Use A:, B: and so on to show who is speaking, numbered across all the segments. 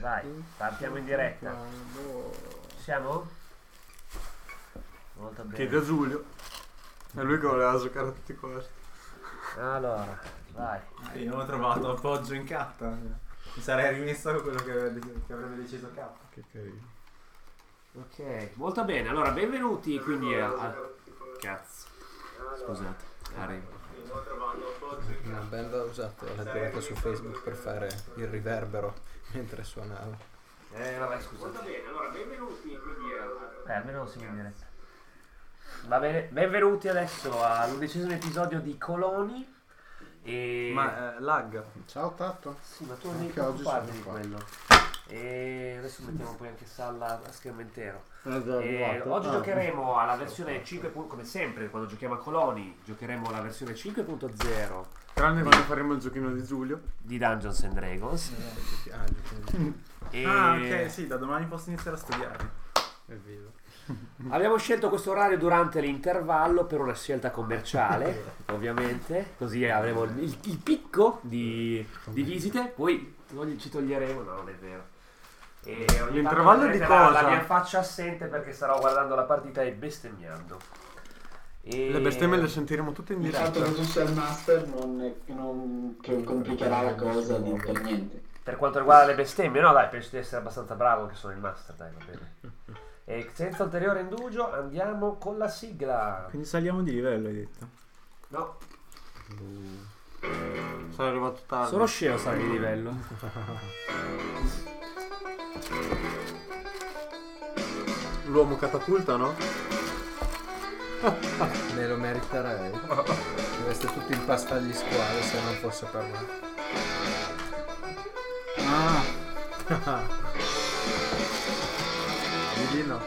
A: Vai, partiamo in diretta. Siamo? Molto
B: Chiede
A: bene.
B: a Giulio. È lui che voleva giocare a tutti i costi.
A: Allora, vai.
C: Eh, Io non ho trovato appoggio in K. Mi sarei rimesso con quello che avrebbe, che avrebbe deciso K.
B: Che carino.
A: Ok, molto bene. Allora, benvenuti quindi a... a- Cazzo. Scusate. Arrivo.
D: Una band usata l'ha
B: eh.
D: tirata su Facebook per fare il riverbero mentre suonava.
A: Eh, vabbè, scusate.
E: bene, allora benvenuti quindi
A: Eh, almeno non si vede in diretta. Va bene, benvenuti adesso all'undicesimo episodio di Coloni. E...
B: Ma eh, lagga.
F: Ciao Tatto.
A: Sì, ma tu non devi
F: Anche oggi
A: preoccuparti
F: sono
A: di
F: qua.
A: quello. E adesso mettiamo poi anche Salla a schermo intero.
F: Eh,
A: E oggi
F: Oggi
A: giocheremo alla versione 5. pu- Come sempre, quando giochiamo a Coloni, giocheremo alla versione 5.0
B: Tranne quando faremo il giochino di Giulio.
A: di Dungeons and Dragons.
D: Ah, quindi
A: E
C: Ah, ok, sì, da domani posso iniziare a studiare.
D: evviva.
A: Abbiamo scelto questo orario durante l'intervallo per una scelta commerciale, ovviamente. Così avremo il, il- il picco di, di visite. Poi togli- ci toglieremo. No, non è vero. E ogni tanto
B: L'intervallo di
A: vedrete la- La
B: cosa?
A: mia faccia assente perché starò guardando la partita e bestemmiando. E-
B: Le bestemmie le sentiremo tutte in
F: il fatto
B: diretta.
F: che tu sia il master non, Certo. non che complicherà la cosa non per niente.
A: Per quanto riguarda le bestemmie, no, dai, penso di essere abbastanza bravo che sono il master, dai, va bene. E senza ulteriore indugio andiamo con la sigla.
C: Quindi saliamo di livello, hai detto.
A: No,
B: Sono arrivato tardi.
A: sono scemo sarà di livello.
B: L'uomo catapulta, no?
D: Me lo meriterei. Dovreste tutti impastargli squali se non fosse per me. Ah. Di no.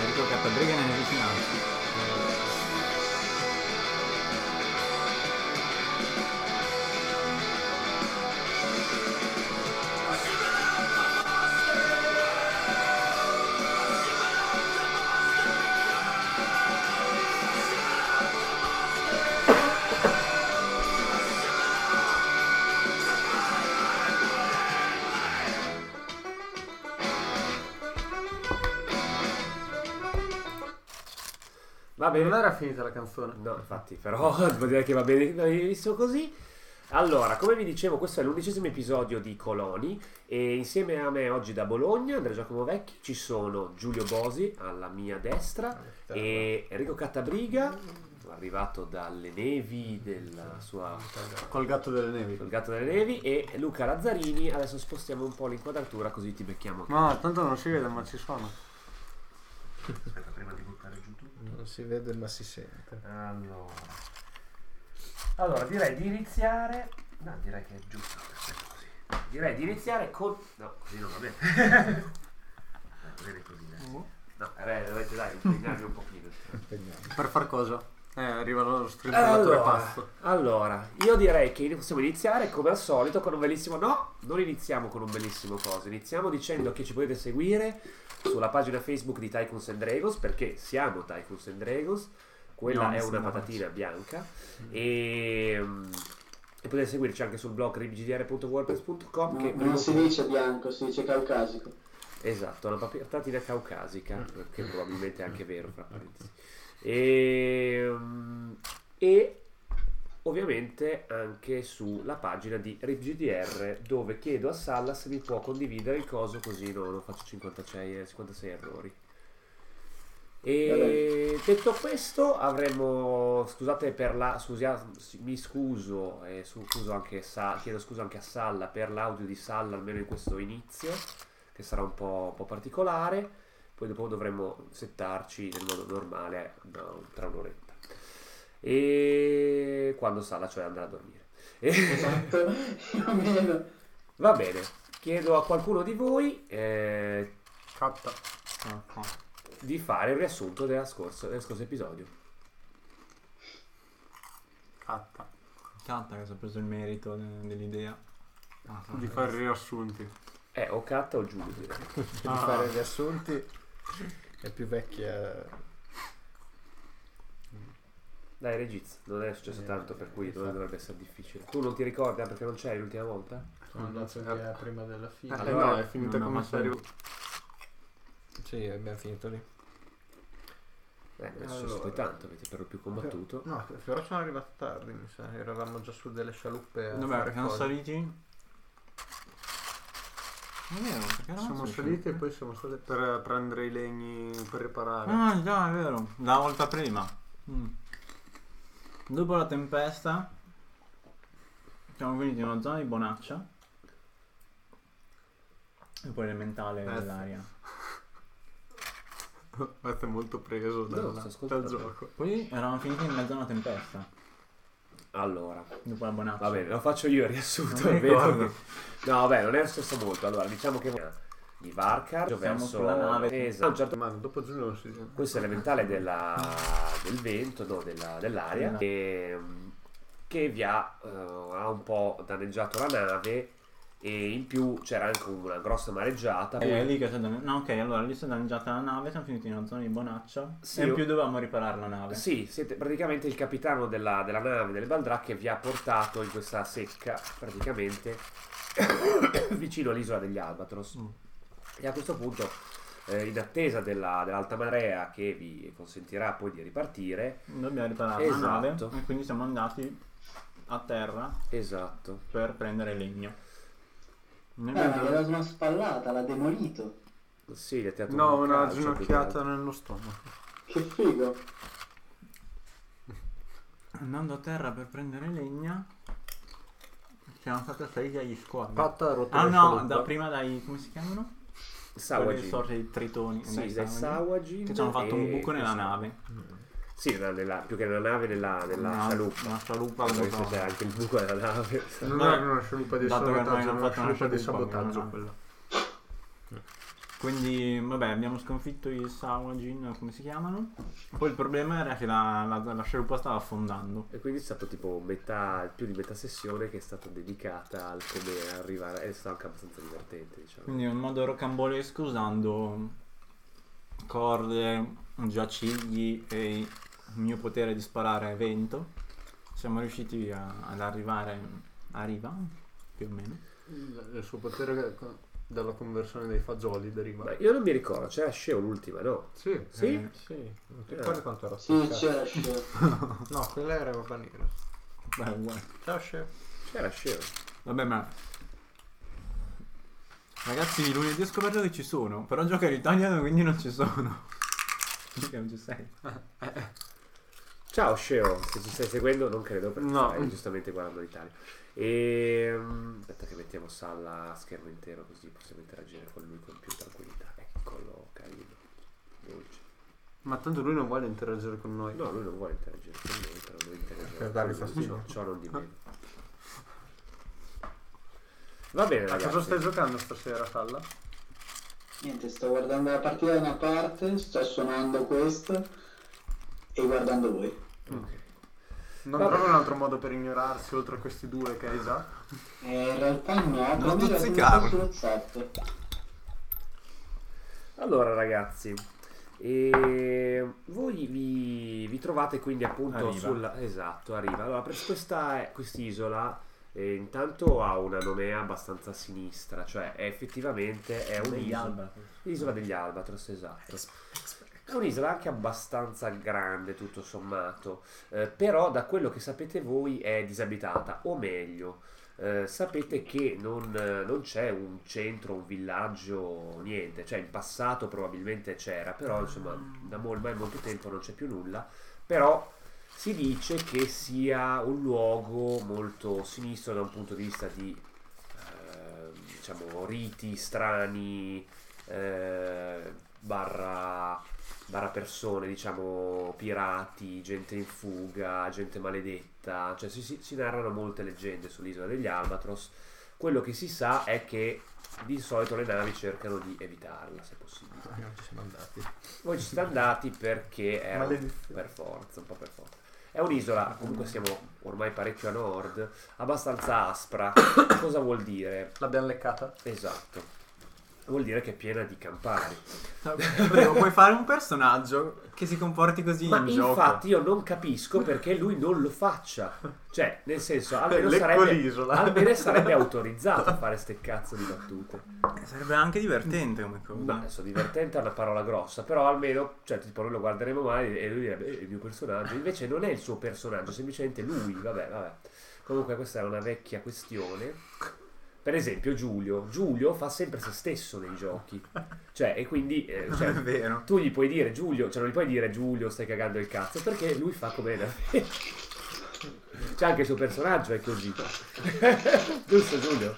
C: Enrico Cappadrega nelle vicinanze.
A: Va bene.
B: Non era finita la canzone.
A: No, infatti, però vuol dire che va bene benissimo così. Allora, come vi dicevo, questo è l'undicesimo episodio di Coloni e insieme a me oggi da Bologna, Andrea Giacomo Vecchi, ci sono Giulio Bosi alla mia destra e Enrico Cattabriga, arrivato dalle nevi della sua...
B: Col gatto delle nevi.
A: col gatto delle nevi e Luca Lazzarini. Adesso spostiamo un po' l'inquadratura così ti becchiamo.
B: Ma tanto non si vede, ma ci suona.
A: Aspetta, prima di buttare giù tutto.
D: Non si vede ma si sente.
A: Allora. Allora, direi di iniziare. No, direi che è giusto. aspetta, così. Direi di iniziare con. No, così non va bene. Dai, va bene così, dai. No, vabbè, dovete dai, impegnarvi un pochino.
D: Impegniamo.
B: Per far cosa? Eh, arriva lo strizzolatore
A: Allora,
B: pasto.
A: allora, io direi che possiamo iniziare come al solito con un bellissimo. No, non iniziamo con un bellissimo coso. Iniziamo dicendo che ci potete seguire sulla pagina Facebook di Tycoons and Dragons perché siamo Tycoons and Dragons. Quella
C: No,
A: è
C: mi
A: una
C: sembra
A: patatina bianca. E, mm, e potete seguirci anche sul blog ribgdr.wordpress.com.
F: No,
A: che
F: non si dice bianco, si dice caucasico.
A: Esatto, una patatina caucasica,
F: Mm.
A: che probabilmente è anche vero, fra parentesi. E, mm, e ovviamente anche sulla pagina di RipGDR, dove chiedo a Salla se mi può condividere il coso così non, non faccio 56, 56 errori. E detto questo, avremo. Scusate per la. scusia- mi scuso e su- scuso anche Sa- chiedo scusa anche a Salla per l'audio di Salla, almeno in questo inizio, che sarà un po', un po' particolare. poi dopo dovremmo settarci nel modo normale no, tra un'oretta. E quando Sala cioè andrà a dormire. E-
F: Esatto, più o meno.
A: Va bene, chiedo a qualcuno di voi eh,
B: Catta.
C: Ah,
A: di fare il riassunto della scorsa- del scorso episodio.
B: Catta.
C: Canta che si è preso il merito de- dell'idea. Ah,
B: Di fare riassunti.
A: Eh, o Kat o Giulio direi.
D: di
B: Ah.
D: fare riassunti è più vecchia
A: Dai, Regiz, non è successo
D: Eh,
A: tanto, per cui non
B: esatto.
D: infatti.
A: dovrebbe essere difficile. Tu non ti ricordi ah, perché non c'eri l'ultima volta?
D: sono andato via prima della fine
B: Eh,
A: Allora,
B: no, è finita
C: non
B: come
C: abbastanza.
B: serio.
D: sì abbiamo finito lì
A: Eh, non è
D: Allora.
A: successo poi tanto, avete per lo più combattuto.
D: no eh, però sono arrivato tardi mi sa eravamo già su delle scialuppe a
C: Dov'è?
D: fare
C: Eh, Perché non
D: cose.
C: saliti? Non è vero, perché eravamo
B: Siamo
C: su-
B: saliti e poi siamo stati per prendere i legni per riparare.
C: Ah, già, è vero. La volta prima. Mm. Dopo la tempesta, siamo finiti in una zona di bonaccia. E poi elementale
B: Pezzo.
C: dell'aria.
B: Matt è molto
A: No,
B: preso dalla-
A: sto
B: dal
A: ascoltando.
B: gioco.
C: Poi eravamo finiti in mezzo a una tempesta.
A: Allora,
C: Dopo la bonaccia.
A: va bene, lo faccio io il riassunto.
C: Non mi
A: vedo
C: ricordo.
A: che- No, vabbè, non è successo molto. Allora, diciamo che di Varkar
C: Siamo
A: verso
C: sulla nave.
A: Esatto. A un certo-
B: Ma dopo Giulio non si dice.
A: Questo è elementale della, del vento, no, della- dell'aria,
C: Della-
A: che, che vi ha, eh, ha un po' danneggiato la nave e in più c'era anche una grossa mareggiata.
C: E è lì che si è danne- No, ok, allora lì si è danneggiata la nave, siamo finiti in una zona di bonaccia.
A: Sì,
C: e in
A: io-
C: più dovevamo riparare la nave.
A: Eh? Sì, siete praticamente il capitano della, della nave delle Baldracche vi ha portato in questa secca, praticamente vicino all'isola degli Albatros.
C: Mm.
A: E a questo punto, eh, in attesa della- dell'alta marea che vi consentirà poi di ripartire,
C: Dobbiamo riparare la
A: Esatto.
C: nave. E quindi siamo andati a terra
A: esatto.
C: per prendere legno. Nel
F: Eh, ma
C: mentre-
F: gliel'ha una spallata, l'ha demolito.
A: Sì, le teatro
B: No, una ginocchiata nello stomaco.
F: Che figo.
C: Andando a terra per prendere legna, siamo stati assaliti dagli squali.
B: Patta ha rotto
C: ah
B: la
C: no,
B: scialuppa.
C: da prima dai. come si chiamano? Quelle
A: Sawajin.
C: sorte di tritoni.
A: Sì, dai
C: dai sawagin,
A: Sawajin.
C: Che ci hanno fatto un
A: e-
C: buco nella nave.
A: Sì, nella- nella- più che nella nave, nella, nella
C: Una-
A: scialuppa.
C: Una scialuppa
A: Poi
C: dove
A: c'è anche il buco della nave.
B: Non
C: Ma-
B: era una scialuppa di
C: dato che ormai
B: sabotaggio,
C: hanno
B: era una
C: fatto una
B: scialuppa di
C: scialuppa,
B: sabotaggio
C: no.
B: quella.
C: Quindi, vabbè, abbiamo sconfitto i Sawajin, come si chiamano. Poi il problema era che la, la, la scialuppa stava affondando.
A: E quindi è stato tipo metà, più di metà sessione che è stata dedicata al come arrivare. È stato anche abbastanza divertente,
D: Mm.
A: diciamo.
C: Quindi in modo rocambolesco usando corde, giacigli e il mio potere di sparare vento. Siamo riusciti a- ad arrivare a riva, più o meno.
B: Il, il suo potere co- dalla conversione dei fagioli deriva.
A: Ma io non mi ricordo, c'era Sceo l'ultima, no?
B: Sì, Eh.
A: Sì? Eh,
C: Eh,
D: sì non ti ricordi quanto era
F: Sì,
D: staccata?
F: c'era scemo.
D: no quella era roba nera
C: beh, uguale.
D: ciao chef
A: C'era Sceo.
C: Vabbè, ma... Ragazzi, lunedì ho scoperto che ci sono, però gioca in italiano quindi non ci sono. Perché non ci sei?
A: Ciao Sceo, se ci stai seguendo, non credo perché
B: No.
A: stai giustamente guardando l'Italia. E aspetta che mettiamo Salla a schermo intero così possiamo interagire con lui con più tranquillità. Eccolo, carino. Dolce.
B: ma tanto lui non vuole interagire con noi.
A: No, lui non vuole interagire con noi, però deve interagire
D: Per dargli
A: con lui,
D: fastidio.
A: Ciò non di meno. Va bene,
B: A
A: ragazzi.
B: cosa stai giocando stasera, Salla?
F: Niente, sto guardando la partita da una parte, sto suonando questo e guardando voi.
A: Ok.
B: Non
A: Vabbè.
B: trovo un altro modo per ignorarsi oltre a questi due che hai già.
F: Eh, in realtà no,
C: Non
F: però mi era
C: stuzzicarlo.
F: venuto su WhatsApp.
A: Allora, ragazzi. E voi vi, vi trovate quindi appunto
C: Arriva.
A: sulla esatto, arriva. Allora, per questa è- quest'isola eh, intanto ha una nomea abbastanza sinistra, cioè è effettivamente è un'isola. L'isola degli Albatros, esatto. È un'isola anche abbastanza grande, tutto sommato, eh, però da quello che sapete voi è disabitata, o meglio, eh, sapete che non, eh, non c'è un centro, un villaggio, niente, cioè in passato probabilmente c'era, però insomma da mo- ormai molto tempo non c'è più nulla, però si dice che sia un luogo molto sinistro da un punto di vista di ehm, eh, diciamo riti strani eh, barra, barra persone, diciamo pirati, gente in fuga, gente maledetta, cioè si, si- si narrano molte leggende sull'isola degli Albatros. Quello che si sa è che di solito le navi cercano di evitarla se possibile.
D: Ah, non ci siamo andati.
A: Voi ci siete andati perché era
B: Maledizione.
A: per forza, un po' per forza. È un'isola, comunque siamo ormai parecchio a nord, abbastanza aspra. Cosa vuol dire?
B: L'abbiamo leccata.
A: Esatto. Vuol dire che è piena di campari.
C: Oddio, puoi fare un personaggio che si comporti così
A: Ma
C: in gioco.
A: infatti io non capisco perché lui non lo faccia. Cioè, nel senso, almeno
B: Lecco
A: sarebbe,
B: l'isola.
A: almeno sarebbe autorizzato a fare ste cazzo di battute.
C: Eh, Sarebbe anche divertente come
A: Ma
C: cosa.
A: adesso divertente è una parola grossa, però almeno, cioè, tipo, noi lo guarderemo male e lui direbbe, "Eh, il mio personaggio. Invece non è il suo personaggio, è semplicemente lui, vabbè, vabbè. Comunque questa era una vecchia questione. Per esempio Giulio. Giulio fa sempre se stesso nei giochi. Cioè, e quindi... eh,
C: Non
A: cioè,
C: è vero.
A: tu gli puoi dire Giulio, cioè non gli puoi dire Giulio stai cagando il cazzo perché lui fa come da me. C'è anche il suo personaggio, è così. Giusto Giulio?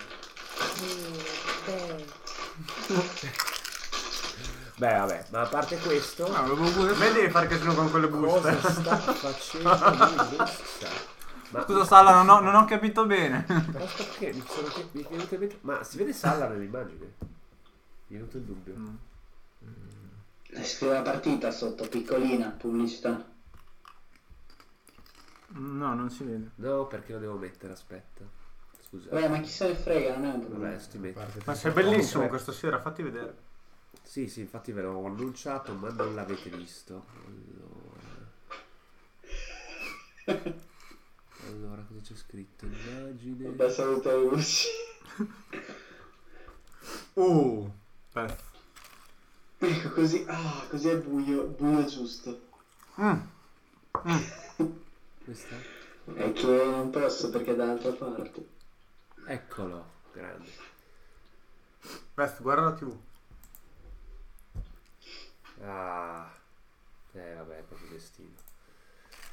A: Beh vabbè, ma a parte questo,
B: Ah,
C: No, avevo pure-
B: Me devi far casino con quelle
A: cosa
B: buste.
A: sta facendo lui? Non si sa. Ma
C: Scusa Sala, non ho, non ho capito bene.
A: ma perché? Mi sono che- mi è venuto in mente- Ma si vede Salla nell'immagine? Mi è venuto il dubbio.
B: Mm.
F: Eh, Scrive la partita sotto, piccolina, pubblicità.
C: No, non si vede.
A: No, perché lo devo mettere, aspetta. Scusa.
F: Vabbè, ma chi se ne frega, non è un problema.
A: Vabbè, sti metto.
B: Ma
A: bellissimo
B: sei bellissimo
A: questo
B: questo sera, fatti vedere.
A: Sì, sì, infatti ve l'ho annunciato, ma non l'avete visto. Allora. Allora, cosa c'è scritto? Immagine.
F: Da saluto ai luci.
C: Uh, pezzo.
F: Ecco, così, ah, così è buio, buio giusto.
C: Mm,
A: Questa?
F: È che non posso perché è dall'altra parte.
A: Eccolo, grande.
B: Best, guarda la tv.
A: Ah. Eh, vabbè, è proprio destino.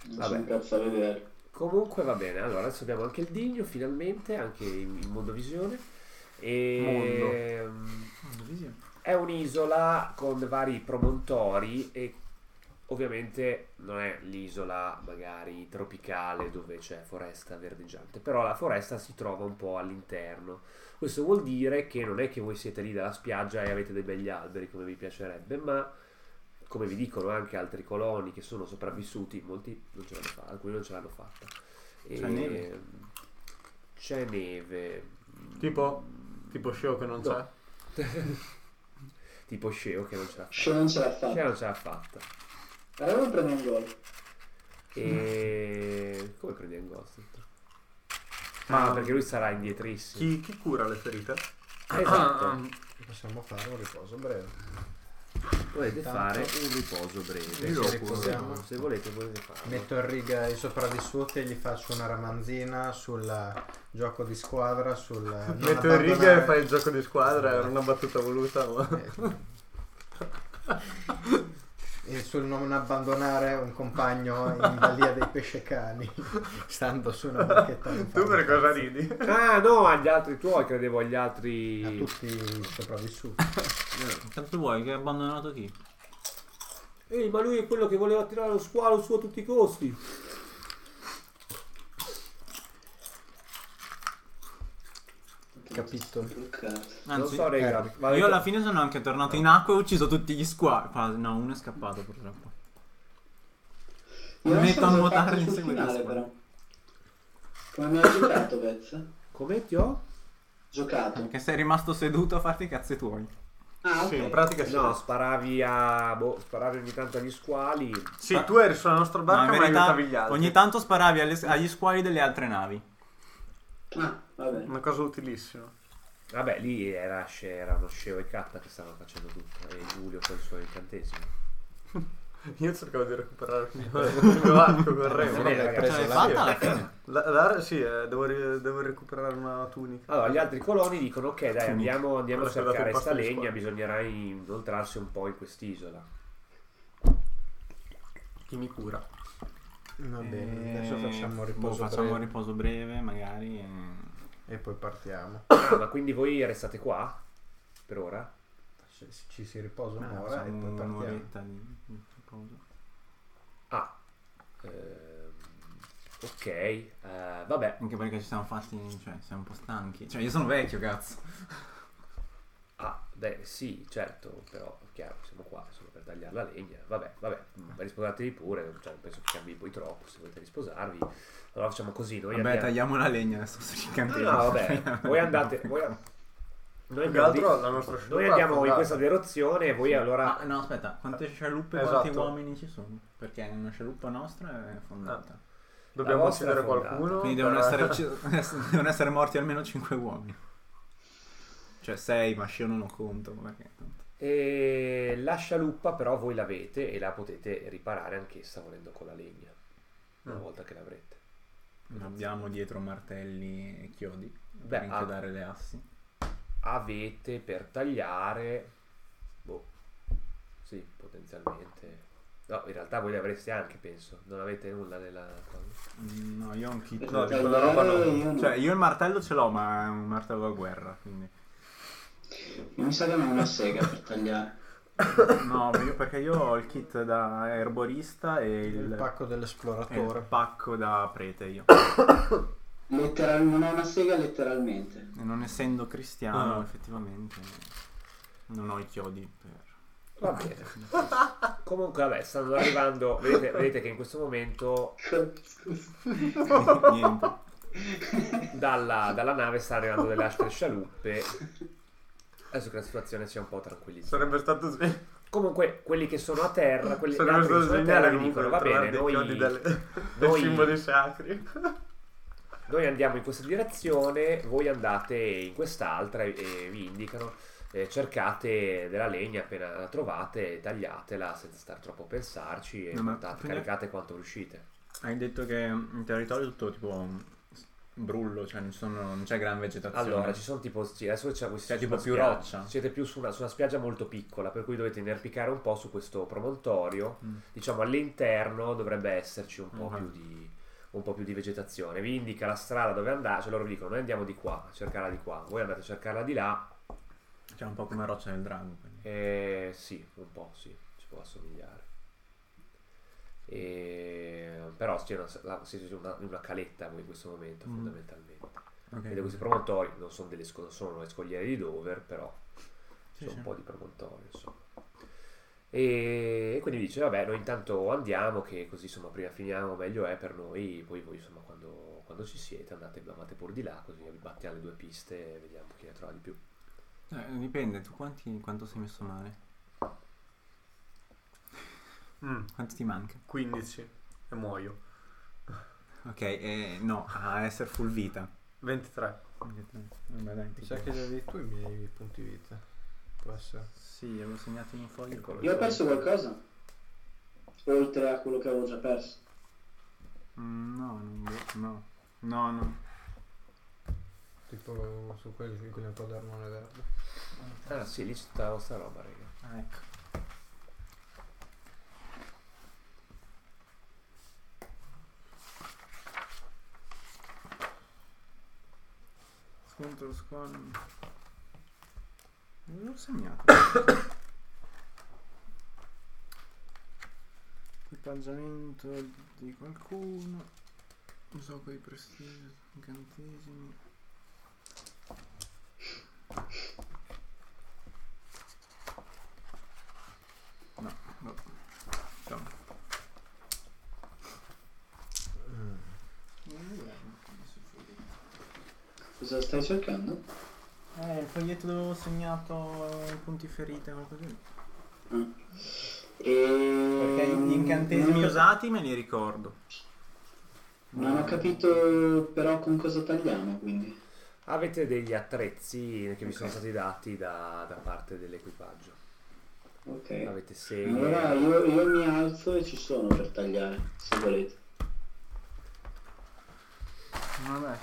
F: Non
A: Vabbè.
F: c'è un cazzo a vedere.
A: Comunque va bene, allora adesso abbiamo anche il digno, finalmente, anche in in mondovisione. E... ehm, È un'isola con vari promontori e ovviamente non è l'isola magari tropicale dove c'è foresta verdeggiante, però la foresta si trova un po' all'interno. Questo vuol dire che non è che voi siete lì dalla spiaggia e avete dei begli alberi come vi piacerebbe, ma come vi dicono anche altri coloni che sono sopravvissuti, molti non ce l'hanno fatta, alcuni non ce l'hanno fatta. E-
C: C'è neve?
A: C'è neve. Mm.
B: Tipo? Tipo show che non
A: No.
B: c'è.
A: Tipo Sceo che non ce l'ha
F: Show non ce l'ha
A: fatta. Sceo
F: fatta.
A: non ce l'ha fatta.
F: Allora prende un gol.
A: E come prendi Angostit?
B: Ah.
A: Ah, perché lui sarà indietrissimo.
B: Chi, chi cura le ferite?
A: Esatto.
D: Possiamo fare un riposo breve.
A: Volete
D: Intanto-
A: fare un riposo breve.
D: Io
A: Se,
D: lo
A: possiamo-
D: curo.
A: se volete potete farlo.
D: Metto in riga i sopravvissuti e gli faccio una ramanzina sul gioco di squadra, sul... non
B: Metto in riga e
D: abbandonare-
B: fai il gioco di squadra, era una battuta voluta. ma-
D: Eh, E sul non abbandonare un compagno in balia dei pescecani, stando su una barchetta. non
B: Tu
D: fa
B: per
D: un
B: cosa
D: cazzo.
B: ridi?
A: Ah no, agli altri tuoi, credevo agli altri.
D: A tutti i sopravvissuti.
C: Tanto vuoi che hai abbandonato chi?
A: Ehi, ma lui è quello che voleva tirare lo squalo su a tutti i costi.
D: Capito?
F: Bloccato.
A: non
C: Anzi,
A: so, raga.
D: eh,
A: ma-
C: io alla fine sono anche tornato in acqua e ho ucciso tutti gli squali. Fa- No, uno è scappato purtroppo. Mi
F: Io non
C: metto
F: so
C: a
F: cosa
C: nuotare
F: faccio sul
C: insieme alla
F: finale,
C: squadra.
F: però. Come mi ha giocato, Bez?
A: Come ti ho?
F: Giocato.
C: Perché sei rimasto seduto a farti i cazzi tuoi.
F: Ah, ok.
B: Sì, in pratica sì.
A: No, sparavi a. Boh, sparavi ogni tanto agli squali.
B: Sì, tu eri sulla nostra
C: No,
B: barca
C: in
B: ma
C: verità,
B: aiutavi gli altri.
C: ogni tanto sparavi alle- agli squali delle altre navi.
F: Ah, vabbè.
B: Una cosa utilissima.
A: Vabbè, lì era, erano Sceo e Katta che stavano facendo tutto. E Giulio con il suo incantesimo.
B: Io cercavo di recuperare il mio arco con
A: Eh,
B: Remo.
A: vabbè,
D: l'hai
A: ragazzi,
C: Ce
D: preso
C: l'hai Cioè,
D: la
C: fatta alla fine.
B: La, la- sì, eh, devo, ri- devo recuperare una tunica.
A: Allora, gli altri coloni dicono: Ok, dai, andiamo, andiamo a
B: Quello che ha dato
A: cercare
B: il pasto
A: sta
B: agli
A: legna.
B: squali.
A: Bisognerà inoltrarsi un po' in quest'isola.
B: Chi mi cura?
D: Va bene,
C: Eh,
D: adesso facciamo un
C: boh,
D: riposo
C: facciamo un
D: breve
C: riposo breve, magari. e-
D: e poi partiamo.
A: Ah, ma quindi voi restate qua? Per ora?
D: ci, ci si riposa
C: Ah,
D: un'ora e
C: facciamo
D: poi partiamo.
C: un'oretta di, di riposo.
A: Ah, ehm, ok, eh, vabbè.
C: Anche perché ci siamo fatti, cioè, siamo un po' stanchi. Cioè, io sono vecchio, cazzo.
A: Ah, beh, sì, certo, però chiaro, siamo qua solo per tagliare la legna. Vabbè, vabbè, mm, risposatevi pure, cioè, non penso che cambi poi troppo se volete risposarvi. Allora facciamo così, noi
C: Vabbè,
A: andiamo...
C: tagliamo la legna adesso sui
A: No,
C: incantesimi.
A: no, Ah, vabbè, voi andate... Voi... Noi,
B: Più che
A: abbiamo di-
B: altro la nostra scienza.
A: noi andiamo in questa derozione e voi allora...
C: Ah, no, aspetta, quante scialluppe e
B: Esatto.
C: quanti uomini ci sono? Perché una scialuppa nostra è fondata.
A: Ah.
B: Dobbiamo
A: La vostra
B: uccidere
A: fondata.
B: qualcuno.
C: Quindi
B: per-
C: devono essere, uccis- devono essere morti almeno 5 uomini. Cioè 6, ma io non lo conto. Perché tanto.
A: E la scialuppa eh, però voi l'avete e la potete riparare anch'essa volendo con la legna, una
B: Mm.
A: volta che l'avrete.
C: Non abbiamo dietro martelli e chiodi
A: Beh,
C: per
A: ah.
C: inchiodare le assi.
A: avete per tagliare boh sì potenzialmente no in realtà voi le avreste anche penso non avete nulla nella cosa
C: Mm, No, io ho un kit.
B: No, di
F: Tagliare,
B: quella roba no.
F: io no.
C: Cioè, io il martello ce l'ho, ma è un martello a guerra, quindi...
F: Mi sa che non ho una sega per tagliare.
C: No, ma io- perché io ho il kit da erborista e il,
D: Il, pacco
C: e il
D: dell'esploratore.
C: pacco da prete io.
F: Letteral- non ho una sega letteralmente.
C: E non essendo cristiano,
B: Ah.
C: effettivamente, non ho i chiodi per...
A: va bene comunque vabbè stanno arrivando vedete, vedete che in questo momento
C: Niente.
A: dalla, dalla nave sta arrivando delle altre scialuppe adesso che la situazione sia un po' tranquillizzata
B: Sarebbe stato svegliare.
A: comunque quelli che sono a terra quelli gli
B: Sarebbe
A: altri che
B: stato
A: sono a terra
B: svegliare
A: vi
B: comunque
A: dicono va bene
B: dei
A: noi
B: chiodi delle- dei
A: noi-
B: simboli sacri.
A: Noi andiamo in questa direzione, voi andate in quest'altra e, e vi indicano, eh, cercate della legna appena la trovate, tagliatela senza stare troppo a pensarci e
C: No, ma
A: portate-
C: prima-
A: caricate quanto riuscite.
C: Hai detto che in territorio è tutto tipo brullo, cioè non, sono- non c'è gran vegetazione.
A: Allora, ci sono tipo... sì, Adesso c'è,
C: C'è Cioè, tipo più roccia.
A: Siete più su una, su una spiaggia molto piccola, per cui dovete inerpicare un po' su questo promontorio.
C: Mm.
A: Diciamo all'interno dovrebbe esserci un po'
C: Mhm.
A: più di... Un po' più di vegetazione, vi indica la strada dove andare, cioè loro vi dicono: Noi andiamo di qua, a cercarla di qua, voi andate a cercarla di là,
C: C'è un po' come roccia del drago. quindi.
A: Eh, sì, un po' sì, ci può assomigliare. E- Però siete una- la- siete in una, in una caletta voi in questo momento,
C: Mm.
A: fondamentalmente.
C: Ok.
A: Vedete questi promontori, non sono, delle, sco- non sono le scogliere di Dover, però
C: Sì,
A: sono
C: sì.
A: un po' di promontori, insomma. E, e quindi dice, vabbè, noi intanto andiamo, che così insomma prima finiamo meglio è per noi, poi voi insomma quando, quando ci siete andate, andate pure di là, così vi battiamo le due piste e vediamo chi ne trova di più.
C: Eh, dipende, tu quanti, quanto sei messo male?
B: Mm,
C: Quanto ti manca?
B: 15 e muoio.
C: Ok, eh, no, a essere full vita.
B: 23.
C: Vabbè, dai,
D: Mi sa che li avevi tu i miei punti vita. Può essere.
C: Sì, avevo segnato in un foglio.
A: Eccolo.
F: Ecco, Io ho perso qualcosa? Oltre a quello che avevo già perso.
C: Mm, no, non- no, no, no.
D: Tipo su quelli con il quadernone verde.
A: Ah sì, lì c'è sta roba, raga.
C: Ah, ecco. Scontro squadra. Non l'ho segnato. Equipaggiamento di qualcuno. Non so quei prestigi, incantesimi. No, no. Ciao.
F: Cosa stai cercando?
C: Eh, il foglietto dove avevo segnato i punti ferite o qualcosa lì.
F: E...
C: Perché gli incantesimi usati me Ehm, li ricordo.
F: Non ho capito però con cosa tagliamo, quindi.
A: Avete degli attrezzi che vi sono stati dati da, da parte dell'equipaggio.
C: Eh,
F: Ok.
A: Avete segni.
F: Allora io, io mi alzo e ci sono per tagliare, se volete.
C: Vabbè.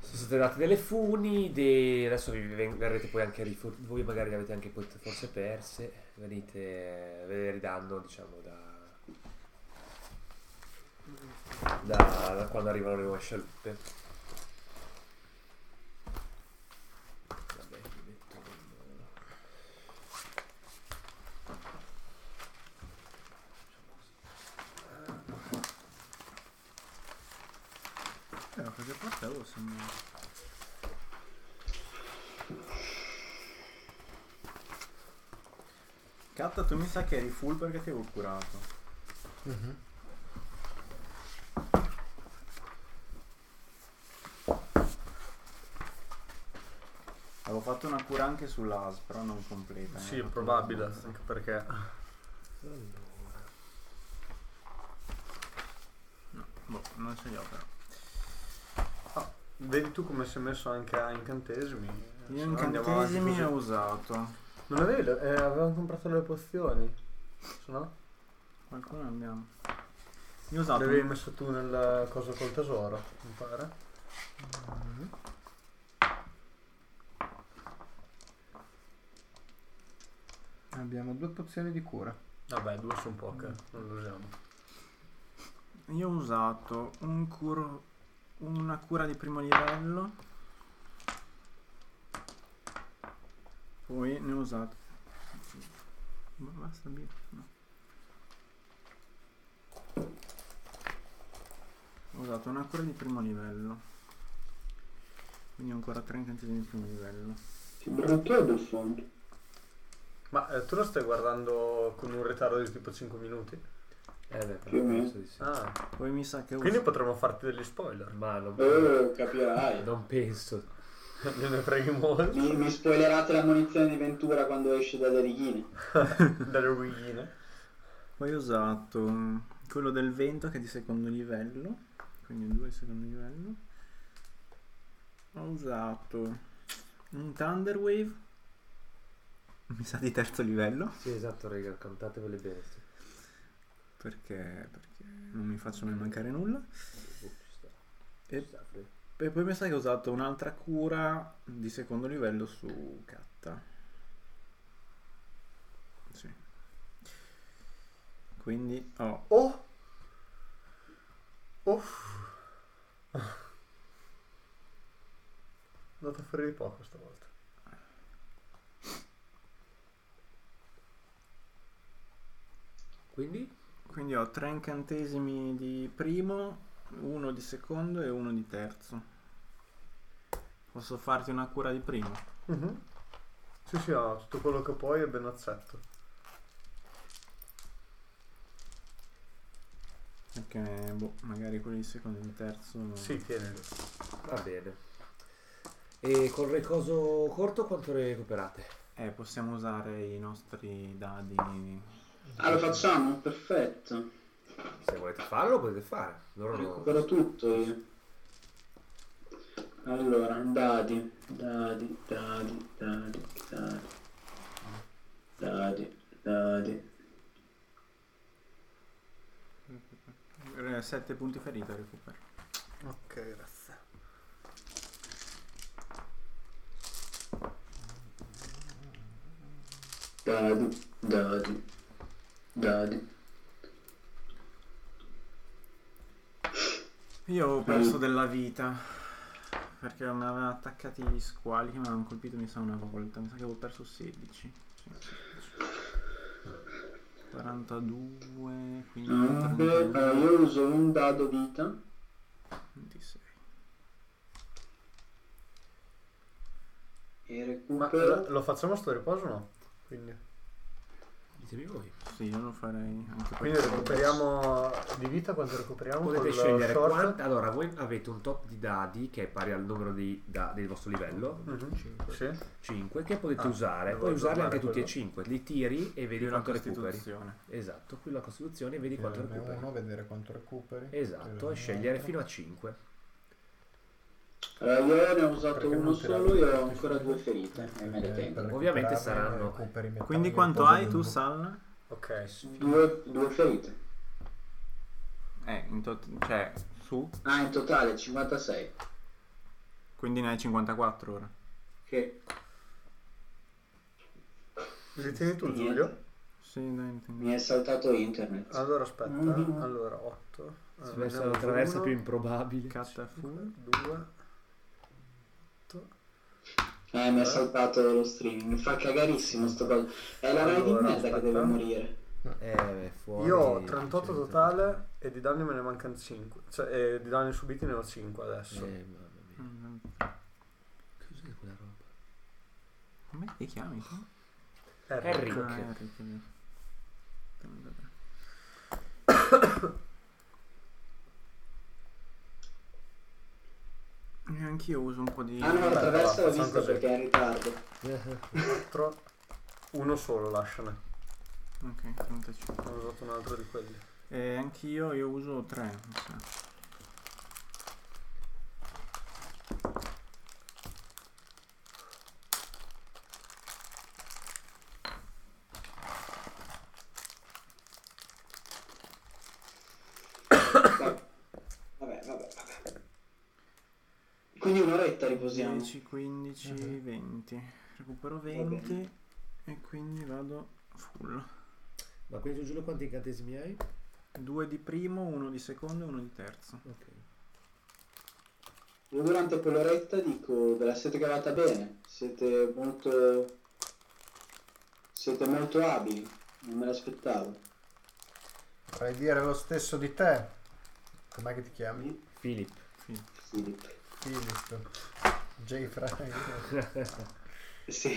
A: Si siete dati delle funi, dei- adesso vi ven- verrete poi anche rifor- voi magari le avete anche pot- forse perse, venite eh, ve le ridanno diciamo da, da, da quando arrivano le nuove scialuppe. Vabbè, vedete.
B: Eh,
C: oh, sembra- Catta, tu mi sa che eri full perché ti avevo curato. Mhm. Avevo fatto una cura anche sull'AS, però non completa. eh.
B: Sì,
C: Era
B: probabile,
C: tutto-
B: anche perché...
C: No, boh, non ce li ho però.
B: Vedi tu come si è messo anche a incantesimi.
C: Gli
B: Se no andiamo avanti
C: incantesimi
B: così.
C: ho usato.
B: Non avevi, le- eh, avevamo comprato le pozioni. Se no,
C: Qualcuno abbiamo. Io ho
B: le
C: usato.
B: avevi messo tu nel coso col tesoro, mi pare.
D: Abbiamo due pozioni di cura.
B: Vabbè, due sono poche, non le usiamo.
C: Io ho usato un curo. Una cura di primo livello. Poi ne ho usato. Ma Basta il birra, no. Ho usato una cura di primo livello. Quindi ho ancora tre incantesimi di primo livello.
F: Che brutto è Buffon.
B: Ma eh, tu lo stai guardando con un ritardo di tipo 5 minuti?
A: Eh, beh,
F: Più o meno.
A: penso di sì.
B: Ah,
C: Poi mi sa che ho
B: quindi
C: usato.
B: potremmo farti degli spoiler.
A: Ma non,
F: Eh, capirai.
A: non penso.
B: Me ne freghi molto.
F: Mi, mi spoilerate la munizione di Ventura quando esce dalle righine.
B: Dalle ruine.
C: Poi ho usato mm, quello del vento che è di secondo livello, quindi due di secondo livello. Ho usato un Thunder Wave, mi sa di terzo livello,
A: Sì, esatto, raga, cantatevele bene. sì.
C: perché, perché non mi faccio mai mancare nulla.
A: Oh, ci sta,
C: E,
A: ci sta, Fred.
C: e poi mi sa che ho usato un'altra cura di secondo livello su Katta. Sì. Quindi ho
B: Oh! Uff! Ah. Andato fuori di poco stavolta.
A: Quindi?
C: Quindi ho tre incantesimi di primo, uno di secondo e uno di terzo. Posso farti una cura di primo?
B: Mhm. Sì, sì, no, tutto quello che puoi è ben accetto.
C: Perché, boh, magari quello di secondo e di terzo.
B: Sì, tieni.
A: Va bene. E col recoso corto quanto recuperate?
C: Eh, possiamo usare i nostri dadi.
F: Ah, lo facciamo? Perfetto.
A: Se volete farlo potete fare. Loro no.
F: Recupero tutto io. Allora, dadi, dadi, dadi, dadi, dadi. Dadi, dadi.
C: Eh, Sette punti ferita recupero.
B: Ok, grazie.
F: Dadi, dadi, dadi.
C: Io ho perso della vita. Perché mi avevano attaccati gli squali che mi avevano colpito mi sa una volta. Mi sa che avevo perso 16. Sì, 16. 42, quindi
F: Ah, beh,
C: 32,
F: allora, io uso un dado vita.
C: 26.
F: E
B: Ma
F: recupero.
B: lo, lo facciamo sto riposo o no? Quindi,
A: Ditemi voi.
C: Sì, io lo farei anche
B: quindi
C: perché
B: recuperiamo di vita quanto recuperiamo?
A: Potete
B: col
A: scegliere
B: short?
A: quanti. Allora, voi avete un tot di dadi che è pari al numero di da- del vostro livello.
B: Mhm. Sì.
A: 5 che potete
B: Ah,
A: usare,
B: devo
A: puoi usarli
B: guardare
A: anche tutti e
B: quello.
A: 5, li tiri e vedi
C: di una
A: quanto recuperi.
C: costituzione.
A: Esatto, qui la costituzione e vedi quanto
D: Tirarne
A: recuperi.
D: uno, vedere quanto recuperi.
A: Esatto, e scegliere fino a
B: Ah,
A: 5.
F: Allora, io ne ho usato
B: Perché
F: uno
B: non te la- Eh,
F: solo e ho ancora due
D: Eh,
F: ferite. E me le tengo.
A: Eh, Ovviamente saranno-
C: Quindi quanto hai tu, Sal?
B: Ok.
F: Eh, Due, due ferite.
C: Eh, in tot- cioè, su.
F: Ah, in totale 56.
C: Quindi ne hai 54 ora.
F: Che
B: Li tieni tu Giulio?
C: Sì, dai, intendi.
F: mi è saltato internet.
B: Allora aspetta,
F: Mhm.
B: allora 8.
A: Si versa la traversa più improbabile.
C: Catta full.
B: 2.
F: Eh, mi ha saltato lo streaming, mi fa cagarissimo sto coso. È la raid di
B: Allora,
F: merda che
B: aspetta.
F: deve morire.
A: Eh, fuori.
B: Io ho 38
A: c'è-
B: totale e di danni me ne mancano 5. Cioè eh, di danni subiti ne ho 5 adesso.
A: Eh, mamma mia.
C: Mm,
A: Cos'è quella roba?
C: Come ti chiami tu?
A: Harry.
C: Ah,
A: Ok.
C: Eric, Eric. E anch'io uso un po' di...
F: Ah no,
B: Vabbè,
F: attraverso l'ho
B: allora, facciamo
F: visto
B: così.
F: perché è in ritardo.
B: Altro. Uno solo lasciane.
C: Ok, 35.
B: Ho usato un altro di quelli.
C: E anch'io io uso 3. mi sa.
F: Vabbè, vabbè, vabbè. Quindi un'oretta riposiamo.
C: 10, 15, 20. Recupero
F: bene.
C: 20 e quindi vado full.
A: Ma quindi Giulio quanti incantesimi hai?
C: 2 di primo, 1 di secondo e 1 di terzo.
A: Ok.
F: Io durante quell'oretta dico ve la siete cavata bene, siete molto. siete molto abili, non me l'aspettavo.
D: Vorrei dire lo stesso di te. Com'è che ti chiami?
A: Filippo.
F: Filippo.
D: Philip. J. Frank.
F: Sì.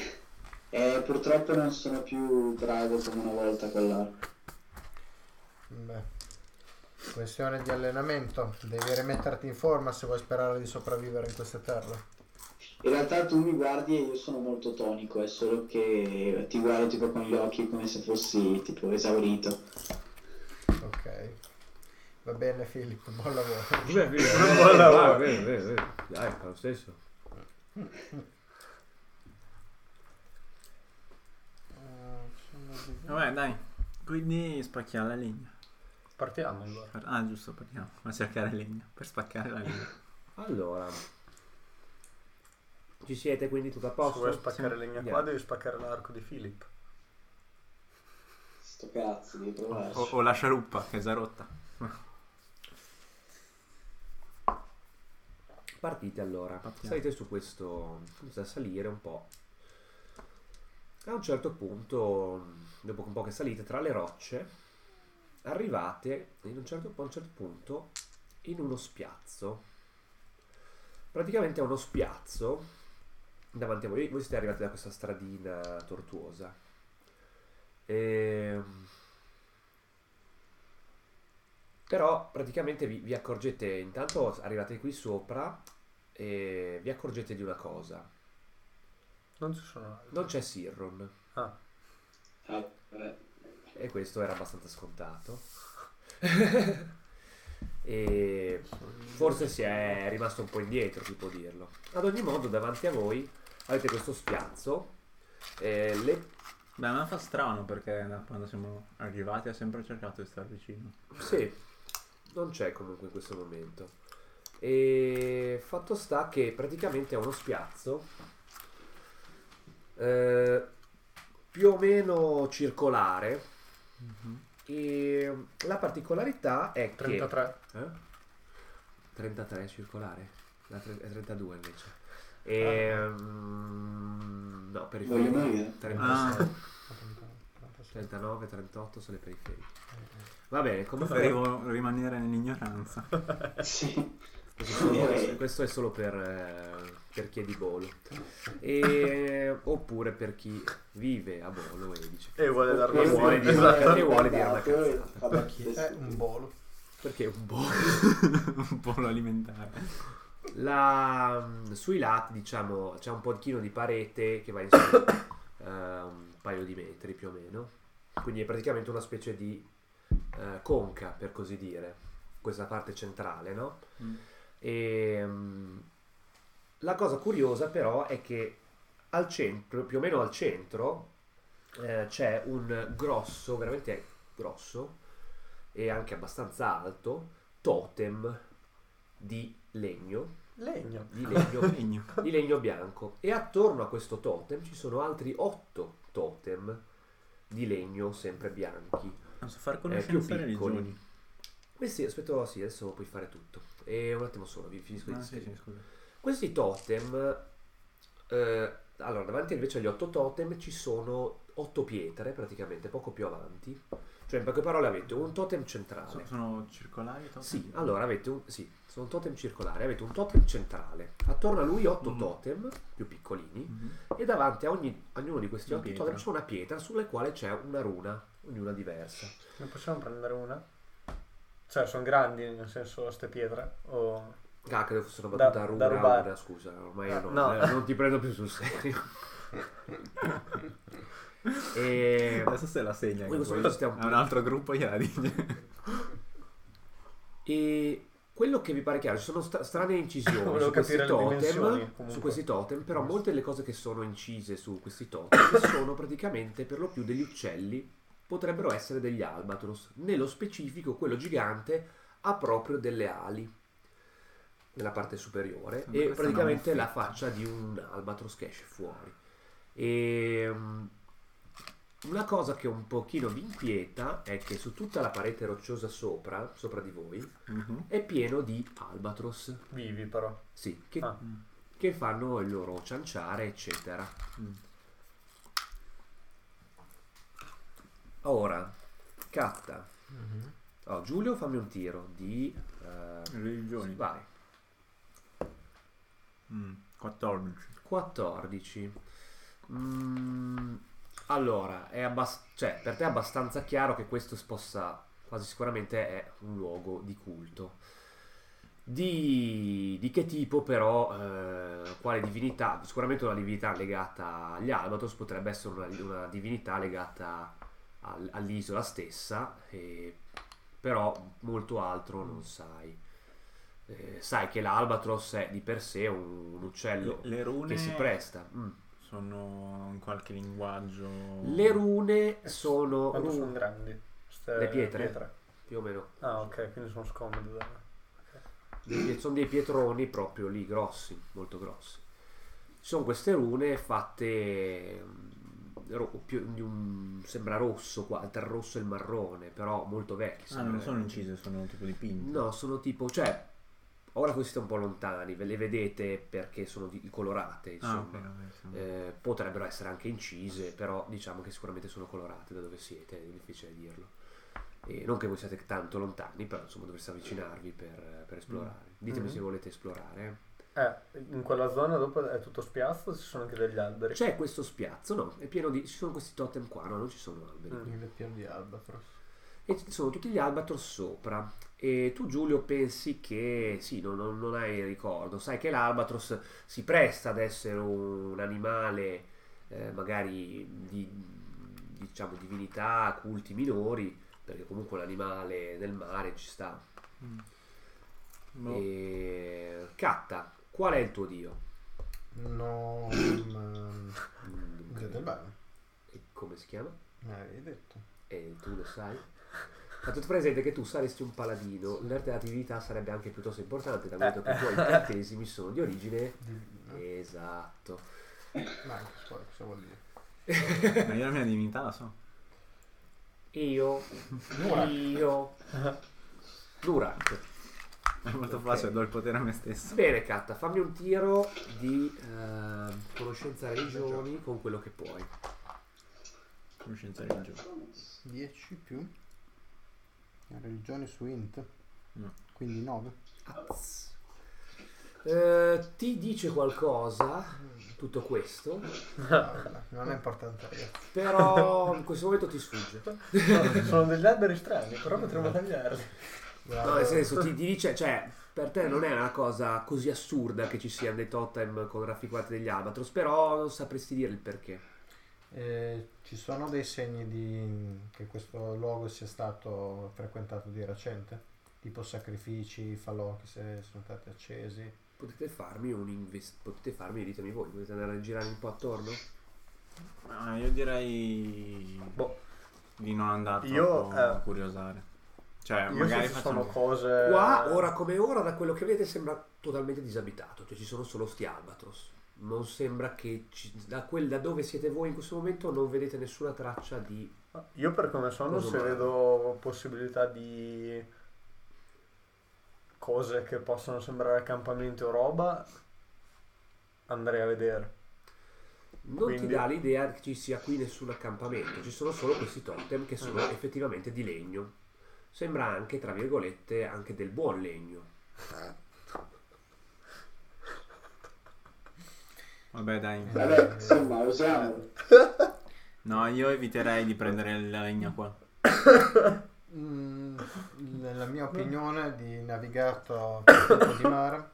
F: Eh, purtroppo non sono più bravo come una volta con l'arco.
D: Beh. Questione di allenamento. Devi rimetterti in forma se vuoi sperare di sopravvivere in queste terre.
F: In realtà tu mi guardi e io sono molto tonico, è solo che ti guardo tipo con gli occhi come se fossi tipo esaurito.
D: Ok. Va bene Philip, buon lavoro.
A: Beh, beh,
B: buon lavoro.
A: beh, beh, beh, beh. Dai, fa lo stesso.
C: Vabbè, dai. Quindi spacchiamo la legna.
B: Partiamo allora.
C: Per- Ah, giusto, partiamo. A cercare legna. Per spaccare la legna.
A: Allora. Ci siete quindi tutto a
B: Se vuoi
A: posto?
B: spaccare legna
A: Andiamo.
B: qua, devi spaccare l'arco di Philip.
F: Sto cazzo, devi provarci.
A: Oh,
C: O, o la scialuppa che è già rotta.
A: Partite allora.
C: Partiamo.
A: Salite su questo. Cominciate a salire un po'. A un certo punto, dopo un po' che salite tra le rocce, arrivate in un certo, a un certo punto in uno spiazzo. Praticamente è uno spiazzo davanti a voi. Voi siete arrivati da questa stradina tortuosa. Ehm, Però praticamente vi, vi accorgete, intanto arrivate qui sopra e vi accorgete di una cosa.
B: Non ci sono altri.
A: Non c'è Sirron.
B: Ah,
F: Ah, vabbè.
A: E questo era abbastanza scontato. e forse si è rimasto un po' indietro, si può dirlo. Ad ogni modo, davanti a voi avete questo spiazzo. eh, le-
C: Beh, ma fa strano perché da quando siamo arrivati ha sempre cercato di stare vicino.
A: Sì, non c'è comunque in questo momento. E fatto sta che praticamente è uno spiazzo eh, più o meno circolare. E la particolarità è che
B: 33.
A: Eh? 33 è circolare? La tre- è 32 invece. E, mm, no,
F: Voglio
A: periferiche.
F: morire.
A: 36,
C: Ah.
A: 39, 38 sono le periferiche. Va bene, comunque
C: Devo rimanere nell'ignoranza.
F: Sì.
A: questo, è solo- questo è solo per, eh, per chi è di Bolo. E- oppure per chi vive a Bolo e dice...
B: E vuole darlo
A: E
B: a
A: vuole
B: voi.
A: dire
B: Eh, Esatto.
A: una- e vuole dire una
F: Guardate,
A: cazzata.
F: vabbè,
D: Chi è Eh, un bolo?
A: Perché un Bolo...
C: un po' lo alimentare.
A: La- mm, sui lati, diciamo, c'è un pochino di parete che va in su eh, un paio di metri più o meno. Quindi è praticamente una specie di eh, conca, per così dire, questa parte centrale, no?
C: Mm.
A: E, mm, la cosa curiosa però è che al centro, più o meno al centro, eh, c'è un grosso, veramente grosso e anche abbastanza alto, totem di legno,
B: Legno.
A: di legno
C: Legno.
A: di legno bianco e attorno a questo totem ci sono altri otto totem di legno sempre bianchi.
C: Non so far
A: più
C: conoscenza
A: piccoli.
C: religioni.
A: Questi, aspetta, sì, adesso puoi fare tutto. E un attimo solo, vi finisco di
C: Ah, sì,
A: scrivere.
C: sì, scusa.
A: Questi totem, eh, allora davanti invece agli otto totem ci sono otto pietre praticamente, poco più avanti, Cioè, in poche parole avete un totem centrale.
C: So- sono circolari? totem?
A: Sì, allora avete un, sì, sono totem circolari, avete un totem centrale, attorno a lui otto
C: Mm.
A: totem più piccolini
C: Mhm.
A: e davanti a, ogni, a ognuno di questi
C: Una
A: otto
C: pietra.
A: totem c'è una pietra sulle quale c'è una runa, ognuna diversa.
B: Ne possiamo prendere una? Cioè, sono grandi, nel senso, ste pietre. O...
A: Ah, credo fosse una
B: Da-
A: battuta
B: da
A: runa, a
B: rubare.
A: runa, scusa, ormai
B: Ah,
A: no,
B: no.
A: eh, non ti prendo più sul serio. e...
C: Eh, Adesso se la segna.
A: Quello
C: che
A: solo
C: poi
A: stiamo-
C: A un altro gruppo gliela dice.
A: E quello che vi pare chiaro, ci sono stra- strane incisioni
B: Volevo
A: su questi,
B: capire le dimensioni,
A: totem,
B: comunque.
A: su questi totem, però molte delle cose che sono incise su questi totem sono praticamente per lo più degli uccelli, potrebbero essere degli albatros. Nello specifico quello gigante ha proprio delle ali nella parte superiore
C: Sembra
A: e
C: questa una
A: praticamente la
C: muffetta.
A: faccia di un albatros che esce fuori. E, mm, una cosa che un pochino vi inquieta è che su tutta la parete rocciosa sopra, sopra di voi,
C: Mhm.
A: è pieno di albatros,
B: Vivi, però.
A: sì, che,
B: Ah.
A: che fanno il loro cianciare, eccetera.
C: Mm.
A: Ora, Catta, oh, Giulio fammi un tiro di... eh,
C: Religioni.
A: vai,
C: Mm. 14.
A: 14. Mm, allora, è abbas- cioè, per te è abbastanza chiaro che questo possa, quasi sicuramente è un luogo di culto. Di, di che tipo però, eh, quale divinità? Sicuramente una divinità legata agli Albatros, potrebbe essere una, una divinità legata al- all'isola stessa, e- però molto altro non sai. Eh, sai che l'Albatros è di per sé un, un uccello
C: Le, le rune
A: che si presta. Mm.
C: sono in qualche linguaggio.
A: Le rune sono
B: Quanto
A: rune,
B: sono grandi? Ste
A: Uh. Le pietre? più o meno.
B: Ah, ok, quindi sono scomode. da-
A: Dei- sono dei pietroni proprio lì, grossi, molto grossi. Sono queste rune fatte mm, ro- più- di un- sembra rosso qua, tra il rosso e il marrone, però molto vecchi.
C: Ah, non
A: sembrerebbe.
C: sono incise, sono tipo dipinte.
A: No, sono tipo, cioè, ora così siete un po' lontani, ve le vedete perché sono di- colorate,
C: Ah,
A: insomma.
C: ok, vabbè, sono-
A: Eh, potrebbero essere anche incise, però diciamo che sicuramente sono colorate da dove siete, è difficile dirlo. E non che voi siate tanto lontani, però insomma dovreste avvicinarvi per, per esplorare. Ditemi
B: Mhm.
A: se volete esplorare.
B: Eh, in quella zona dopo è tutto spiazzo, ci sono anche degli alberi.
A: C'è questo spiazzo, no? È pieno di. Ci sono questi totem qua, no? Non ci sono alberi.
B: Mm.
D: Il piano di Albatros.
A: E ci sono tutti gli albatros sopra. E tu, Giulio, pensi che sì, non, non- non hai ricordo. Sai che l'albatros si presta ad essere un animale, eh, magari di diciamo divinità, culti minori, perché comunque l'animale nel mare ci sta.
C: Mm. Boh.
A: E... Catta, qual è il tuo dio?
D: No. ma-
A: Mm,
D: Dio del bagno.
A: e come si chiama?
D: Me l'avevi detto.
A: E tu lo sai? Fatto presente che tu saresti un paladino, la tua attività sarebbe anche piuttosto importante, da momento che i tuoi incantesimi sono di origine.
D: Divino.
A: Esatto.
D: Ma anche suoi, cosa vuol dire?
C: Ma io la mia divinità la so.
A: Io. Io. Durak.
C: È molto
A: Ok.
C: facile, do il potere a me stesso.
A: Bene, Katta, fammi un tiro di eh, conoscenza religioni con quello che puoi.
C: Conoscenza religiosa.
D: 10 più. Religione su int.
C: No.
D: Quindi 9.
A: Azz. Eh, ti dice qualcosa tutto questo,
D: Ah, non è importante, ragazzi.
A: però in questo momento ti sfugge.
B: No, sono degli alberi strani, però potremmo tagliarli.
A: No, nel senso, ti, ti dice, cioè, per te non è una cosa così assurda che ci siano dei totem con raffigurati degli albatros, però non sapresti dire il perché.
D: Eh, ci sono dei segni di che questo luogo sia stato frequentato di recente? Tipo sacrifici, falò che se- sono stati accesi.
A: Potete farmi un invest... potete farmi, ditemi voi, potete andare a girare un po' attorno?
C: Ah, io direi
B: Boh.
C: di non andare
B: Io,
C: troppo a
B: eh,
C: curiosare. Cioè,
B: Io
C: magari
B: se ci sono
C: facciamo
B: cose...
A: Eh, Qua, ora come ora, da quello che vedete sembra totalmente disabitato, cioè ci sono solo sti albatros. Non sembra che ci- da, quel, da dove siete voi in questo momento non vedete nessuna traccia di...
B: Io per come sono,
A: Cosa
B: se
A: male.
B: vedo possibilità di cose che possono sembrare accampamenti o roba, andrei a vedere.
A: Non ti
B: Quindi-
A: dà l'idea che ci sia qui nessun accampamento, ci sono solo questi totem che sono
B: Ah.
A: effettivamente di legno. Sembra anche, tra virgolette, anche del buon legno.
C: Vabbè, dai.
F: Vabbè, insomma, usiamolo.
C: No, io eviterei di prendere la legna qua.
D: Mm, nella mia opinione di navigato di mare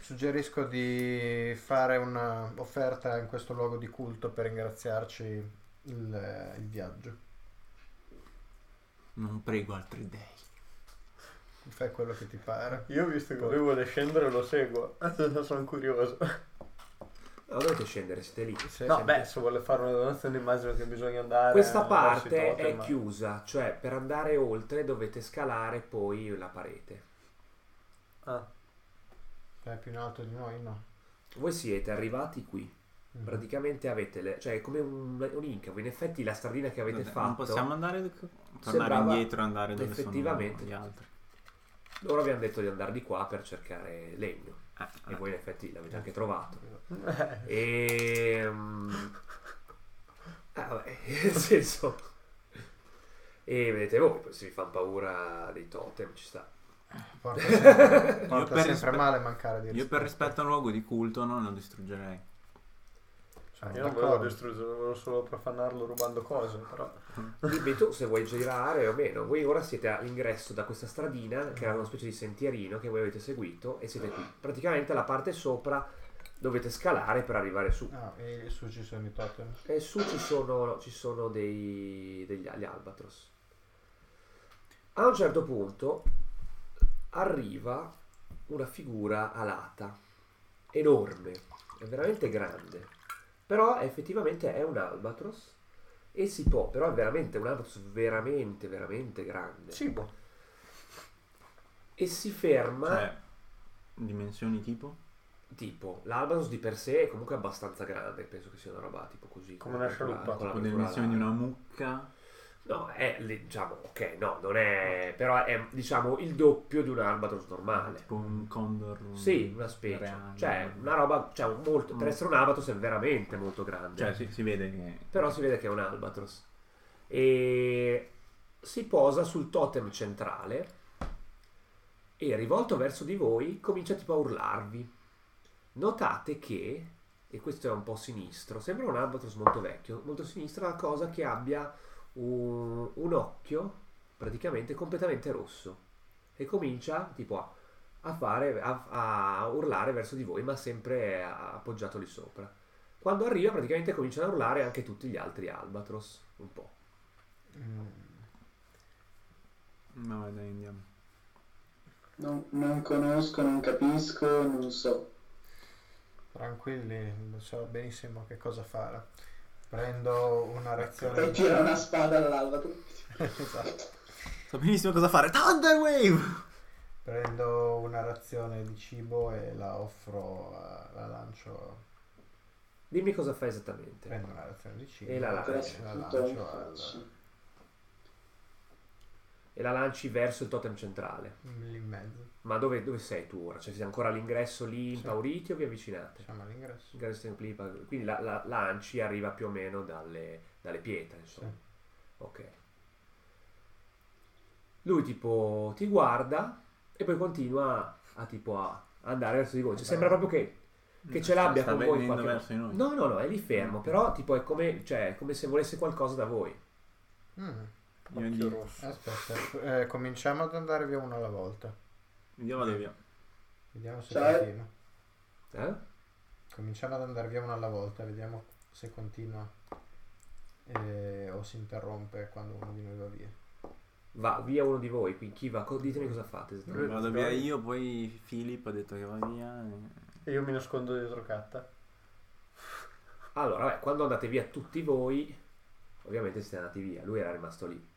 D: suggerisco di fare un'offerta in questo luogo di culto per ringraziarci il, il viaggio
C: Non prego altri dei.
D: fai quello che ti pare
B: Io visto che lui vuole scendere lo seguo. Sono curioso.
A: Eh, Non dovete scendere, siete lì.
D: Se-
B: No,
D: se-
B: beh, se vuole fare una donazione immagino che bisogna andare...
A: Questa
B: a- verso i
A: parte
B: totem,
A: è
B: ma-
A: chiusa, cioè per andare oltre dovete scalare poi la parete.
B: Ah,
D: è più in alto di noi no
A: Voi siete arrivati qui,
D: Mm.
A: praticamente avete, le- cioè è come un, un incavo, in effetti la stradina che avete
C: Vabbè,
A: fatto...
C: Non possiamo andare tornare
A: Sembrava
C: indietro e andare dove
A: effettivamente-
C: sono gli altri.
A: Loro vi hanno detto di andare di qua per cercare legno.
C: Ah,
A: E
C: ah.
A: voi in effetti l'avete anche trovato. E... Ah, vabbè, nel senso... E vedete voi, poi si fan paura dei totem, ci sta.
D: porta sempre,
C: Io
D: porta
C: per
D: sempre
C: rispe-
D: male mancare di
C: Eh, Io per rispetto a un luogo di culto non lo distruggerei.
A: Ah,
D: Sono
B: io non volevo
D: Cioè, d'accordo.
B: distruggere, volevo solo profanarlo rubando cose, però...
A: Dimmi tu se vuoi girare o meno. Voi ora siete all'ingresso da questa stradina, che era una specie di sentierino che voi avete seguito, e siete qui. Praticamente la parte sopra dovete scalare per arrivare su.
D: Ah, e su ci sono i totem
A: E su ci sono, ci sono dei, degli gli albatros. A un certo punto arriva una figura alata, enorme, è veramente grande, però effettivamente è un albatros e si può, però è veramente un albatros veramente, veramente grande.
B: Cibo.
A: E si ferma,
C: Cioè, dimensioni tipo?
A: tipo, l'albatros di per sé è comunque abbastanza grande, penso che sia una roba tipo così.
B: Come una
A: con
B: scialuppa,
A: la
C: Con le
A: piccola
C: dimensioni di
A: ala.
C: una mucca?
A: No, è, le- diciamo, ok, no, non è, però è, diciamo, il doppio di un albatros normale.
C: Tipo un condor?
A: Sì, una specie.
C: Mm, reale.
A: Cioè, una roba, cioè, un molto, per
C: Mm.
A: essere un albatros è veramente molto grande.
C: Cioè, si, si vede che...
A: Però si vede che è un albatros. E si posa sul totem centrale e rivolto verso di voi comincia tipo a urlarvi. Notate che, e questo è un po' sinistro, sembra un albatros molto vecchio, molto sinistro, la cosa che abbia un, un occhio praticamente completamente rosso e comincia tipo a, a fare, a, a urlare verso di voi ma sempre a- appoggiato lì sopra. Quando arriva praticamente cominciano a urlare anche tutti gli altri albatros, un po'.
D: Mm.
C: No, dai, andiamo.
F: Non, non conosco, non capisco, non so.
D: Tranquilli, so benissimo che cosa fare. Prendo una reazione.
F: E tira una spada all'albatro.
D: Esatto.
C: So benissimo cosa fare. Thunder Wave!
D: Prendo una razione di cibo e la offro, a- la lancio.
A: Dimmi cosa fa esattamente.
D: Prendo una razione di cibo
A: E la lancio.
D: e la lancio al-
A: E la lanci verso il totem centrale.
D: lì in mezzo.
A: Ma dove, dove sei tu ora? Cioè siete ancora all'ingresso lì
D: Sì.
A: impauriti o vi avvicinate?
D: Siamo all'ingresso.
A: Ingresso lì, pa- Quindi la, la lanci e arriva più o meno dalle, dalle pietre, insomma. Ok. Lui tipo ti guarda e poi continua a tipo a andare verso di voi. Cioè, sembra proprio che Che ce l'abbia
C: Sta
A: con voi in
C: venendo
A: qualche
C: verso di noi. Ah,
A: No, no, no, è lì fermo, però tipo è come, cioè, è come se volesse qualcosa da voi.
D: Mm,
C: Io,
B: Occhio
C: gli-
B: rosso.
D: Aspetta, eh, cominciamo ad andare via uno alla volta.
C: io vado via.
D: Vediamo se
F: Cioè?
D: continua.
A: Eh?
D: Cominciamo ad andare via uno alla volta, vediamo se continua eh, o si interrompe quando uno di noi va via.
A: Va via uno di voi, qui chi va? Co- ditemi cosa fate. esattamente.
C: Vado via io, poi Filippo ha detto che va via. e-
B: E io mi nascondo dietro Catta.
A: Allora, vabbè, quando andate via tutti voi, ovviamente siete andati via, lui era rimasto lì.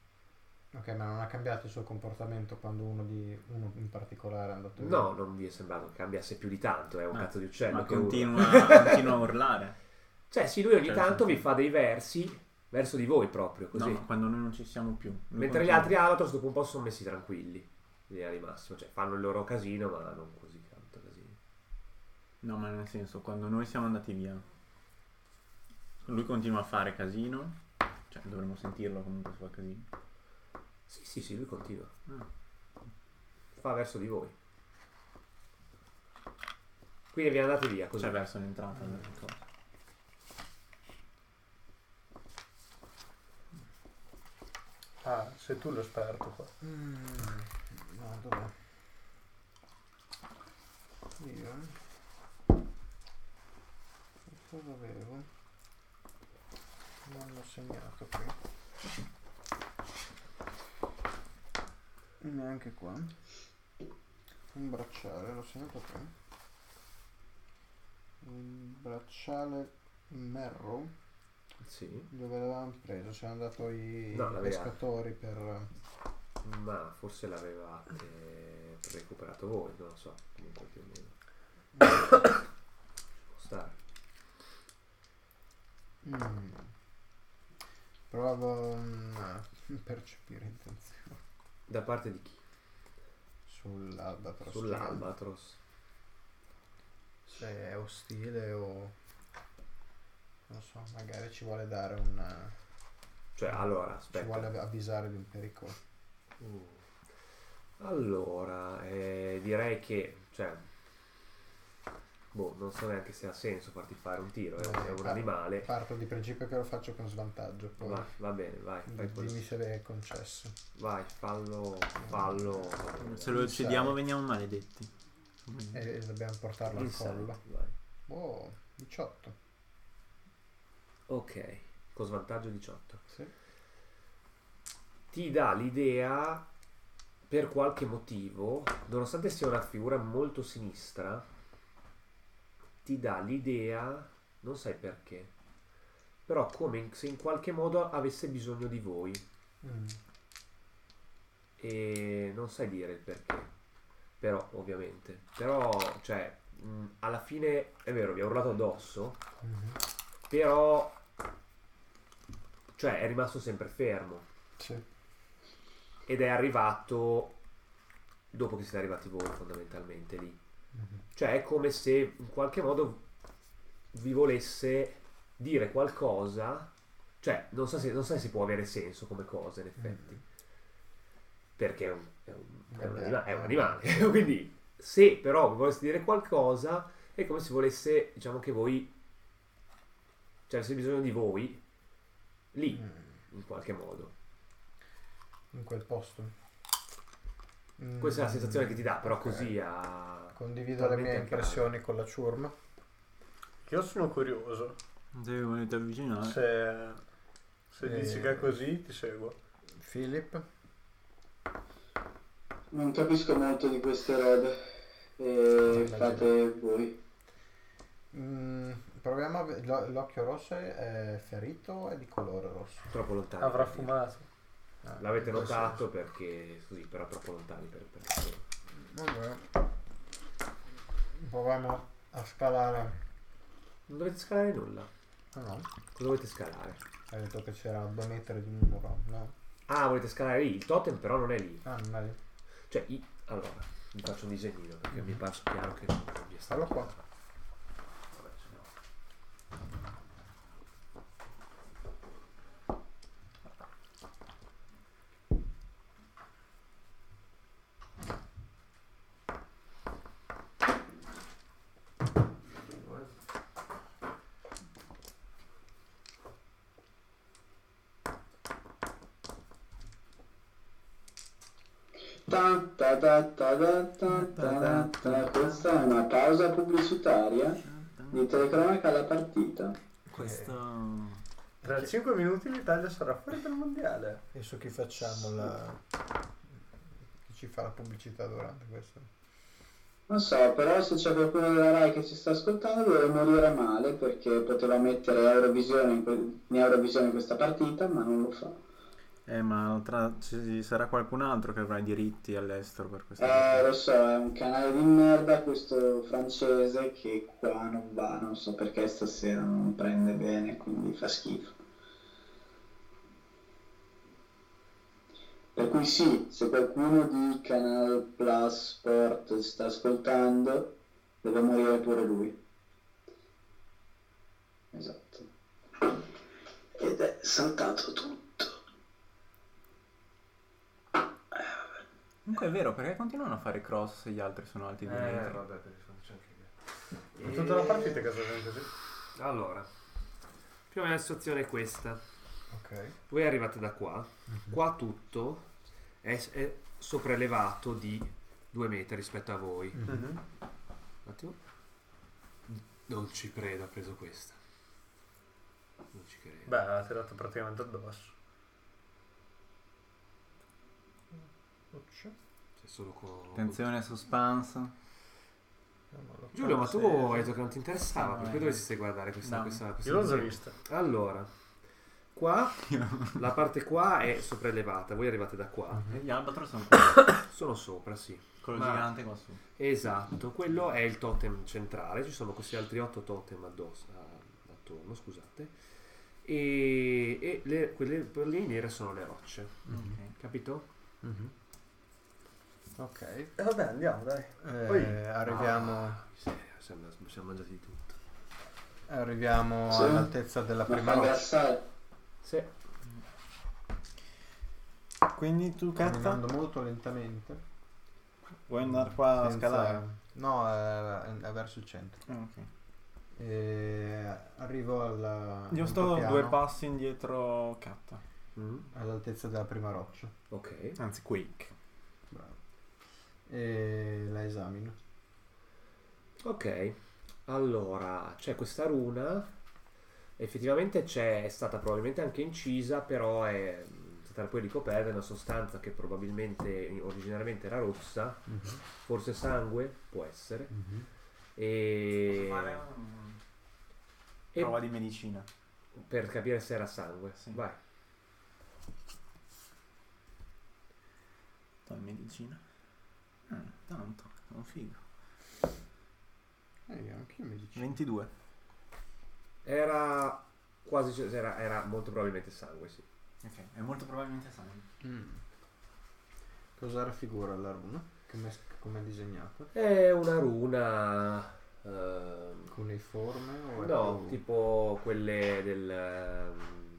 D: Ok, ma non ha cambiato il suo comportamento quando uno, di, uno in particolare è andato via?
A: No, non vi è sembrato che cambiasse più di tanto, è un
C: Ma-
A: cazzo di uccello.
C: Ma
A: che urla.
C: continua, continua a urlare.
A: Cioè, sì, lui ogni
C: Cioè,
A: tanto vi
C: senti-
A: fa dei versi verso di voi proprio, così.
C: No, ma quando noi non ci siamo più. Lui
A: Mentre gli
C: continua.
A: altri Albatros dopo un po' si sono messi tranquilli, l'idea di massimo. Cioè, fanno il loro casino, ma non così tanto casino.
C: No, ma nel senso, quando noi siamo andati via, Lui continua a fare casino. Cioè, dovremmo sentirlo comunque se fa casino.
A: Sì, sì, sì, lui continua.
C: Ah.
A: Fa verso di voi. Quindi vi andate via così.
C: Cioè, verso l'entrata della cosa.
B: Ah, sei tu l'esperto qua.
D: No, dov'è? Io. Cosa avevo? Non l'ho segnato qui. Neanche qua. Un bracciale, l'ho segnato qui. Un bracciale Merrow
A: Sì.
D: dove l'avevamo preso, c'erano andato i
A: No, l'aveva.
D: pescatori per
A: Ma forse l'avevate recuperato voi, non lo so, comunque più o meno. Ci può stare.
D: Mm. Provo mm, a percepire intenzione
A: Da parte di chi?
D: sull'alba però
A: Sull'Albatros.
D: se è ostile o non so, magari ci vuole dare un eh,
A: Cioè, allora,
D: ci
A: aspetta.
D: vuole av- avvisare di un pericolo.
A: Mm. Allora, eh, direi che, cioè, boh, non so neanche se ha senso farti fare un tiro, è un, è un
D: Parto-
A: animale.
D: Parto di principio che lo faccio con svantaggio, poi
A: Va, va bene, vai, fai quello.
D: dimmi se è concesso.
A: Vai, fallo, fallo.
C: Se lo
D: Sai.
C: uccidiamo veniamo maledetti.
D: E dobbiamo portarlo al
A: Insight,
D: collo.
A: vai.
D: Oh, 18.
A: Ok, con svantaggio 18.
D: Sì.
A: ti dà l'idea per qualche motivo, nonostante sia una figura molto sinistra, ti dà l'idea, non sai perché, però come in- se in qualche modo avesse bisogno di voi
D: Mm.
A: e non sai dire il perché. Però, ovviamente, però, cioè, mh, alla fine è vero, vi ha urlato addosso,
D: Mhm.
A: però, cioè, è rimasto sempre fermo.
D: Sì.
A: ed è arrivato dopo che siete arrivati voi fondamentalmente lì.
D: Mhm.
A: Cioè è come se in qualche modo vi volesse dire qualcosa, cioè non so se, non so se può avere senso come cosa in effetti,
D: Mhm.
A: perché è un, è un- è un anima- è un animale, quindi se però vi volesse dire qualcosa è come se volesse, diciamo che voi, cioè avesse bisogno di voi lì
D: Mm.
A: in qualche modo.
D: in quel posto. Mm.
A: Questa è la sensazione che ti dà, però
D: Ok.
A: così a...
D: Condivido le mie
A: Talmente
D: impressioni con la ciurma.
B: Io sono curioso.
C: Se vi volete avvicinare.
B: Se, se
D: Eh.
B: dici che è così, ti seguo.
D: Philip,
F: Non capisco molto di queste robe. E
D: Immagino.
F: fate voi.
D: mm, proviamo a ve- l'o- l'occhio rosso è ferito o è di colore rosso?
A: troppo lontani.
B: Avrà
A: per dire.
B: fumato.
D: Ah,
A: L'avete
D: in quel
A: notato perché così, però troppo lontani per, per...
D: senso. Vabbè. Proviamo a scalare.
A: Non dovete scalare nulla.
D: Ah no?
A: Cosa dovete scalare?
D: Hai detto che c'era due metri di muro, no?
A: Ah, volete scalare lì. Il totem però non è lì.
D: Ah, non è lì.
A: Cioè, i- allora, vi faccio un disegnino perché mi pare chiaro che non vi è stato.
D: Fallo qua.
A: Vabbè, se no.
F: Tan, ta, ta, ta, ta, ta, ta, ta. Questa è una pausa pubblicitaria di telecronaca alla partita.
C: Questo...
B: Tra 5 minuti l'Italia sarà fuori dal mondiale.
D: E su chi facciamo la... Chi ci fa la pubblicità durante questo?
F: Non so, però se c'è qualcuno della Rai che ci sta ascoltando deve morire male perché poteva mettere Eurovisione in, que- in Eurovisione questa partita, ma non lo fa.
C: Eh, ma tra... ci sarà qualcun altro che avrà i diritti all'estero per questa
F: Eh, lo so, è un canale di merda questo francese che qua non va, non so perché stasera non prende bene, quindi fa schifo. Per cui sì, se qualcuno di Canal Plus Sport sta ascoltando, deve morire pure lui. Esatto. ed è saltato tutto.
C: Comunque è vero, perché continuano a fare cross se gli altri sono alti di me?
B: Eh, vabbè, per il Eh. fatto c'è anche io. Tutta la partita casualmente così.
A: Allora, più o meno la situazione è questa.
D: Ok.
A: Voi arrivate da qua,
C: Mhm.
A: qua tutto è, è sopraelevato di due metri rispetto a voi.
C: Mhm.
B: Mhm.
A: Un attimo. Non ci credo, ha preso questa. Non ci credo.
B: Beh, ha tirato praticamente addosso.
A: C'è Cioè, solo con...
C: Attenzione, suspense.
A: Giulio, ma tu
B: Sì.
A: hai detto che non ti interessava,
C: No,
A: perché
C: eh.
A: dovresti guardare questa...
C: No.
A: questa, questa
B: Io l'ho già
A: visione?
B: vista.
A: Allora, qua, la parte qua è sopraelevata, voi arrivate da qua. eh?
C: Gli albatros sono quello,
A: Sono sopra, sì.
C: quello
A: Ma-
C: gigante qua su.
A: Esatto, quello è il totem centrale, ci sono questi altri otto totem addosso, a- attorno, scusate. E, e le, quelle per lì nere sono le rocce,
C: Ok.
A: capito?
D: Ok.
B: E vabbè, andiamo, dai.
D: Eh,
B: Poi-
D: arriviamo,
A: Ah, Sì, siamo, siamo mangiati di tutto.
D: arriviamo
F: Sì.
D: all'altezza della
F: Ma
D: prima
F: fa
D: roccia.
F: ingrassare.
A: Sì,
C: Quindi tu,
D: Camminando molto lentamente.
C: vuoi Certo. andare qua
D: senza- Ah, No, eh, è verso il centro.
C: Ah,
D: E arrivo alla,
C: Io
D: al
C: sto
D: piano,
C: due passi indietro Cat.
A: Mm,
D: all'altezza della prima roccia.
A: ok.
C: Anzi, Quake.
D: Bravo. E la esamino.
A: Ok, allora c'è questa runa, effettivamente c'è, è stata probabilmente anche incisa, però è mm, stata poi ricoperta di una sostanza che probabilmente originariamente era rossa, forse sangue, può essere, e, e
C: Prova di medicina.
A: per capire se era sangue.
C: Sì.
A: Vai,
C: Dai, medicina. Ah, tanto, sono figo.
D: Eh, anche io mi dicevo.
C: 22.
A: era quasi, cer- era, era molto probabilmente sangue, sì.
C: Ok, è molto probabilmente sangue.
D: Mm. Cosa raffigura la runa? Come come è disegnata?
A: È una runa... ehm,
D: Cuneiforme o è
A: No,
D: più-
A: tipo quelle del ehm,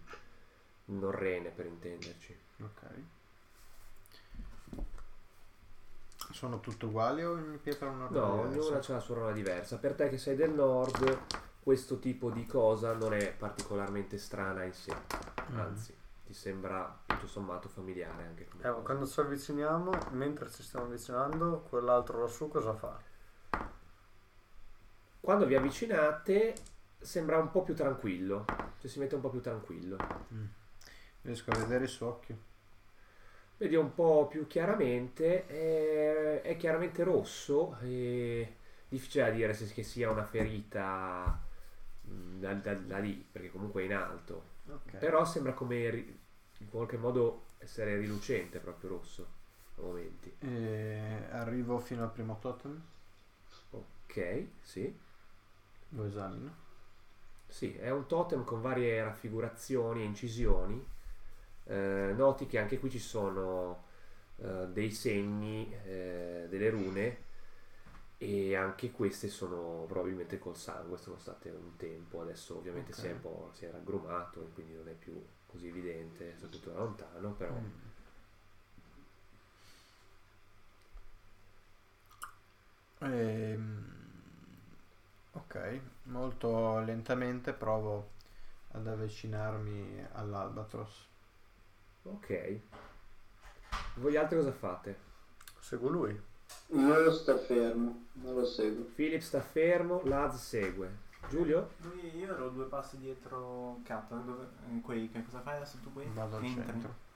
A: Norrene per intenderci.
D: Ok. Sono tutte uguali o ogni pietra ha una
A: No,
D: runa diversa?
A: ognuna ha la sua runa diversa. Per te che sei del nord, questo tipo di cosa non è particolarmente strana in sé.
B: Mm-hmm.
A: Anzi, ti sembra tutto sommato familiare anche come
B: Eh, ma
A: cosa.
B: quando ci avviciniamo, mentre ci stiamo avvicinando, quell'altro lassù cosa fa?
A: Quando vi avvicinate sembra un po' più tranquillo. Cioè si mette un po' più tranquillo.
D: Riesco a vedere il suo occhio.
A: Vedi un po' più chiaramente, eh, è, chiaramente rosso, e difficile da dire se che sia una ferita mh, da, da- da lì, perché comunque è in alto,
D: Ok.
A: però sembra come ri- in qualche modo essere rilucente proprio rosso a momenti.
D: E arrivo fino al primo totem,
A: Ok, sì.
D: lo esamino.
A: Sì, è un totem con varie raffigurazioni e incisioni. Eh, noti che anche qui ci sono eh, dei segni, eh, delle rune, e anche queste sono probabilmente col sangue, sono state un tempo, adesso ovviamente si, è un po', si è raggrumato, quindi non è più così evidente, soprattutto da lontano, però...
D: Ehm, ok, molto lentamente provo ad avvicinarmi all'albatros.
A: Ok. Voi altri cosa fate?
B: Seguo lui.
F: Io sto fermo, non lo seguo.
A: Philip sta fermo, Laz segue. Giulio?
C: Lui, io ero due passi dietro Cat. Dove, in Quake, cosa fai adesso tu Quake?
D: Vado al
C: Entri.
D: centro.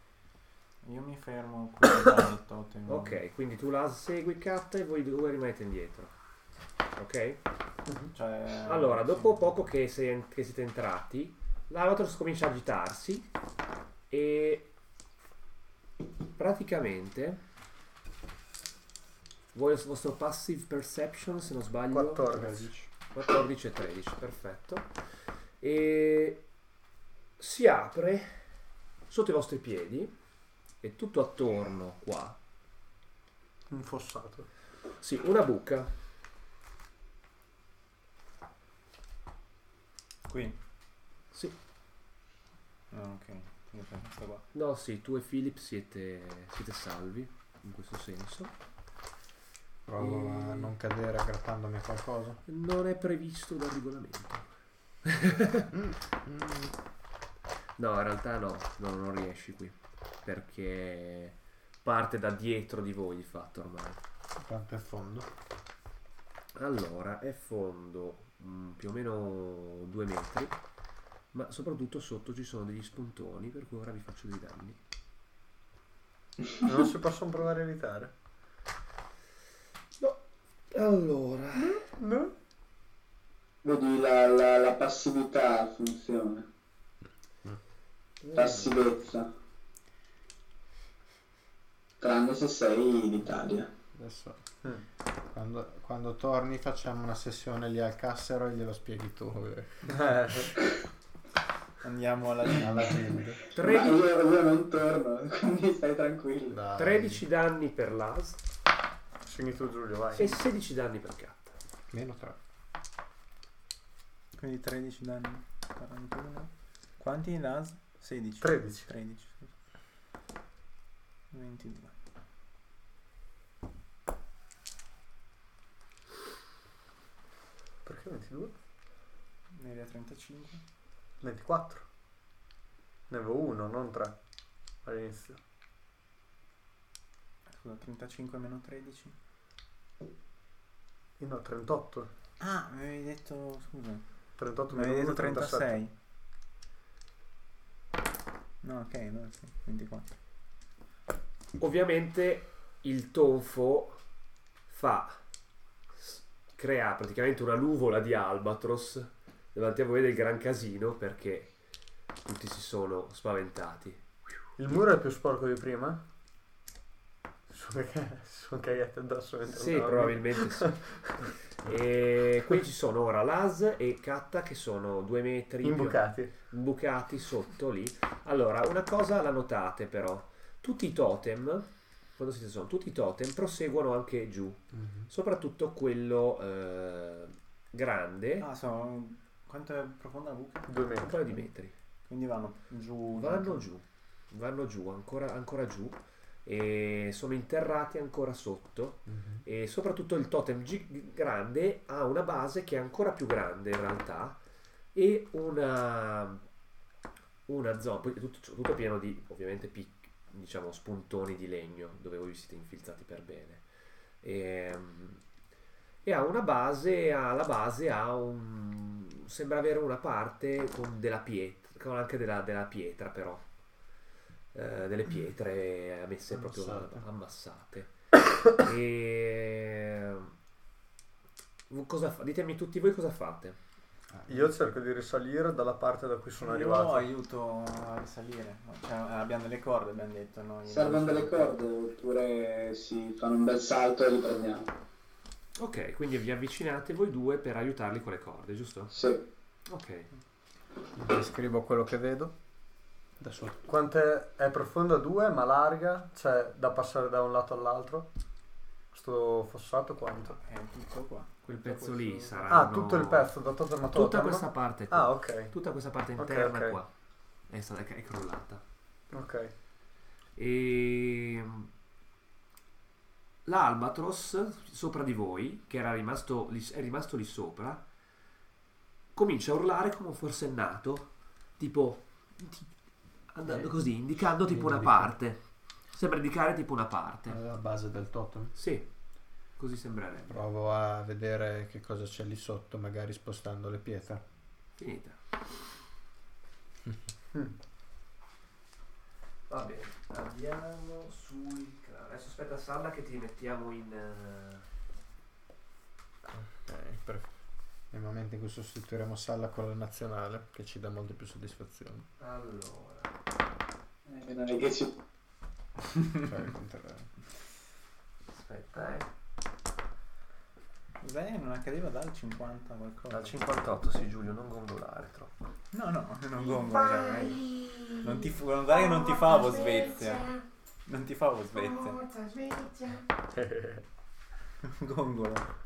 C: Io mi fermo qui dal totem.
A: Ok, quindi tu Laz segui Kat e voi due rimanete indietro. Ok?
C: Cioè,
A: Allora,
C: sì.
A: dopo poco che, se- che siete entrati, l'Albatros comincia a agitarsi e praticamente voi il vostro passive perception, se non sbaglio,
B: 14.
A: 14 e 13, perfetto. E si apre sotto i vostri piedi e tutto attorno qua.
B: Un fossato.
A: Sì, una buca.
C: Qui.
A: Sì.
C: Ah, ok. Quindi fai questa qua.
A: No, sì, tu e Philip siete, siete salvi in questo senso.
D: Provo
A: Mm.
D: a non cadere grattandomi qualcosa.
A: Non è previsto dal regolamento. No, in realtà no, no, non riesci qui. Perché parte da dietro di voi di fatto ormai.
D: Tanto è fondo.
A: Allora, è fondo mm, più o meno 2 metri, ma soprattutto sotto ci sono degli spuntoni, per cui ora vi faccio dei danni.
B: Non si possono provare a evitare.
A: Allora,
B: No.
F: Vedi la, la- la passività funziona. Passivezza. Tranne se sei in Italia.
D: Adesso
B: Mm.
D: quando, quando torni facciamo una sessione lì al cassero e glielo spieghi tu eh,
B: Eh,
C: Andiamo alla linea.
D: alla gente.
F: Ma
A: 13,
F: io, io non torno, quindi stai tranquillo.
D: Dai.
A: 13 danni per l'AS
B: Segni tu Giulio, vai.
A: e 16 danni per Kat.
D: Meno 3.
C: Quindi 13 danni. 41. Quanti las? 16.
B: 13.
C: 13. scusa. 22.
B: Perché 22?
C: Ne era 35.
B: 24. Ne avevo uno, non tre. All'inizio.
C: Scusa, 35 meno 13.
B: Io Eh, no, 38.
C: Ah, mi avevi detto. Scusa.
B: 38
C: Mi avevi
B: meno
C: detto
B: 1, 37.
C: 36. No, ok, no, sì, 24.
A: Ovviamente il tonfo fa crea praticamente una nuvola di albatros davanti a voi del gran casino perché tutti si sono spaventati.
B: Il muro è più sporco di prima? Ci sono, ca- ci sono cagate addosso mentre
A: Sì,
B: andavo.
A: probabilmente sì. E qui ci sono ora Laz e Katta che sono due metri più-
B: Imbucati.
A: bucati sotto lì. Allora, una cosa la notate però, tutti i totem, quando siete sono, tutti i totem proseguono anche giù, soprattutto quello eh, grande,
C: Ah, so. Quanto è profonda la buca?
B: Due
A: un
B: metri.
A: paio di metri.
C: Quindi vanno giù.
A: Vanno giù, vanno giù, ancora, ancora giù e sono interrati ancora sotto e soprattutto il totem gi- grande ha una base che è ancora più grande in realtà e una, una zona, poi è tutto, cioè, tutto pieno di ovviamente pic- diciamo spuntoni di legno dove voi vi siete infilzati per bene e, Ehm, e ha una base, ha, la base ha un, sembra avere una parte con della pietra, con anche della, della pietra però, Eh, delle pietre messe
D: Ammassate.
A: proprio ammassate. e, ehm, cosa fa- ditemi tutti voi cosa fate.
B: Io cerco di risalire dalla parte da cui sono arrivato.
C: Io aiuto a risalire. Cioè, abbiamo delle corde, abbiamo detto. No? Io
F: Servono
C: non so.
F: delle corde oppure si fanno un bel salto e li prendiamo.
A: Ok, quindi vi avvicinate voi due per aiutarli con le corde, giusto?
F: Sì.
A: Ok.
D: Descrivo quello che vedo. Da sotto.
B: Quanto è, è profonda? 2, ma larga? Cioè, da passare da un lato all'altro? Questo fossato quanto?
C: È tutto Eh, qua.
A: Quel
C: Tutto
A: pezzo lì
C: questo-
D: Eh,
A: sarà.
B: Ah, tutto il pezzo, da totem a totem?
A: Tutta questa parte qua.
B: Ah, ok,
A: Tutta questa parte
B: Ok,
A: interna
B: ok.
A: qua è stata è crollata.
B: ok.
A: E Ehm, l'albatros sopra di voi, che era rimasto lì, è rimasto lì sopra, comincia a urlare come un forsennato, tipo ti- andando
D: Eh,
A: così, indicando tipo una
D: indica.
A: parte. Sembra indicare tipo una parte.
D: Alla base del totem.
A: Sì, così sembrerebbe.
D: Provo a vedere che cosa c'è lì sotto, magari spostando le pietre.
A: Finita.
B: Mm.
A: Va bene, andiamo sul canale. Adesso aspetta Salla che ti mettiamo in... eh,
D: Ok, perfetto. Nel momento in cui sostituiremo Salla con la nazionale, che ci dà molte più soddisfazione.
A: Allora.
F: Eh, non è che ci-
D: Cioè, contrario.
A: Aspetta, eh.
C: Cos'è? Non accadeva dal 50 qualcosa.
B: Al 58, sì Giulio, non gongolare troppo.
C: No, no, non gongola. Non ti fu- guarda che non ti favo Svezia. Non ti favo Svezia. Gongola.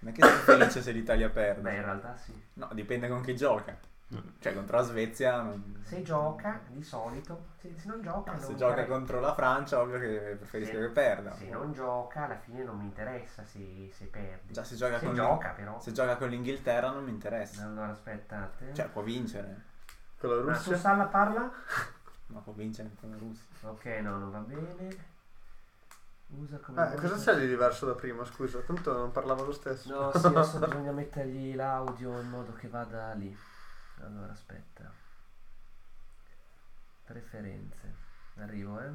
C: Non è che sei felice se l'Italia
A: Beh, in
C: perde. Eh,
A: realtà sì.
C: No, dipende con chi gioca. Cioè contro la Svezia non-
G: Se gioca, di solito, se, se non gioca...
C: Ah, se
G: non-
C: gioca contro la Francia ovvio che preferisco che perda.
G: Se non gioca, alla fine non mi interessa se, se perde.
C: Già se gioca
G: se
C: con
G: gioca però.
C: se gioca con l'Inghilterra non mi interessa.
G: Allora aspettate.
C: Cioè può vincere,
B: Con la
G: Ma
B: Russia?
G: Susanna parla?
C: ma può vincere anche con la Russia.
G: Ok, no, non va bene. Usa come...
B: Eh, cosa c'è di diverso da prima? Scusa, tanto non parlava lo stesso.
G: No, sì, adesso bisogna mettergli l'audio in modo che vada lì. Allora, aspetta. Preferenze. Arrivo, eh.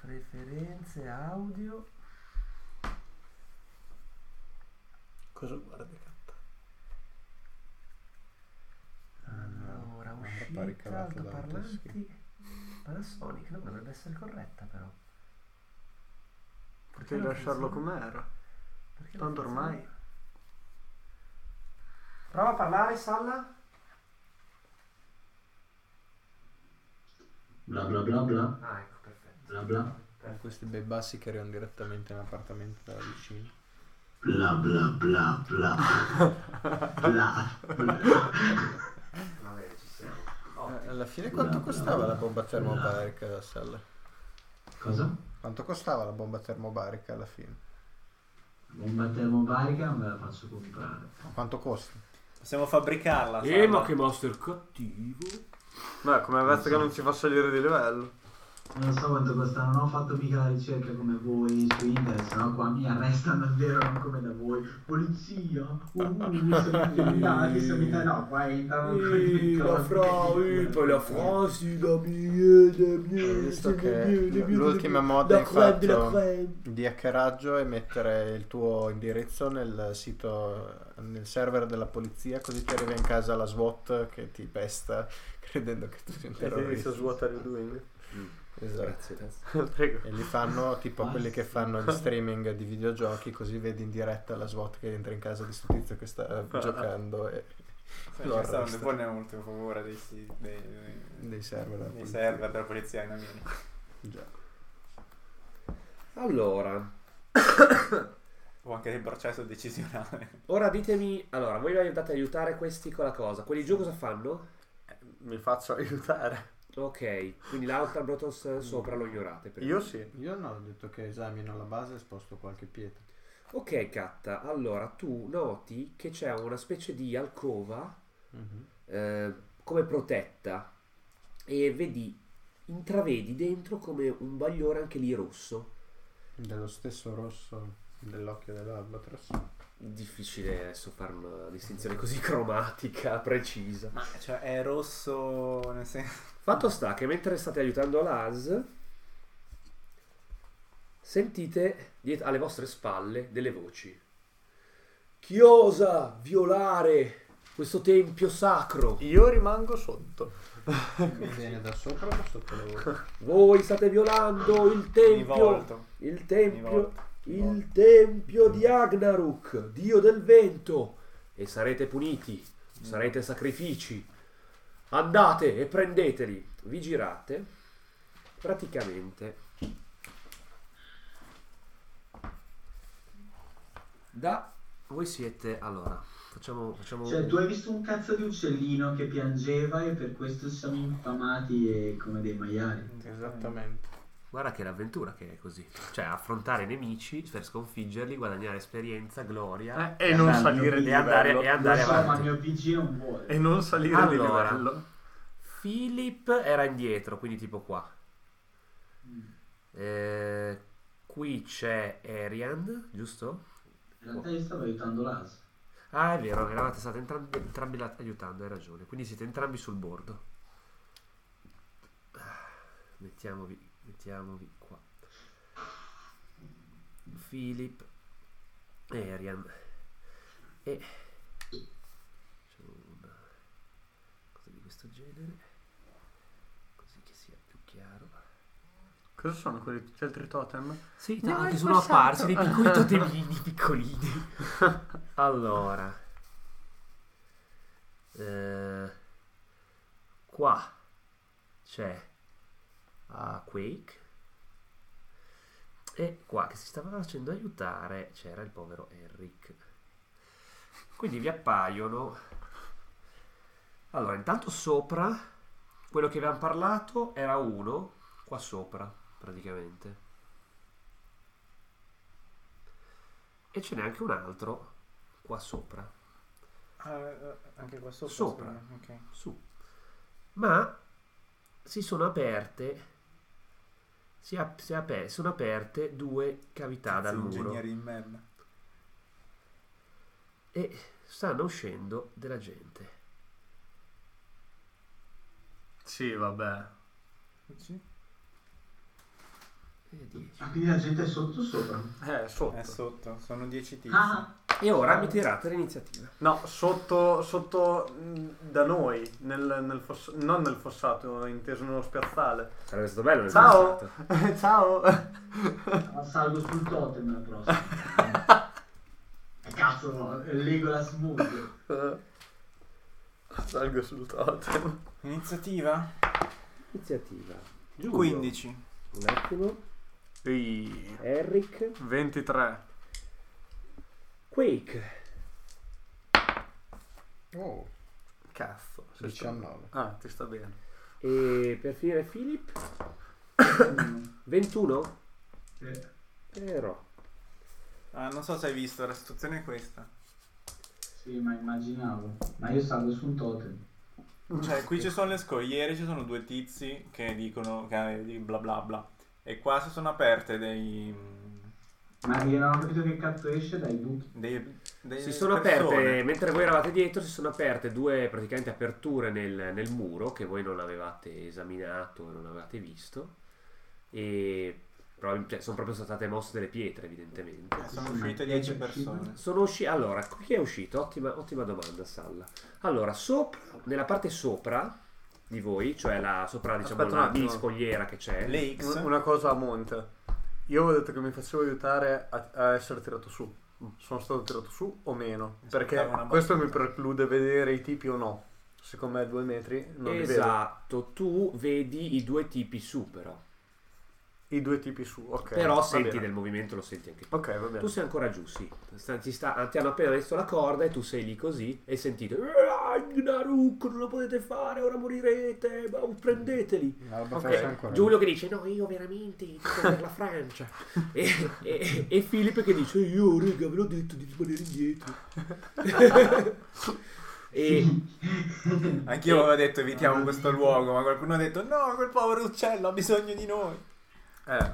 G: Preferenze audio.
B: Cosa guardi? cazzo?
G: Allora,
D: Ah,
G: uscita,
D: appare cavato da
G: altoparlanti. Panasonic, non dovrebbe essere corretta però. Perché
B: Potevi
G: non
B: lasciarlo
G: funziona?
B: com'era.
G: Perché non
B: Tanto
G: funziona?
B: ormai.
G: Prova a parlare, Salla.
H: Bla bla bla bla
G: Ah, ecco, perfetto.
H: bla bla
D: Con questi bei bassi che arrivano direttamente nell'appartamento da vicino.
H: bla bla bla bla bla bla.
G: Va bene, ci siamo.
B: Oh.
D: Eh, Alla fine quanto
H: No,
D: costava
H: no,
D: la bomba
H: no.
D: termobarica da Salla?
H: Cosa?
D: Quanto costava la bomba termobarica alla fine?
H: Bomba termobarica me la faccio comprare.
D: Ma Quanto costa?
C: Possiamo fabbricarla.
A: Eh,
C: Sala.
A: ma che monster cattivo.
B: Beh, come avete che non si fa salire di livello.
H: Non so quanto costa, non ho fatto mica la ricerca come voi su internet, sennò qua mi arrestano davvero non come da voi. Polizia, uh, sono infettati, sono infettati. No, qua entrano
A: Eh, la Fra, eh, poi la Franzi, la mia, la mia,
D: Ho visto
A: la
D: che
A: mia, la mia,
D: l'ultima
A: la
D: moda,
A: mia, la crème, la
D: infatti,
A: crème.
D: di hackeraggio e mettere il tuo indirizzo nel sito nel server della polizia così ti arriva in casa la SWAT che ti pesta credendo che tu sia un
B: E ti inizia
D: terrorista
B: a svuotare i doing.
D: esatto.
B: Prego.
D: e li fanno tipo quelli che fanno gli streaming di videogiochi così vedi in diretta la SWAT che entra in casa di sto tizio che sta eh,
B: Ah.
D: giocando e
C: Sì, questo
D: lo
C: non ne
D: arresta.
C: pone molto favore dei, si- dei, dei-
D: dei server della
C: dei
D: polizia.
C: server della polizia in America.
D: Già.
A: Allora,
C: O anche del processo decisionale.
A: ora ditemi, allora, voi mi aiutate ad aiutare questi con la cosa. Quelli giù cosa fanno?
B: Mi faccio aiutare.
A: Ok, quindi l'altra Brotos sopra lo ignorate. per
B: Io sì.
D: io no ho detto che esamino la base e sposto qualche pietra
A: Ok, Katta, allora tu noti che c'è una specie di alcova
D: Mhm.
A: eh, come protetta e vedi, intravedi dentro come un bagliore anche lì rosso.
D: dello stesso rosso dell'occhio dell'albatros
A: Difficile adesso fare una distinzione così cromatica, precisa.
C: Ma cioè è rosso nel senso.
A: Fatto sta che mentre state aiutando l'AS, sentite diet- alle vostre spalle delle voci. Chi osa violare questo tempio sacro?
B: Io rimango sotto.
D: viene da sopra o da sotto la voce?
A: Voi state violando il
C: Mi
A: tempio,
C: volto.
A: il
C: Mi
A: tempio,
C: volto.
A: il tempio di Agnaruk, dio del vento, e sarete puniti, sarete sacrifici. Andate e prendeteli. Vi girate. Praticamente da voi siete allora, facciamo facciamo
H: Cioè, tu hai visto un cazzo di uccellino che piangeva e per questo siamo infamati e come dei maiali.
D: esattamente
A: Guarda che è l'avventura che è così. Cioè, affrontare i nemici per sconfiggerli, guadagnare esperienza, gloria.
B: Eh, E non
H: Andando
B: salire di
A: e andare,
B: livello.
A: e
H: Lo
A: andare
H: so, ma
A: avanti.
H: mio PG non vuole.
B: E non salire di
A: Allora,
B: livello.
A: Philip era indietro, quindi tipo qua. Eh, qui c'è Arian, giusto?
H: In realtà io stavo aiutando l'AS.
A: Ah, è vero, eravate stati entrambi, entrambi la- aiutando, hai ragione. Quindi siete entrambi sul bordo. Ah, Mettiamovi, mettiamovi qua. Philip e Arian. E... Facciamo una cosa di questo genere. Così che sia più chiaro.
B: Cosa sono quelli tutti altri totem?
A: Sì,
B: No,
A: tanti
B: è
A: sono
B: passato.
A: apparsi dei piccoli totemini piccolini. allora. Eh, qua c'è ah, Quake.
G: E qua che si stava facendo aiutare c'era il povero Henrik. Quindi vi appaiono. Allora, intanto sopra, quello che avevamo parlato era uno, qua sopra, praticamente. E ce n'è anche un altro qua sopra,
C: Ah, eh, anche qua
A: sopra,
C: Sopra.
A: Su.
G: ma si sono aperte. Si, ap- si ape- sono aperte due cavità dal muro.
I: Ingegneri in merda.
G: e stanno uscendo della gente.
B: Sì, vabbè.
G: E, dieci.
H: Ma Ah, quindi la gente è sotto sopra.
B: Eh,
I: È
B: sotto.
I: sotto, sono 10 tizi.
H: Ah,
A: E ora mi tirate l'iniziativa.
B: No, sotto, sotto mh, da noi, nel, nel foss- non nel fossato, inteso nello spiazzale.
A: Sarebbe stato bello. nel
B: Ciao.
A: passato.
B: Ciao!
H: ma ah, salgo sul totem la prossima. Eh, Cazzo, no, è Legolas Mood.
B: Salgo sul totem.
I: Iniziativa?
A: Iniziativa. Giulio.
I: 15.
A: Un attimo.
B: Ui,
A: Eric.
B: 23.
A: Quake.
D: Oh,
B: Cazzo. sei tu.
D: 19.
B: Ah, ti sta bene.
A: E per finire Philip. 21.
H: Eh,
A: Però.
I: Ah, non so se hai visto, la situazione è questa.
H: Sì, ma immaginavo. Ma io salgo su un totem.
B: Mm.
I: Cioè, qui ci sono le scogliere, ci sono due tizi che dicono che eh, di bla bla bla. E qua si sono aperte dei... mm,
H: Ma io non ho capito che cazzo esce dai buchi.
I: dei, dei
A: Si sono aperte, mentre voi eravate dietro, si sono aperte due praticamente aperture nel, nel muro che voi non avevate esaminato, non avevate visto. E probabil- cioè, sono proprio state mosse delle pietre, evidentemente.
I: Eh, Sono uscite 10 persone.
A: Sono usci- allora, chi è uscito? Ottima, ottima domanda, Salla. Allora, sopra, nella parte sopra di voi, cioè la, sopra diciamo
B: Aspetta un
A: la
B: attimo.
A: biscogliera che c'è,
I: Le X.
B: Un- Una cosa a monte. Io avevo detto che mi facevo aiutare a, a essere tirato su. Sono stato tirato su o meno?
I: Aspettavo
B: Perché
I: una battuta.
B: questo mi preclude vedere i tipi o no. Siccome è due metri, non li vedo.
A: esatto, tu vedi i due tipi su però,
B: I due tipi su, ok.
A: però
B: va
A: senti
B: bene.
A: del movimento, lo senti anche tu.
B: Ok, va bene.
A: Tu sei ancora giù, sì. Sta- ti, sta- ti hanno appena messo la corda e tu sei lì così e sentite Naruk, non lo potete fare, ora morirete, ma oh, prendeteli.
D: No, la
B: Ok,
D: faccio ancora.
A: Giulio che dice no io veramente tifo per la Francia e, e, e Filippo che dice io raga ve l'ho detto di rimanere indietro e
I: Anch'io avevo detto
B: Ah.
I: evitiamo questo luogo, ma qualcuno ha detto no, quel povero uccello ha bisogno di noi.
B: Eh,
A: le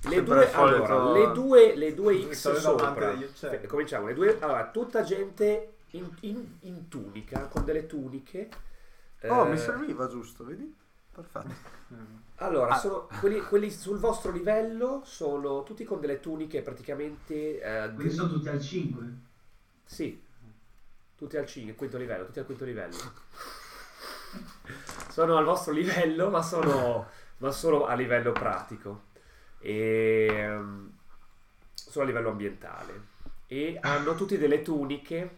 B: Sempre
A: due,
B: il solito-
A: allora, le due le due
I: Il
A: X
I: solito amante
A: sopra
I: degli uccelli.
A: Fe- cominciamo le due allora tutta gente in, in- in tunica con delle tuniche
B: Oh,
A: Eh,
B: mi serviva giusto, vedi? Perfetto. Ah.
A: Allora, sono quelli, quelli sul vostro livello sono tutti con delle tuniche praticamente eh,
H: Quindi sono tutti al 5.
A: Sì, tutti al cin- quinto livello, tutti al quinto livello. sono al vostro livello, ma sono ma solo a livello pratico. E, ehm, solo a livello ambientale. E hanno tutti delle tuniche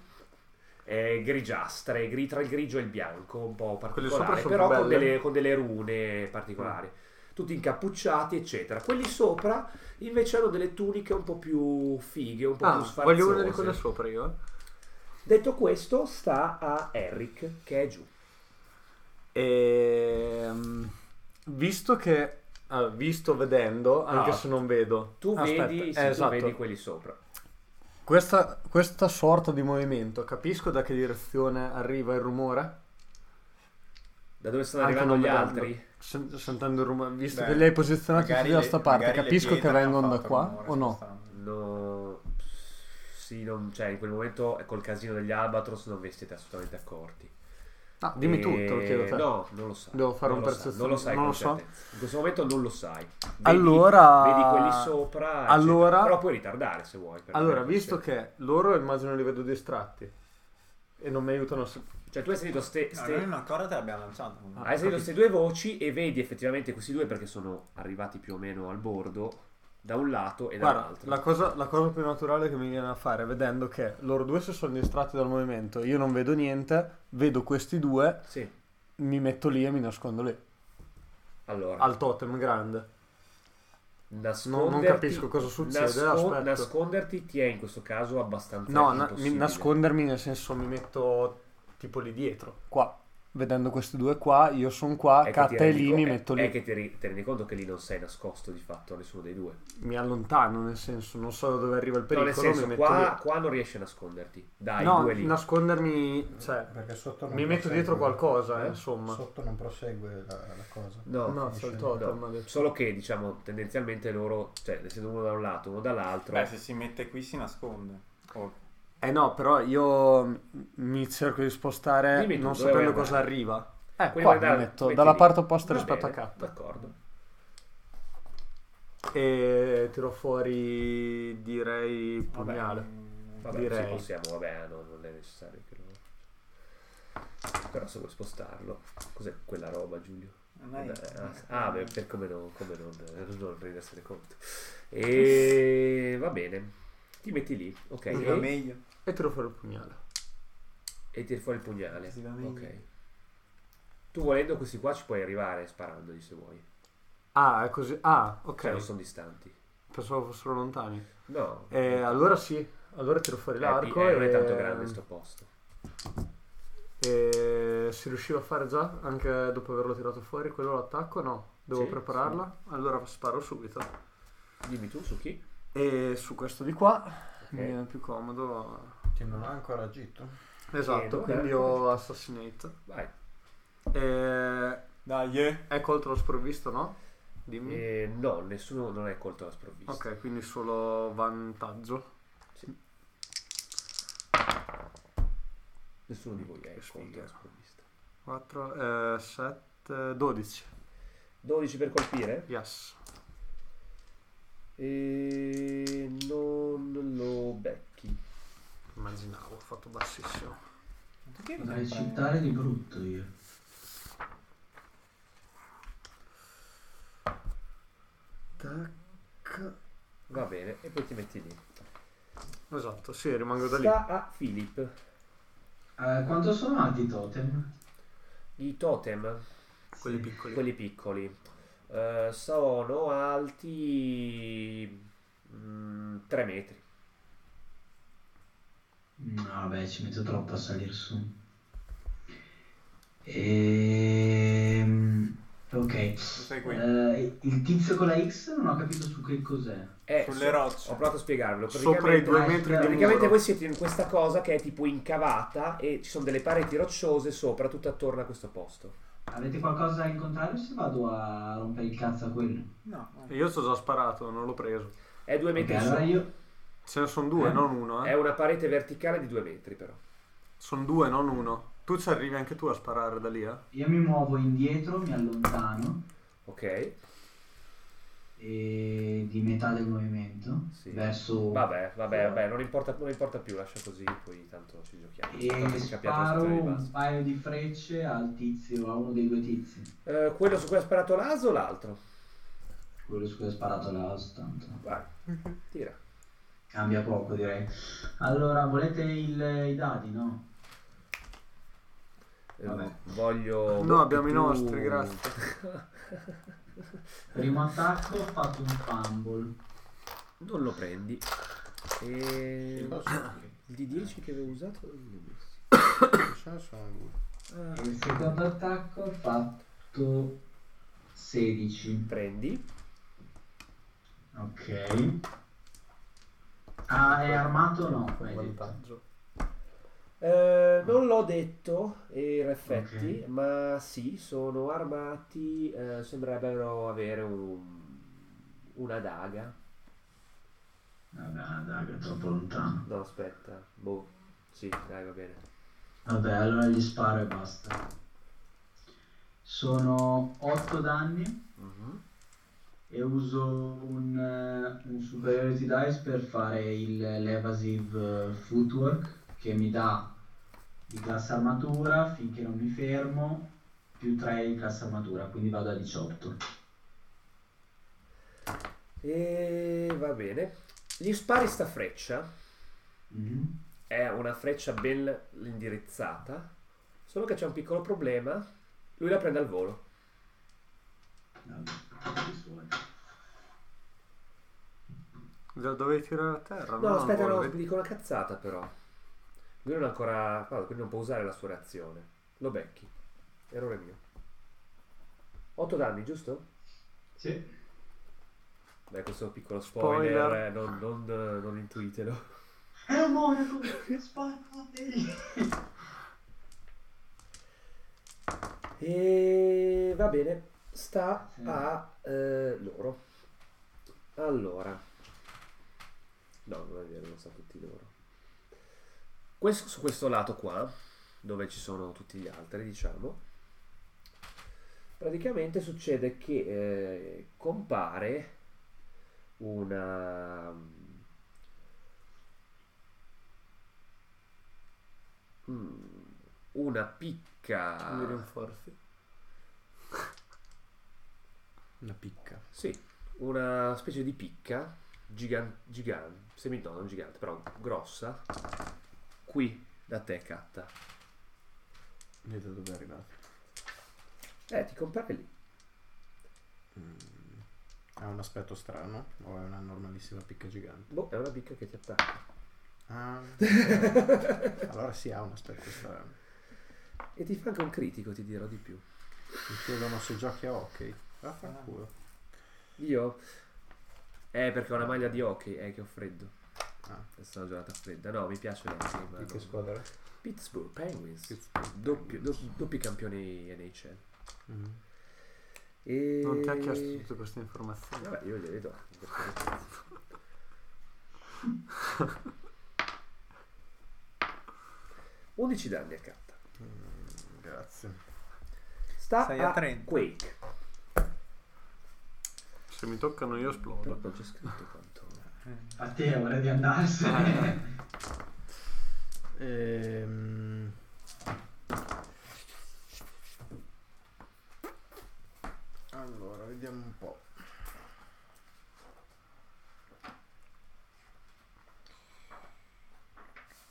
A: eh, grigiastre, gri- tra il grigio e il bianco, un po'
B: sopra
A: particolare,
B: sono
A: però con
B: belle. Mm.
A: delle, con delle rune particolari. Tutti incappucciati, eccetera. Quelli sopra invece hanno delle tuniche un po' più fighe, un po'
B: Ah,
A: più sfarzose.
B: voglio una di quelle sopra io, eh.
A: Detto questo, sta a Eric che è giù.
B: eh. Ehm, visto che ah, visto vedendo, anche
A: No.
B: se non vedo.
A: Ah. Tu
B: Aspetta,
A: vedi,
B: eh,
A: sì, tu
B: esatto.
A: vedi quelli sopra.
B: Questa, questa sorta di movimento, capisco da che direzione arriva il rumore?
A: Da dove stanno
B: Anche
A: arrivando
B: non
A: gli
B: vedendo.
A: altri?
B: Sen- sentendo il rumore, visto
I: Beh,
B: che li hai posizionati
I: magari
B: tutti da
I: le-
B: sta parte,
I: magari le
B: capisco che
I: pietre hanno
B: vengono da
I: fatto
B: qua
I: rumore
B: o no?
I: spostando.
A: No, sì, non, cioè in quel momento eh, col casino degli Albatros non vi siete assolutamente accorti.
B: No, Ah, dimmi
A: E-
B: tu, te lo chiedo a te.
A: No, non lo sai.
B: Devo fare
A: Non
B: un
A: lo sai,
B: percezione-
A: Non lo sai
B: non
A: con
B: lo so.
A: certezza. In questo momento non lo sai. Vedi,
B: Allora-
A: Vedi quelli sopra. eccetera.
B: Allora-
A: Però puoi ritardare se vuoi. per- cioè,
B: Allora,
A: per-
B: visto che loro immagino li vedo distratti e non mi aiutano a... se-
A: Cioè tu hai sentito ste...
I: No,
A: ste-
I: noi Ah, una corda te l'abbiamo lanciata.
B: Ah,
A: Hai sentito
B: capito.
A: queste due voci e vedi effettivamente questi due perché sono arrivati più o meno al bordo da un lato e
B: Guarda,
A: dall'altro.
B: la cosa, la cosa più naturale che mi viene a fare, vedendo che loro due si sono distratti dal movimento, io non vedo niente, vedo questi due,
A: Sì,
B: mi metto lì e mi nascondo lì,
A: allora.
B: al totem grande.
A: Nasconderti,
B: non capisco cosa succede, aspetto.
A: nasconderti ti è in questo caso abbastanza
B: No, na- mi-
A: impossibile.
B: nascondermi nel senso mi metto tipo lì dietro, qua. Vedendo questi due qua, io sono
A: È
B: qua,
A: che ti
B: Katta è
A: rendi
B: lì,
A: co-
B: mi
A: è-
B: metto
A: È
B: lì.
A: che ti, ri- ti rendi conto che lì non sei nascosto di fatto a nessuno dei due.
B: Mi allontano, nel senso, non so da dove arriva il
A: No,
B: pericolo,
A: nel senso,
B: mi metto
A: qua,
B: lì.
A: qua non riesci a nasconderti. Dai,
B: no,
A: due lì.
B: nascondermi, cioè,
D: Perché sotto non
B: mi metto
D: prosegue.
B: dietro qualcosa, eh,
D: Eh?
B: insomma.
D: Sotto non prosegue la, la cosa.
A: No,
B: no,
D: finisce
B: c'è il
D: lì.
B: totem,
A: no.
B: ha detto.
A: Solo che, diciamo, tendenzialmente loro, cioè, essendo uno da un lato, uno dall'altro,
I: Beh, se si mette qui si nasconde. Oh,
B: Eh no, però io m- mi cerco di spostare
A: Dimmi tu,
B: non
A: dove
B: sapendo
A: vuoi
B: cosa
A: andare?
B: arriva. Eh,
A: Quindi
B: qua
A: vuoi
B: mi
A: andare-
B: metto
A: metti
B: dalla
A: lì.
B: parte opposta
A: Va
B: rispetto
A: bene,
B: a K.
A: D'accordo.
B: E tiro fuori, direi,
I: vabbè.
B: pugnale.
A: Vabbè,
B: Direi.
A: sì, possiamo, vabbè, no, non è necessario che lo... Però se vuoi spostarlo, cos'è quella roba, Giulio?
I: Dai.
A: Ah, ah, beh, per come non, come non, non rendersene conto. E va bene, ti metti lì, ok,
I: Si va
A: e,
I: meglio.
B: E tiro fuori il pugnale.
A: e tiri fuori il pugnale.
I: Si va meglio.
A: Ok. Tu volendo questi qua ci puoi arrivare sparandogli se vuoi.
B: Ah, è così. Ah, ok.
A: Cioè non sono distanti.
B: Pensavo fossero lontani.
A: No.
B: Eh, allora sì. Allora tiro fuori
A: Eh,
B: l'arco.
A: eh,
B: e...
A: non è tanto grande sto posto.
B: E si riusciva a fare già, anche dopo averlo tirato fuori, quello l'attacco? No, devo
A: Sì,
B: prepararla. Allora sparo subito.
A: Dimmi tu su chi?
B: E su questo di qua mi
A: Ok.
B: viene più comodo.
D: Che non ha ancora agito.
A: Eh,
B: Esatto,
A: dov'è?
B: quindi ho assassinate.
A: Vai.
B: E...
I: Dai, eh.
B: È colto lo sprovvisto, no? Dimmi.
A: Eh, no, nessuno non è colto alla sprovvista.
B: Mm. Ok, quindi solo vantaggio.
A: Nessuno di voi è
B: Che
A: colto alla
B: sfiga.
A: sprovvista.
B: 4, 7, 12.
A: 12 per colpire?
B: Yes.
A: E non lo becchi.
B: Immaginavo, ho fatto bassissimo.
H: Potrei citare di brutto io.
B: Tac.
A: Va bene, e poi ti metti lì.
B: Esatto, sì, rimango da lì.
A: Sta a Philip.
H: Eh, quanto sono alti i totem?
A: I totem,
B: Quelli piccoli.
A: quelli piccoli, eh, sono alti 3 metri.
H: No, Mm, vabbè, ci metto troppo a salire su. Ehm... Ok.
I: Tu sei qui.
H: Eh, il tizio con la X non ho capito su che cos'è.
A: Eh,
I: Sulle
A: so-
I: rocce.
A: Ho provato a spiegarvelo.
B: Sopra i
A: Praticamente,
B: due metri di
A: praticamente
B: muro.
A: voi siete in questa cosa che è tipo incavata e ci sono delle pareti rocciose sopra, tutto attorno a questo posto.
H: Avete qualcosa in contrario se vado a rompere il cazzo a quello?
I: No,
B: Io ci ho già sparato, non l'ho preso.
A: È due
H: Ok,
A: metri
H: allora
A: su.
H: io...
B: Ce ne sono due,
H: Eh?
B: non uno,
A: È
B: eh.
A: una parete verticale di due metri, però.
B: Sono due, non uno. Tu ci arrivi anche tu a sparare da lì, eh?
H: Io mi muovo indietro, mi allontano
A: Ok?
H: e di metà del movimento
A: Sì.
H: verso
A: Vabbè, vabbè, vabbè, non importa, non importa più, lascia così, poi tanto ci giochiamo. Tanto
H: e
A: ci capiamo la
H: sparo
A: situazione di
H: un
A: base.
H: paio di frecce al tizio, a uno dei due tizi.
A: Eh, quello su cui ha sparato l'aso o l'altro?
H: Quello su cui ho sparato la house, tanto.
A: Vai, tira.
H: Cambia poco direi. Allora, volete il- i dadi, no?
A: Eh,
H: Vabbè.
A: Voglio...
B: No, abbiamo i
A: tu-
B: nostri, grazie.
H: Primo attacco ho fatto un fumble.
A: Non lo prendi. E...
D: Che cosa?
A: Il D10 che avevo usato... non l'ho messo.
D: Ce ne sono due.
H: E il secondo attacco ho fatto 16.
A: Prendi.
H: Ok. Ah, è armato o no? Come hai detto?
B: Vantaggio.
A: Eh, non l'ho detto, eh, in effetti,
H: Ok.
A: ma sì, sono armati, eh, sembrerebbero avere un, una daga.
H: Vabbè, dai, che è troppo lontano.
A: No, aspetta, boh, sì, dai, va bene.
H: Vabbè, allora gli sparo e basta. Sono 8 danni e uso un, eh, un superiority dice per fare il, l'evasive eh, footwork che mi dà di classe armatura finché non mi fermo più 3 di classe armatura, quindi vado a 18.
A: E va bene. Gli spari sta freccia,
H: Mhm.
A: è una freccia ben indirizzata, solo che c'è un piccolo problema, lui la prende al volo.
H: Vabbè, i suoi.
B: Già dovevi tirare a terra.
A: No, aspetta,
B: non
A: no,
B: vedi?
A: ti dico una cazzata però. Lui non ha ancora. Guarda, quindi non può usare la sua reazione. Lo becchi. Errore mio. 8 danni, giusto?
H: Sì.
A: Beh, questo è un piccolo spoiler,
B: Spoiler.
A: eh, non, non, non intuitelo.
H: È un monaco, sparati!
A: E va bene, sta
H: Sì.
A: a eh, loro. Allora, no, non è vero, non sta a tutti loro. Questo, su questo lato qua, dove ci sono tutti gli altri, diciamo, praticamente succede che eh, compare una... Mm, una picca...
B: Mi rinforzi. Una picca.
A: Sì, una specie di picca gigante, gigante semi no, non gigante, però grossa, qui da te, Katta.
D: Vedo dove è arrivato.
A: Eh, ti compare lì.
D: Mm. Ha un aspetto strano o è una normalissima picca gigante?
A: Boh, è una picca che ti attacca.
D: Ah, ok. allora si ha un aspetto strano.
A: E ti fa anche un critico, ti dirò di più.
D: Mi chiedono se giochi a hockey. Vaffanculo.
A: Io... Eh, perché ho una maglia di hockey, eh, che ho freddo.
D: Ah.
A: Questa è una giornata fredda. No, mi piace l'hockey, ma
D: Di che
A: non-
D: squadra? è?
A: Pittsburgh Penguins. Doppio- do- doppi campioni NHL.
D: Mm.
A: E...
B: Non ti ha chiesto tutte queste informazioni.
A: Vabbè, io gliele do. Undici danni a carta.
D: Grazie.
A: Sta
I: Sei
A: a,
I: a 30.
A: Quake.
B: Se mi toccano io
A: Però
B: esplodo.
A: non c'è scritto quanto.
H: A te è ora di andarsene.
D: Ehm... Allora, vediamo un po'.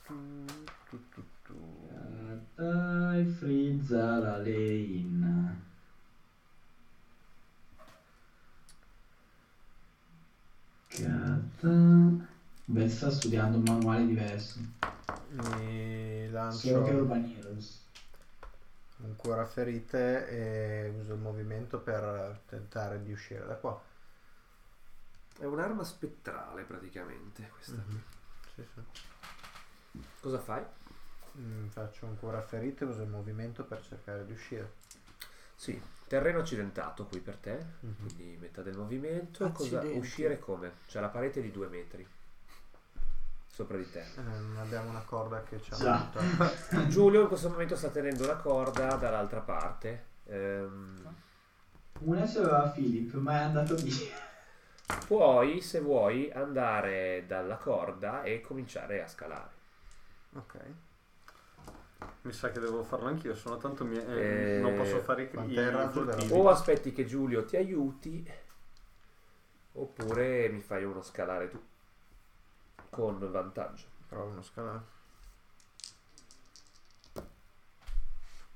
D: Tu, tu, tu, tu.
H: Dai, frizza la lein. Cata. Beh, sta studiando un manuale diverso.
D: Mi
H: Solo che
D: lancio
H: Urban Heroes.
D: un cuore a ferite e uso il movimento per tentare di uscire da qua.
A: È un'arma spettrale praticamente questa.
D: Sì, sì.
A: Cosa fai?
D: Mm, faccio un cuore a ferite e uso il movimento per cercare di uscire.
A: Sì, terreno accidentato qui per te,
D: Mhm.
A: quindi metà del movimento. Cosa-
B: Accidenti.
A: uscire come? C'è la parete di due metri sopra di te.
D: Eh, non abbiamo una corda che ci ha
H: Già.
D: aiutato.
A: Giulio in questo momento sta tenendo la corda dall'altra parte. Ehm,
H: Una ce l'aveva Philip, ma è andato via.
A: puoi, se vuoi, andare dalla corda e cominciare a scalare.
D: Ok.
B: Mi sa che devo farlo anch'io, sono tanto mie-
A: Eh,
B: non posso fare i
D: quanto
B: i
D: è il raggio della-
B: furtivi.
A: O aspetti che Giulio ti aiuti, oppure mi fai uno scalare tu. Con vantaggio.
D: Provo uno scalare.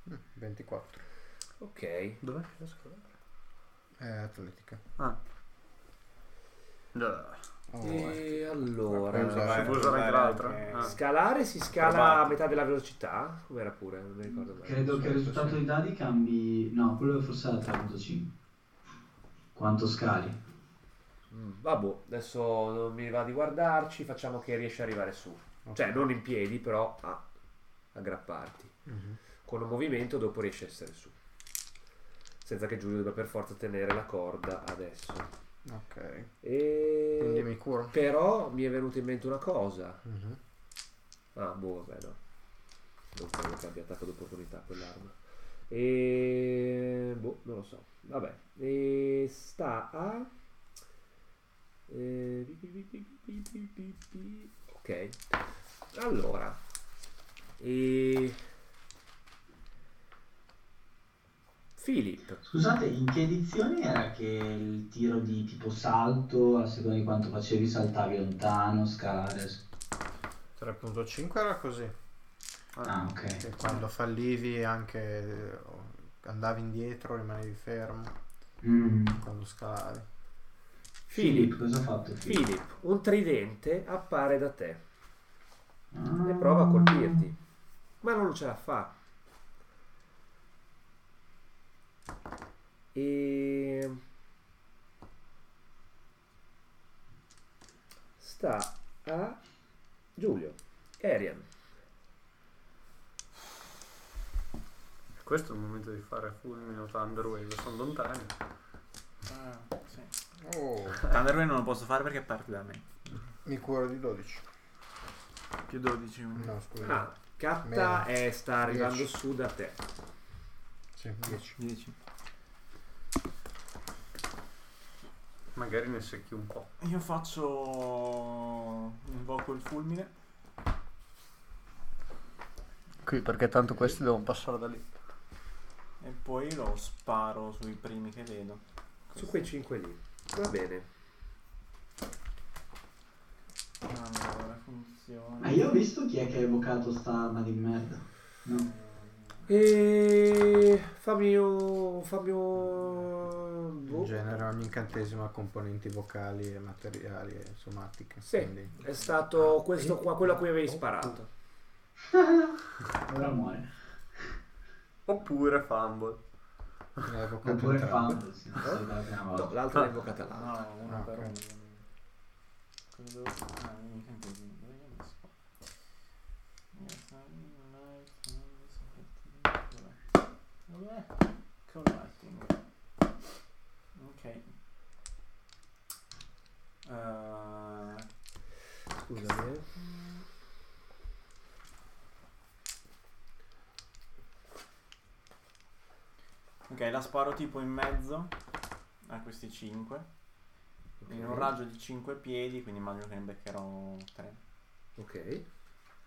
D: Mm, 24.
A: Ok.
B: Dov'è che la scuola?
D: Eh, atletica.
B: Ah. Già.
D: Oh, eh.
H: ecco.
A: E
D: Puoi
A: allora.
D: usare-
I: Vai,
B: si può usare anche
I: vai,
B: l'altra?
I: eh.
B: Ah.
A: Scalare si scala a
I: Provato.
A: metà della velocità? Com'era pure? Non mi ricordo mai.
H: Credo che il risultato dei dadi cambi. No, quello forse era 3.5. Quanto scali?
A: Mm, Vabbè, adesso non mi va di guardarci, facciamo che riesci ad arrivare su. Cioè, non in piedi, però a aggrapparti.
D: Mhm.
A: Con un movimento dopo riesci a essere su. Senza che Giulio debba per forza tenere la corda adesso.
D: Ok.
A: E...
D: Quindi mi curo.
A: Però mi è venuta in mente una cosa.
D: Mhm.
A: Ah, boh, vabbè, no. Non credo che abbia attacco d'opportunità quell'arma. E... Boh, non lo so. Vabbè. E sta a... eh, pi- pi- pi- pi- pi- pi- pi- Ok. Allora. E... Philip.
H: Scusate, in che edizione era che il tiro di tipo salto, a seconda di quanto facevi, saltavi lontano, scalare? s-
D: 3.5 era così.
H: Ah, ok.
D: E quando fallivi anche eh, andavi indietro, rimanevi fermo
H: Mm.
D: quando scalavi.
A: Philip,
H: cosa ha fatto Philip?
A: Philip, un tridente appare da te
H: Ah.
A: e prova a colpirti, ma non ce la fa. E sta a Giulio, Arian.
B: Questo è il momento di fare Fulmine o Thunderwave, sono lontani.
C: Ah, sì.
D: Oh,
C: Thunderwave non lo posso fare perché parte da me.
D: mi curo di 12.
C: Più 12. quindi.
D: No, scusa.
A: Ah, Katta
D: Meno.
A: è- sta arrivando
D: Dieci.
A: su da te.
D: Sì, 10.
C: 10.
B: Magari ne secchi un po'.
C: Io faccio. invoco il fulmine.
B: Qui perché tanto questi devono passare da lì.
C: E poi lo sparo sui primi che vedo.
A: Su quei 5 lì. Va bene.
C: Allora, funziona.
A: Ah,
H: Ma io ho visto chi è che ha evocato sta arma di merda. No.
A: E fammi un... fammi un... boh.
D: In genere ogni incantesimo ha componenti vocali e materiali e somatiche.
A: Sì.
D: quindi-
A: È
D: Ah,
A: stato questo qua, quello a cui
D: Oh,
A: avevi sparato.
H: Ora muore.
B: Oppure Fumble.
D: Ne ha evocato
H: Oppure
D: entrambi.
H: Fumble, sì, non so, la prima volta.
A: No, l'altra l'hai invocata là.
C: No, una
D: Ah,
C: per
D: ok.
C: uno. Cosa devo fare? Ah, mica in così. Dove l'ho messo? Yes, I like this, I like that. Dov'è? Collighting. Ok. Eh,
A: Scusami. eh.
C: ok, la sparo tipo in mezzo a questi 5. In un raggio di 5 piedi, quindi immagino che ne beccherò 3.
A: Ok.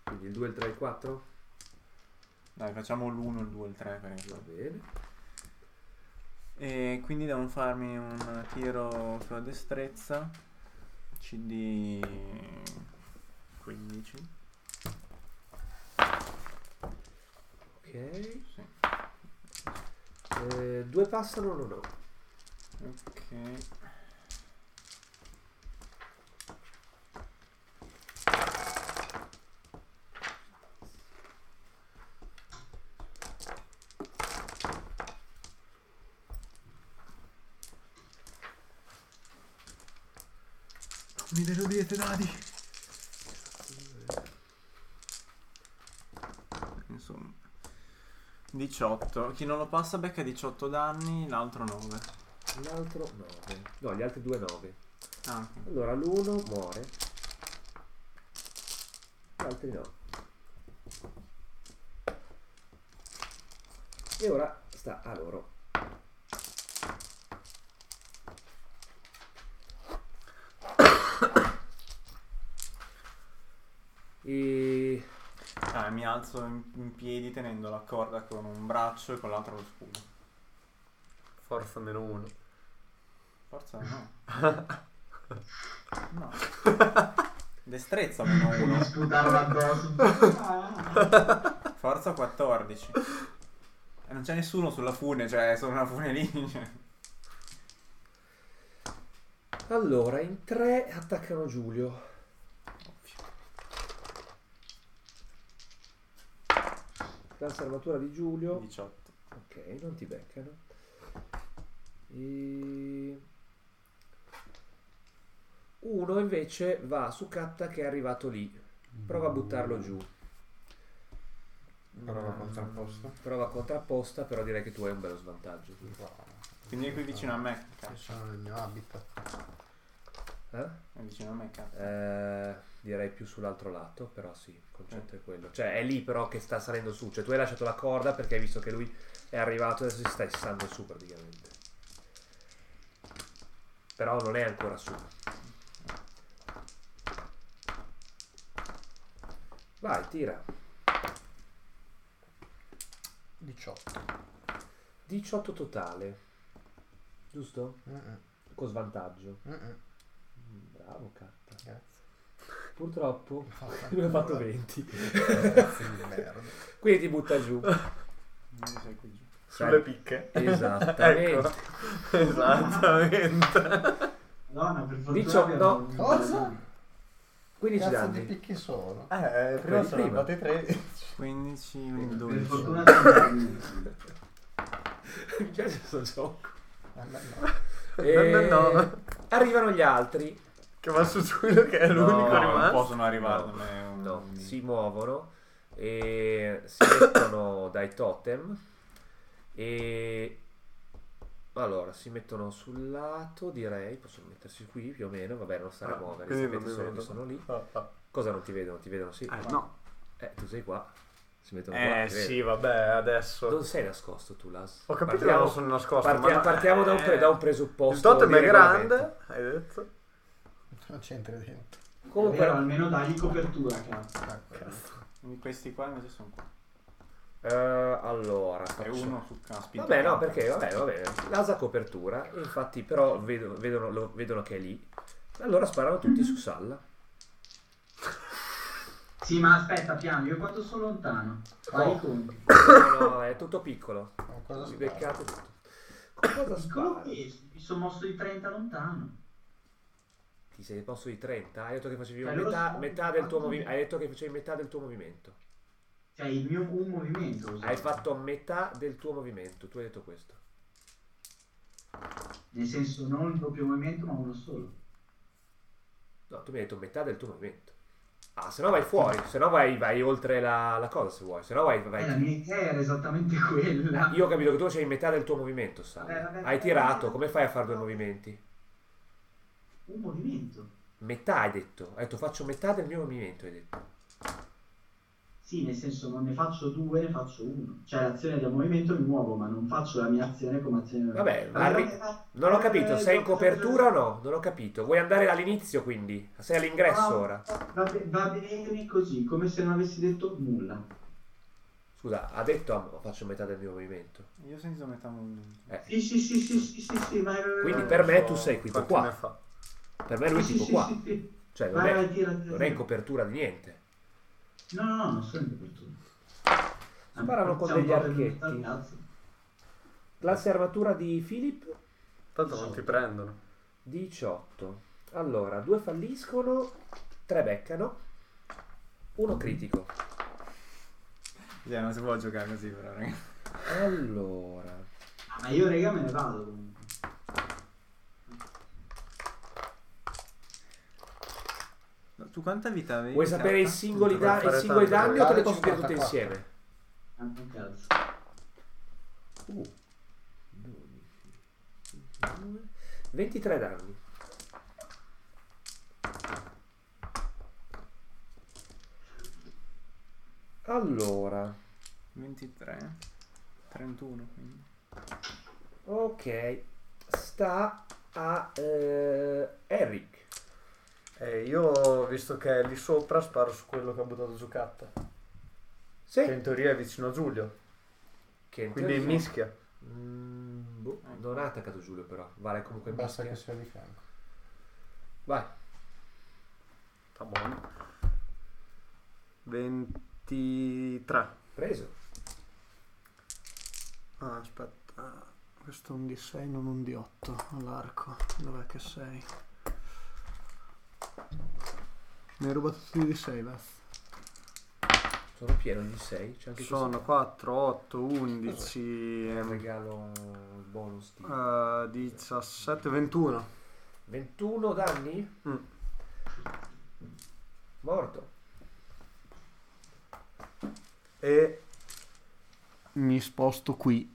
A: Quindi il 2, il 3, il 4.
C: Dai, facciamo l'1, il 2, il 3 per
A: Va bene.
C: E quindi devono farmi un tiro più a destrezza. CD 15.
A: Ok. Eh, due passano, no, no.
C: Ok. Mi devo dire te dadi. Insomma. 18. Chi non lo passa becca 18 danni, l'altro 9.
A: L'altro 9. No, gli altri due 9.
C: Ah, ok.
A: Allora l'1 muore. Gli altri no. E ora sta a loro. E
C: Ah, mi alzo in, in piedi tenendo la corda con un braccio e con l'altro lo scudo.
B: Forza meno uno.
C: Forza no. No. Destrezza meno
H: Non
C: uno.
H: sputarlo addosso.
C: Forza 14. E non c'è nessuno sulla fune, cioè sono una fune lì. cioè.
A: allora in tre attaccano Giulio. La salvatura di Giulio.
C: 18.
A: Ok, non ti beccano. E... Uno invece va su Katta che è arrivato lì. Prova a buttarlo giù.
D: Prova contrapposto.
A: Prova contrapposta, però direi che tu hai un bello svantaggio.
C: Quindi è qui vicino a me.
D: Io
C: cazzo.
D: sono nel mio habitat.
A: Eh?
C: È vicino a me, cazzo.
A: Eh, direi più sull'altro lato, però sì, il concetto è quello. Cioè è lì però che sta salendo su. Cioè tu hai lasciato la corda perché hai visto che lui è arrivato e adesso si sta issando su praticamente. Però non è ancora su. Vai, tira.
D: 18.
A: 18 totale. Giusto?
D: Mm-mm,
A: Con svantaggio. Mm,
D: mm-mm,
A: Bravo, Katta.
D: Grazie.
A: Purtroppo lui ha fatto 20.
D: Ragazzi di merda.
A: Quindi ti butta giù.
C: Quindi sei qui giù.
B: Sulle picche.
A: Esatto.
D: Ecco.
A: Esattamente.
B: Esatto. Esattamente.
H: Madonna, per fortuna
A: Dicio-
H: abbiamo-
D: Cosa?
A: 15
D: Cazzo di
A: danni.
D: picchi sono?
B: Eh,
A: Quelli
B: prima sono
A: prima.
B: andati 3.
C: 15,
H: Per
C: 12.
H: fortuna abbiamo-
A: Mi piace questo gioco.
B: No, no, no.
A: Eh. Arrivano gli altri.
B: Che va su quello che è l'unico
C: no, non
B: rimasto.
C: possono arrivarne un-
A: No, si muovono e si mettono dai totem e allora si mettono sul lato direi possono mettersi qui più o meno vabbè non stare a
B: Ah,
A: muovere
B: quindi
A: sapete
B: non mi
A: solo
B: vedo.
A: che sono lì
B: Ah, ah.
A: cosa non ti vedono ti vedono sì
C: Eh, no.
A: eh tu sei qua si mettono qua
B: Eh
A: ti
B: sì,
A: vedono.
B: vabbè, adesso.
A: non sei nascosto tu Las
B: Ho capito che
A: Partiamo-
B: non sono nascosto.
A: partia-
B: ma-
A: partiamo da un, pre-
B: eh,
A: da un presupposto
B: Il totem
A: di
B: è
A: regolamento.
B: grande, hai detto?
D: Non c'entra dentro.
A: comunque
H: Però almeno dagli copertura, cazzo.
C: Quindi Questi qua invece sono qua.
A: eh, allora
C: È
A: facciamo-
C: uno su una spinta.
A: Vabbè, no, perché vabbè, vabbè. L'asa copertura, infatti, però vedono, vedono, lo- vedono che è lì. Allora sparano tutti su Salla.
H: Sì, ma aspetta, piano, io quanto sono lontano? Fai
A: Oh.
H: i conti.
A: No, no, è tutto piccolo.
D: Ma cosa
A: Vi
D: sono?
A: beccate tutto. Cosa
H: Dicono
A: spari?
H: che mi sono mosso di 30 lontano.
A: Ti sei posto di 30? Hai detto che facevi
H: Cioè, loro
A: metà,
H: sono-
A: metà del tuo movimento. Hai detto che facevi metà del tuo movimento.
H: Cioè, il mio un movimento. usato.
A: Hai fatto metà del tuo movimento. Tu hai detto questo.
H: Nel senso, non il doppio movimento, ma uno solo.
A: No, tu mi hai detto metà del tuo movimento. Ah, se no vai fuori, se no vai, vai oltre la, la cosa se vuoi, se no vai, vai
H: Eh, la mia idea era esattamente quella.
A: Io ho capito che tu c'hai metà del tuo movimento, Salla.
H: Eh, Vabbè, vabbè.
A: Hai tirato, come fai a fare due movimenti?
H: Un movimento.
A: Metà hai detto. Hai detto faccio metà del mio movimento, hai detto.
H: Sì, nel senso, non ne faccio due, ne faccio uno. Cioè, l'azione del movimento mi muovo, ma non faccio la mia azione come azione.
A: Vabbè,
H: Allora,
A: arri-
H: eh,
A: Non ho
H: eh,
A: capito, sei in
H: dopo-
A: copertura o no? Non ho capito. Vuoi andare all'inizio quindi? Sei all'ingresso
H: Ah,
A: ora.
H: Va, be- va bene così, come se non avessi detto nulla.
A: Scusa, ha detto ah, faccio metà del mio movimento.
C: Io ho sentito metà movimento.
A: Eh,
H: Sì, eh, sì, sì, sì, sì, sì, sì, vai, vai, vai.
A: Quindi
H: vai.
A: per me
B: So
A: tu sei tipo
B: Oh, quanti
A: qua.
B: ne fa.
A: Per me lui è
H: Sì,
A: tipo
H: sì,
A: qua.
H: sì, sì.
A: Cioè non
H: Vai, vai,
A: è,
H: tira, tira,
A: non è in
H: tira.
A: copertura di niente.
H: No, no, no, non sono in copertura.
A: Sparano con
H: Siamo
A: degli
H: proprio
A: archetti.
H: al cazzo.
A: Classe armatura di Philip
B: Tanto non ti prendono.
A: 18. Allora, due falliscono, tre beccano, uno
H: Mm.
A: critico.
C: Cioè, non si può giocare così, però, ragazzi.
A: Allora,
H: Ah, ma io, raga, me ne vado comunque.
C: No, Tu quanta vita avevi?
A: vuoi sapere i singoli,
B: Dovrei
A: da- i
B: fare
A: singoli
B: tanto,
A: danni o te
D: dovrei
A: li posso dire
D: fare
A: tutti
D: 54.
A: insieme?
H: Ah, un cazzo.
A: Uh, 12, 19, 23 danni. Allora,
C: 23. 31, quindi.
A: ok, sta a eh, Eric.
B: Eh, io, visto che è lì sopra, sparo su quello che ha buttato giù Kat. Che
A: Sì.
B: in teoria è vicino a Giulio.
A: Che in
B: Quindi
A: teoria-
B: mischia. Ecco.
A: Mm, boh, non ha attaccato Giulio però, vale comunque
D: Basta
A: mischia.
D: che sia di fianco.
A: Vai.
B: Sta buono. 23.
A: Preso.
B: Ah, aspetta. Questo è un D6, non un D8 all'arco. Dov'è che sei? Mi hai rubato tutti i D6, Beth.
A: Sono pieno di 6. C'è anche
B: Sono
A: questo
B: 4, 8, 11,
A: un
B: ehm,
A: regalo bonus di
B: eh, 17, 21.
A: 21 danni?
B: Mm.
A: Morto.
B: E mi sposto qui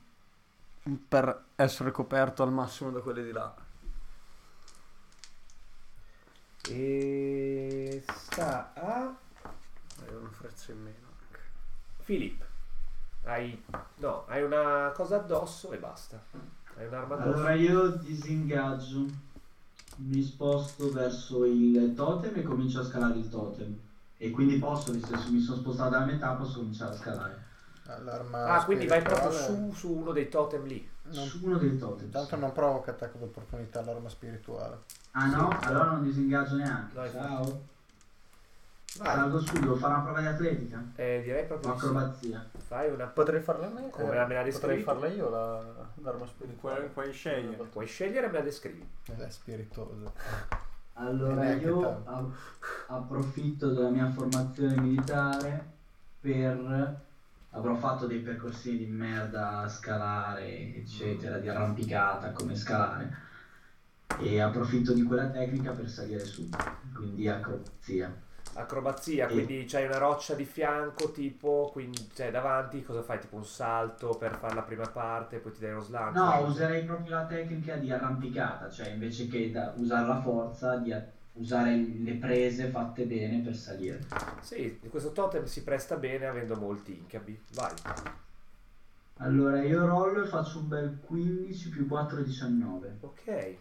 B: per essere coperto al massimo da quelli di là.
A: E sta a
B: Ma io ho una freccia in meno. anche.
A: Filippo. Hai no, hai una cosa addosso e basta. Hai un'arma addosso.
H: Allora io disingaggio, mi sposto verso il totem e comincio a scalare il totem. E quindi posso, nel senso mi sono spostato dalla metà, posso cominciare a scalare.
D: Allarma
A: ah, quindi vai proprio
D: spirituale
A: su, su uno dei totem lì.
D: non-
H: Su uno dei totem.
D: Intanto non provoca attacco d'opportunità all'arma spirituale.
H: Ah no? Allora non disingaggio neanche.
A: Dai,
H: Ciao. Largo scudo, fa una prova di atletica
A: Eh, direi
H: o
A: proprio di sì.
H: Ah. acrobazia.
A: Fai una
B: Potrei farla me? eh,
A: Come la me la
B: potrei
A: descrivi?
B: farla io la, l'arma
C: Puoi,
B: spirituale.
C: puoi scegliere.
A: Puoi scegliere e me la descrivi.
D: È spiritoso.
H: Allora
D: Eh, che
H: io
D: tanto.
H: a- approfitto della mia formazione militare per... Avrò fatto dei percorsi di merda, scalare, eccetera, di arrampicata, come scalare. E approfitto di quella tecnica per salire su, quindi ecco, acrobazia.
A: Acrobazia,
H: Sì.
A: quindi c'hai una roccia di fianco, tipo, quindi cioè davanti, cosa fai? Tipo un salto per fare la prima parte, poi ti dai uno slancio.
H: No, userei proprio la tecnica di arrampicata, cioè invece che da- usare la forza, di a- usare le prese fatte bene per salire.
A: Sì, questo totem si presta bene avendo molti incabi. Vai.
H: Allora io rollo e faccio un bel 15 più 4, 19.
A: Ok.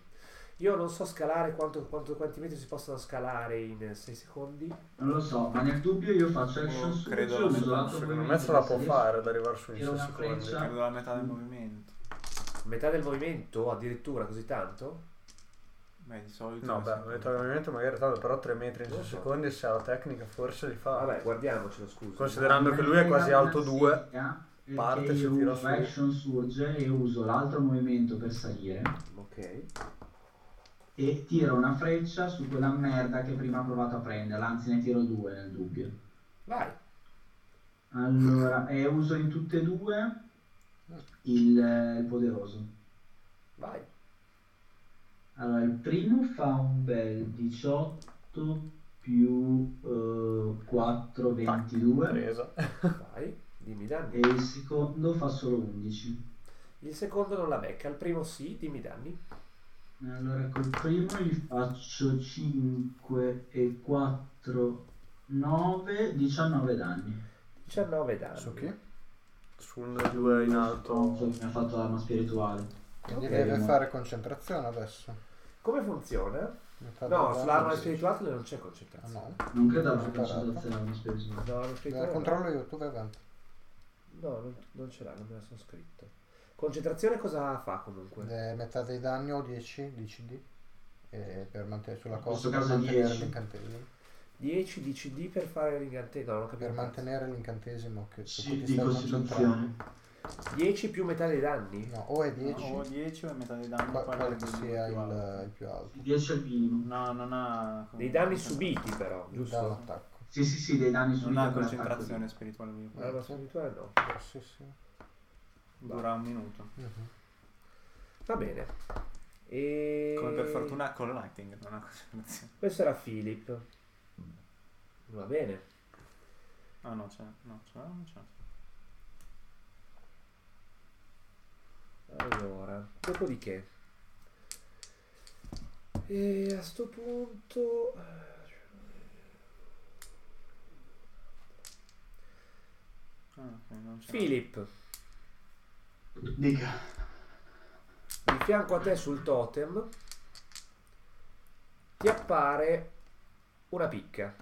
A: Io non so scalare quanto, quanto- quanti metri si possono scalare in 6 secondi.
H: Non lo so, ma nel dubbio io faccio action
C: Oh,
H: su
C: credo la metà,
B: Secondo me se la può fare ad arrivare sui 6
H: Tiro una
B: secondi.
H: freccia.
C: Perdo la metà del movimento.
A: Metà del movimento, addirittura così tanto?
C: Beh, di solito.
B: No,
C: è
B: beh,
C: sempre-
B: metà del movimento magari tanto, però 3 metri in 6 secondi se ha la tecnica forse li fa.
A: Vabbè, guardiamocelo, scusa.
B: Considera- Considerando che lui è quasi alto due, parte,
H: parte
B: si
H: io
B: tira
H: uso
B: su.
H: action surge e uso l'altro movimento per salire
A: Ok.
H: e tiro una freccia su quella merda che prima ha provato a prenderla, anzi ne tiro due nel dubbio.
A: Vai.
H: Allora, e uso in tutte e due il, eh, il poderoso.
A: Vai.
H: Allora, il primo fa un bel 18 più eh, 4, 22
B: Presa.
A: Vai. Dimmi danni.
H: e il secondo fa solo 11.
A: Il secondo non la becca, il primo sì, dimmi danni.
H: Allora, col primo gli faccio 5 e 4, 9, 19 danni.
A: 19 danni.
D: Su chi?
B: Sul 2 in alto.
H: So che mi ha fatto l'arma spirituale.
D: Quindi
A: Ok.
D: deve fare concentrazione adesso.
A: Come funziona?
D: Metà
A: Ah, no,
D: del-
A: sull'arma spirituale non c'è
D: Ah,
A: concentrazione.
D: No,
H: Non credo abbia
D: Imparato.
H: concentrazione l'arma spirituale.
A: No, Eh, l'arma
D: la
A: spirituale no.
D: controllo io, tu vai avanti.
A: No, non, non ce l'ha, non me la sono scritta. Concentrazione cosa fa comunque?
D: Eh, metà dei danni ho 10 DCD. E per mantenere sulla
H: In
D: costa
H: questo
D: per
H: caso
D: mantenere
H: 10.
D: l'incantesimo.
A: 10 DCD per fare l'incantesimo. No, non ho capito.
D: Per mantenere l'incantesimo che su
H: Sì,
D: cui ti
H: di
D: stai
H: costituzione.
A: 10 più metà dei danni?
D: No, o è 10,
C: No, o 10 o è metà dei danni.
D: qua-
C: poi
D: quale
C: la-
D: che sia
C: più
D: il,
C: alto.
D: il più alto.
H: 10 al minimo.
C: No, non ha.
A: Dei danni subiti però, giusto?
D: Dall'attacco.
H: Sì, sì, sì, dei danni
C: Non
H: subiti.
C: ha
H: con l'attacco
C: concentrazione spirituale. viva.
A: L'arma spirituale no.
D: Grossissimo.
C: Dura un minuto.
D: Mhm.
A: Va bene. E...
C: Come per fortuna con Lighting non ha concentrazione.
A: Questo era Philip. Va bene.
C: Ah no, c'è. No, c'è. Non c'è.
A: Allora, dopodiché. E a sto punto... eh,
C: Ah, ok, non c'è.
A: Philip,
H: di- Dica.
A: di fianco a te sul totem ti appare una picca.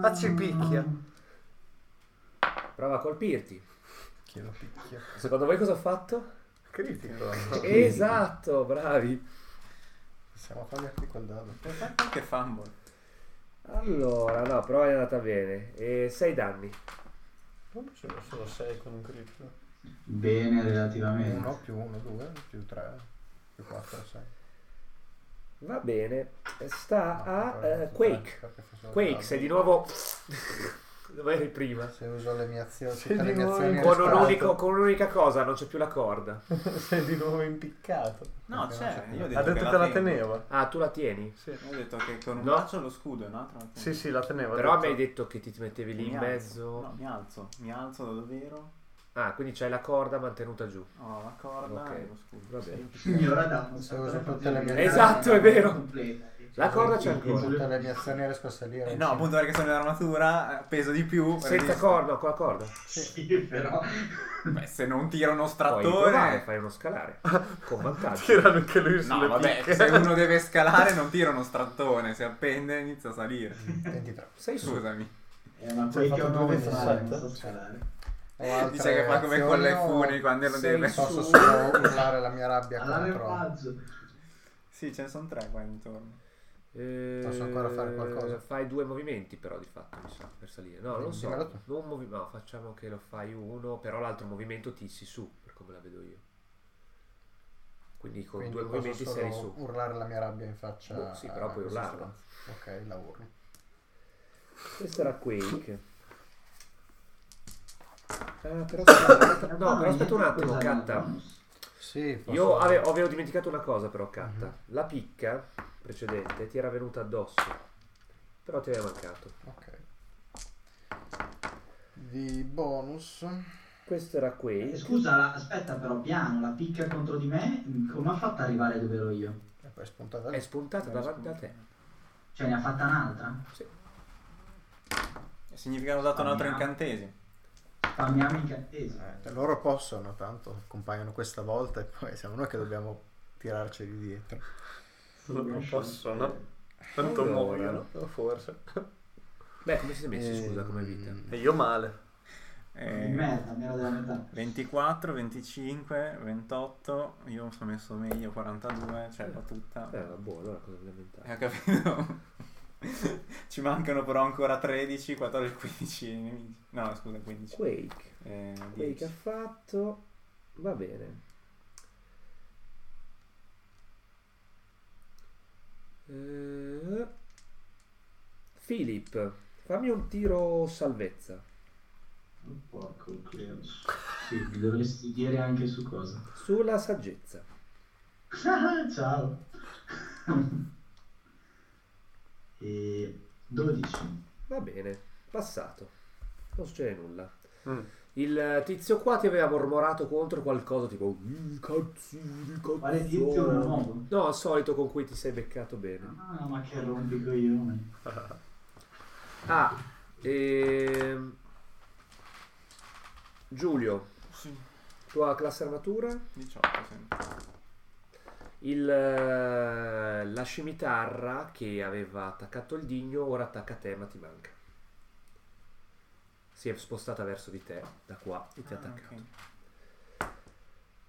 H: Ah,
B: ci picchia.
A: Prova a colpirti.
D: Chi lo picchia?
A: Secondo voi cosa ho fatto?
B: Critico.
A: Esatto, bravi.
D: Possiamo toglierti quel dado.
C: Puoi fare qualche fumble.
A: Allora, no, prova è andata bene. E 6 danni.
B: Come ce ne sono 6 con un critico?
H: Bene, relativamente.
D: 1 più 1, 2, più 3, più 4, 6.
A: Va bene. Sta a eh, Quake.
D: certo
A: Quake, sei di nuovo... Dove eri prima?
D: Se uso le mie azioni,
B: Sei
D: tutte le
B: di
D: mie
B: nuovo
D: azioni
B: in-
A: Con, un
D: restanti-
A: unico- con un'unica cosa, non c'è più la corda.
B: Sei di nuovo impiccato.
C: No,
D: Perché non
C: c'è.
D: c'è.
C: Io ho detto,
B: Ha detto che la teneva.
A: Ah, tu la tieni.
B: Sì.
C: Io ho detto che con un
A: No.
C: braccio lo scudo e un altro la tengo.
B: Sì, sì, la teneva. ha
A: Però mi
B: detto-
A: hai detto che ti mettevi lì in
C: alzo.
A: mezzo.
C: No, mi alzo. Mi alzo da dovero.
A: Ah, quindi c'hai la corda mantenuta giù.
C: Ho la corda
A: Ok,
C: e lo scudo.
A: va bene.
H: Signora Dama,
D: Se uso tutte le mie
A: Esatto, è vero.
H: Completa.
A: La corda c'è
D: Con
A: ancora.
D: Tutte le mie azioni riesco a salire.
C: Eh no, appunto perché sono in armatura, eh, peso di più.
A: Senza
C: resisto.
A: corda, con la corda.
H: Sì, però. eh,
C: Beh, se non tira uno
A: Puoi provare,
C: strattone.
A: fai uno scalare. Con vantaggio.
B: Tirano anche lui sulle
C: No, vabbè,
B: picche.
C: se uno deve scalare non tira uno strattone, si appende e inizia a salire.
A: Mm.
D: 23.
A: Sei su.
C: Scusami.
H: È una
D: Cioè,
H: quake che
D: fatto
H: ho
D: due
H: non
D: dei
H: fare,
D: sessanta.
H: non so scalare.
C: Dice che fa come con le funi quando non
A: Sei
C: deve.
A: su-
D: Posso solo urlare la mia rabbia
H: Alla
D: contro.
H: Verpazzo.
C: Sì, ce ne sono tre qua intorno.
A: Eh,
D: Posso ancora fare qualcosa?
A: Fai due movimenti però di fatto, mi sa, per salire. No, non lo so.
D: Dimmelo tu.
A: Non movi- no, facciamo che lo fai uno, però l'altro movimento ti si su, per come la vedo io. Quindi con
D: Quindi
A: due
D: posso
A: movimenti
D: solo Cioè, eh,
A: sei su.
D: urlare la mia rabbia in faccia.
A: Boh, sì, però
D: a
A: puoi
D: questo
A: urlarla.
D: stronzo. Ok, la urlo.
A: Questo era Quake. Eh, però aspetta, no, però aspetta un attimo, Katta.
D: Sì, posso- Mhm.
A: Io ave- avevo dimenticato una cosa però, Katta. La picca precedente ti era venuta addosso, però ti aveva mancato.
D: Ok. Di bonus.
A: Questo era
H: Eh,
A: Quake.
H: Scusa, la- aspetta però piano, la picca contro di me, mh, come ha fatto ad arrivare dove ero io?
D: E poi spuntata
A: È
D: lì.
A: spuntata davanti a te.
H: Cioè ne ha fatta un'altra?
C: Significa che ho dato un altro
H: Andiamo.
C: incantesimo.
H: Fammiamo incantesimo.
D: Eh, loro possono, tanto compaiono questa volta e poi siamo noi che dobbiamo tirarci di dietro.
I: Non possono. Tanto
A: Allora.
I: muoiono,
B: oh,
I: forse.
A: Beh, come siete messi,
D: Ehm,
A: scusa, come vita?
I: E io male.
H: Di
C: Eh,
H: merda, mi ero della metà.
A: Eh.
C: 24, 25, 28, io mi sono messo meglio 42, cioè l'ho tutta.
A: Eh, era buono, allora cosa volevi inventare?
C: Eh, capito? Ci mancano però ancora 13, 14, 15 nemici. No, scusa, 15.
A: Quake.
C: Eh,
A: Quake ha
C: 10.
A: fatto... Va bene. Eh, Philip, fammi un tiro salvezza.
H: Oh, Porco Cleo. Sì, dovresti dire anche su cosa.
A: Sulla saggezza.
H: Ciao. e 12.
A: Va bene, passato. Non succede nulla.
I: Mm.
A: Il tizio qua ti aveva mormorato contro qualcosa tipo... "Mm, Cazzo, di
H: Quale tizio me lo
A: cazzo.
H: muovo?
A: No, al solito con cui ti sei beccato bene.
H: Ah, ma che rompicoglione.
A: Ah, ehm, Giulio,
C: Sì,
A: tua classe armatura,
C: 18 sempre.
A: il, eh, la scimitarra che aveva attaccato il digno ora attacca te ma ti manca. Si è spostata verso di te, da qua, e ti ha
C: Ah,
A: attaccato.
C: ok.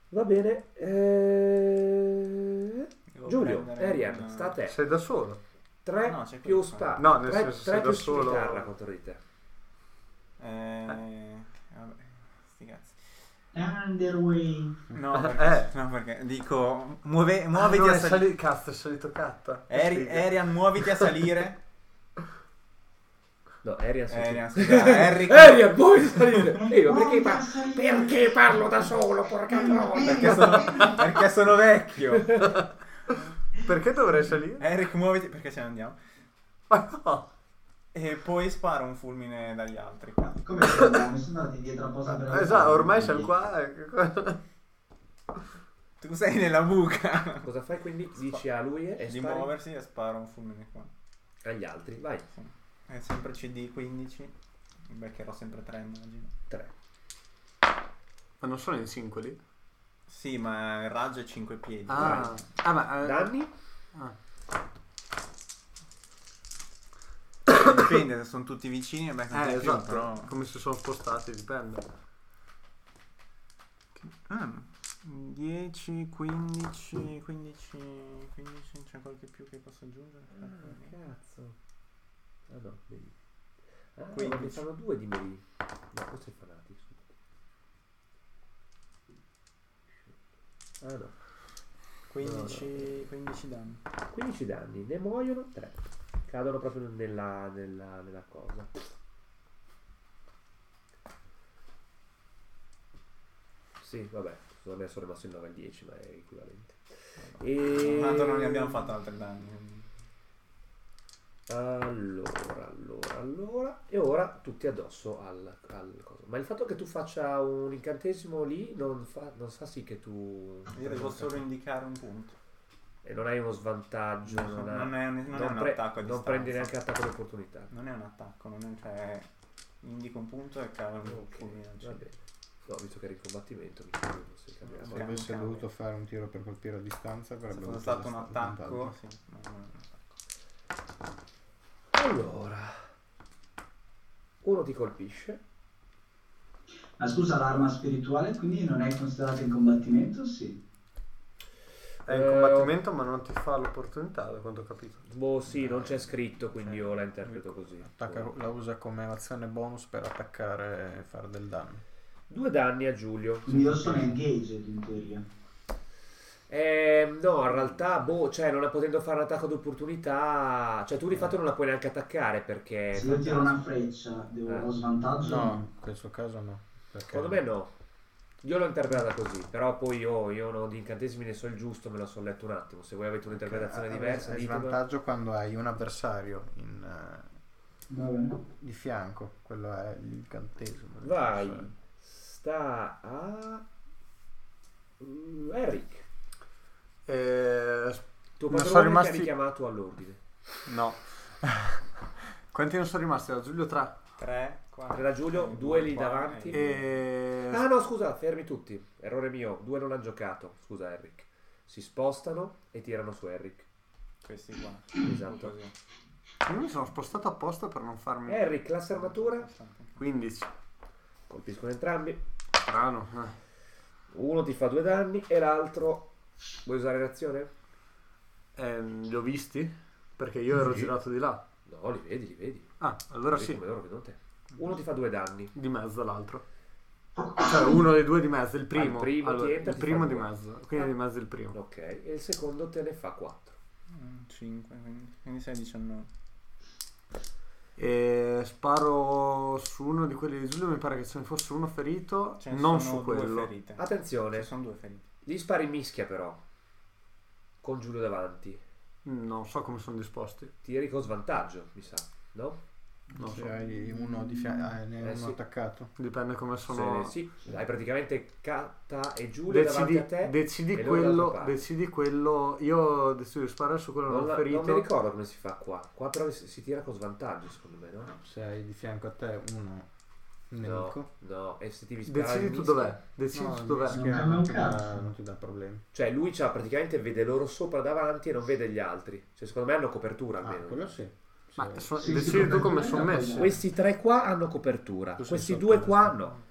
A: Va bene. eh,
C: Devo
A: Giulio,
C: prendere
A: Arian,
C: una-
A: sta a te.
B: Sei da solo.
A: 3
C: No, c'è
A: più
C: quello,
A: spada.
B: no, nel
A: 3,
B: senso, sei
A: più
B: da solo-
A: scimitarra contro di te.
C: Eh, vabbè, sti cazzi.
H: Underway.
C: No,
B: Eh.
C: perché, no, perché dico, muove- muoviti
B: Ah, no,
C: a
B: è
C: salire.
B: sali- Cazzo, è salito Katta.
C: Eri- Arian, muoviti a salire.
A: No, Arian sei tu.
C: Arian, scusa, Harry.
A: Arian, voi salite! Ehi, ma perché,
H: Porca
A: par-
H: salute.
A: perché parlo da solo, porca troia?
C: Perché sono, perché sono vecchio.
B: Perché dovrei salire?
C: Eric, muoviti. Perché ce ne andiamo?
B: Ma no.
C: E poi spara un fulmine dagli altri. cazzo.
H: Come se andiamo? Sono andati dietro apposta per la-
B: Esatto, ormai siamo qua. eh.
C: Tu sei nella buca.
A: Cosa fai quindi? Dici a lui e
C: Di
A: spari
C: muoversi e spara un fulmine qua.
A: agli altri. Vai,
C: È sempre CD 15. Mi beccherò sempre 3, immagino.
A: 3.
B: Ma non sono in singoli?
C: Sì, ma il raggio è 5 piedi.
B: Ah, ah ma... eh,
A: Danni?
C: Dipende, se sono tutti vicini e becca un
B: Eh,
C: po' più,
B: esatto.
C: però...
B: Come si sono spostati, dipende.
C: Ah, 10, 15, 15, 15, c'è qualche più che posso aggiungere?
A: Cazzo. Ah no, vedi. Ah,
C: Quindi.
A: ma ne fanno due di melee. No, questo è fanatico. Ah no,
C: 15, 15 danni.
A: 15 danni, ne muoiono 3. Cadono proprio nella, nella, nella cosa. Sì, vabbè, a me sono rimasto il 9 al 10, ma è equivalente. E...
C: Tanto non ne abbiamo fatto altri danni. quindi.
A: Allora, allora, allora. E ora tutti addosso al, al coso. Ma il fatto che tu faccia un incantesimo lì non fa, non fa sì che tu...
C: Io devo solo indicare un punto.
A: E non hai uno svantaggio.
C: Non,
A: non hai-
C: è, un, non è
A: non
C: un
A: pre-
C: attacco a
A: non
C: distanza.
A: prendi neanche attacco d'opportunità.
C: Non è un attacco, non è... Cioè, indico un punto e cavo un
A: Ok,
C: fulmine cioè, al
A: va
C: centro.
A: bene. No, visto che era in combattimento, mi chiedevo se cambiava.
D: Se avesse dovuto fare un tiro per colpire a distanza,
C: Se
D: avrebbe
C: fosse
D: avuto
C: stato un
D: bast-
C: attacco...
D: vantaggio.
C: Sì, ma non è un attacco.
A: Allora, uno ti colpisce.
H: Ma scusa, l'arma spirituale quindi non è considerata in combattimento? Sì.
B: È in
A: Eh,
B: combattimento, ma non ti fa l'opportunità, da quanto ho capito.
A: Boh, sì, non
C: Eh,
A: c'è scritto,
C: cioè,
A: quindi io la interpreto così.
B: Attacca-
C: Boh.
B: la usa come azione bonus per attaccare e fare del danno.
A: Due danni a Giulio.
H: Quindi io sono engaged in teoria.
A: Eh, no, in realtà, boh, cioè, non potendo fare un attacco d'opportunità, cioè, tu di fatto non la puoi neanche attaccare perché.
H: Se io tiro una freccia, devo
A: Eh.
H: ho svantaggio?
D: Mm.
B: No, in questo caso no. perché-
A: Secondo me no. Io l'ho interpretata così, però poi io, io non- di incantesimi ne so il giusto, me la so letto un attimo. Se voi avete un'interpretazione
D: Ah,
A: diversa,
D: Hai
A: ditemelo.
D: svantaggio quando hai un avversario in, eh,
H: Va bene.
D: di fianco. Quello è l'incantesimo.
A: Vai, sta a. Mm, Eric.
B: Eh,
A: Tuo
B: Non
A: padrone
B: sono
A: ti ha
B: rimasti-
A: richiamato all'ordine.
B: no. Quanti non sono rimasti? Da Giulio 3.
C: 3, 4.
A: Era Giulio, due lì davanti.
B: E...
A: Ah no, scusa, fermi tutti. Errore mio, due non hanno giocato. Scusa, Eric. Si spostano e tirano su Eric.
C: Questi qua.
A: Esatto.
C: Così.
B: Io mi sono spostato apposta per non farmi...
A: Eric, classe armatura.
B: 15.
A: Colpiscono entrambi.
B: Strano. eh.
A: Uno ti fa due danni e l'altro. Vuoi usare l'azione?
B: Eh, li ho visti? Perché io ero
A: Sì.
B: girato di là.
A: No, li vedi, li vedi.
B: Ah, allora
A: Vedi
B: sì.
A: come loro vedono te. Uno ti fa due danni.
B: Di mezzo l'altro. Cioè uno dei due di mezzo, il primo.
A: Ah, il primo
B: Allora,
A: ti entra,
B: il
A: ti
B: primo
A: fa
B: di
A: due. Ah.
B: mezzo. Quindi di mezzo il primo.
A: Ok, e il secondo te ne fa quattro.
C: 5, Mm, quindi, quindi sei 19.
B: E sparo su uno di quelli di Giulio, mi pare che ce ne fosse uno ferito,
C: Ce ne
B: non
C: Cioè, sono
B: su
C: due
B: quello.
C: ferite.
A: Ah,
C: Ce ne
A: Attenzione,
C: sono due ferite.
A: gli spari in mischia però. Con Giulio davanti.
B: Non so come sono disposti.
A: Tiri con svantaggio, mi sa, no?
B: Non
D: Se
B: so.
D: hai uno di fianco, ah, ne hai
A: Eh,
D: uno
A: sì.
D: attaccato.
B: Dipende come
A: Se-
B: sono.
A: sì, hai praticamente Kata e Giulio davanti
B: Decidi,
A: a te.
B: decidi
A: e loro dall'altra
B: quello,
A: parte.
B: decidi quello. Io decido di sparare su quello non,
A: Non, la-
B: ferito.
A: non mi ricordo come si fa qua. Qua però si, si tira con svantaggio, secondo me, no?
D: Se hai di fianco a te uno nemico.
A: No, no, e se ti sparare
B: Decidi
A: in
B: tu
A: mischia-
B: dov'è. Decidi tu dov'è.
D: non,
H: Non
D: ti dà-
H: cambia
D: non ti dà,
H: un cazzo.
D: non ti dà problemi.
A: Cioè, lui c'ha, praticamente vede loro sopra davanti e non vede gli altri. Cioè, secondo me hanno copertura
D: Ah,
A: almeno. Cioè,
D: quello sì. Sì.
B: Ma so-
H: Sì, sì,
B: decidi tu come
H: sì,
B: sono
H: sì.
B: messi.
H: Questo-
A: Questi tre qua hanno copertura,
B: Tu sei
A: questi
B: sotto,
A: due
B: giusto?
A: qua no.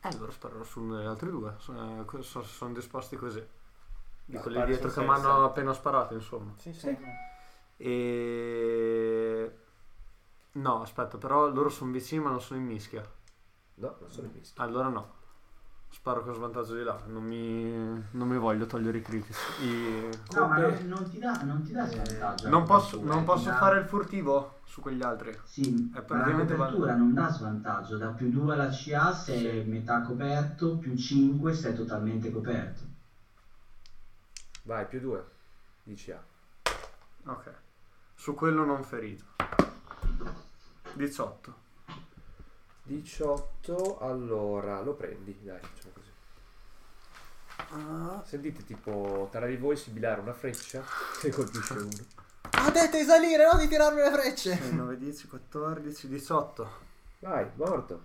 B: Eh, allora sparerò sugli altri due. Sono, eh, so- sono disposti così. Di
C: Ma
B: quelli
C: spari
B: dietro
C: su
B: che
C: sei,
B: mi hanno
C: sei.
B: appena sparato, insomma.
C: Sì, sì.
B: E. No, aspetta, però loro sono vicini ma non sono in mischia.
A: No, non sono in mischia.
B: Allora no. Sparo con svantaggio di là. Non mi, non mi voglio togliere i critici. I-
H: No, ma non, non ti dà, non ti dà svantaggio.
B: Eh, Non
H: la
B: posso,
H: copertura,
B: non
H: ti
B: posso
H: dà-
B: fare Eh, il furtivo su quegli altri.
H: Sì, ma la
B: praticamente
H: copertura non dà svantaggio, dà più 2 alla CA se è metà coperto, più 5 se è totalmente coperto.
A: Vai, più due. Dici A.
B: Ok. Su quello non ferito. 18.
A: 18, allora lo prendi, dai, facciamo così. Sentite tipo tra di voi sibilare una freccia che colpisce uno.
D: Ha detto di salire, no? Di tirarmi le frecce.
B: 9, 10, 14, 18.
A: Vai, morto.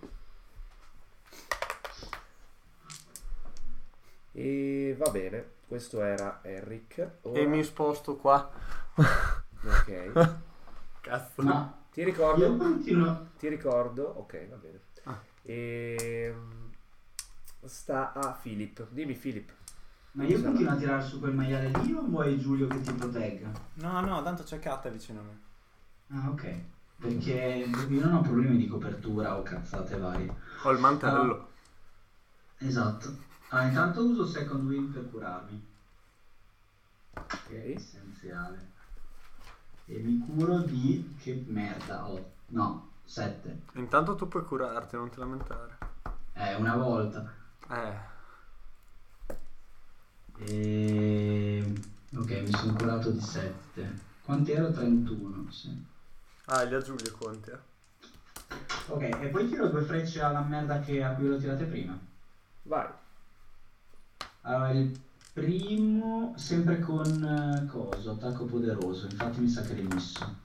A: E va bene, questo era Eric. Ora-
B: E mi sposto qua.
A: Ok.
B: Cazzo.
H: No,
A: Ti
H: io
A: ricordo
H: continuo.
A: Ti ricordo, ok, va bene.
B: Ah.
A: Ehm, sta a Philip. Dimmi Philip.
H: Ma io continuo a tirare su quel maiale lì o vuoi Giulio che ti protegga?
C: No, no, tanto c'è Kat vicino a me.
H: Ah, ok. Perché io non ho problemi di copertura o cazzate varie.
B: Ho il mantello.
H: Esatto. Ah, intanto uso Second Wind per curarmi. Che è
A: Ok.
H: essenziale. E mi curo di... Che merda, oh. No, 7.
B: Intanto tu puoi curarti, non ti lamentare.
H: Eh, una volta.
B: Eh.
H: E... Ok, mi sono curato di 7. Quanti ero? 31, sì.
B: Ah, gli aggiungi conti, eh.
H: Ok, e poi tiro due frecce alla merda che, a cui l'ho tirate prima.
A: Vai.
H: Allora, il primo sempre con eh, coso, attacco poderoso, infatti mi sa che l'hai messo.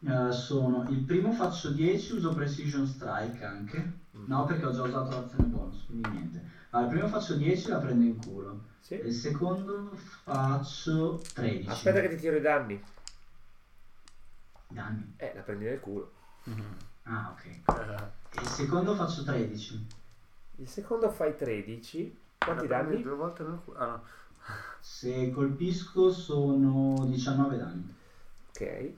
H: Eh, sono il primo faccio 10, uso precision strike anche. No, perché ho già usato l'azione bonus, quindi niente. Allora, il primo faccio 10 la prendo in culo.
A: Sì.
H: E il secondo faccio 13.
A: Aspetta che ti tiro i danni.
H: Danni.
A: Eh, la prendi nel culo.
H: Ah, ok.
B: Eh,
H: E il secondo faccio 13.
A: Il secondo fai 13. Quanti
B: La prendi
A: danni?
B: Due volte nel cu- Ah, no.
H: Se colpisco sono 19 danni.
A: Ok.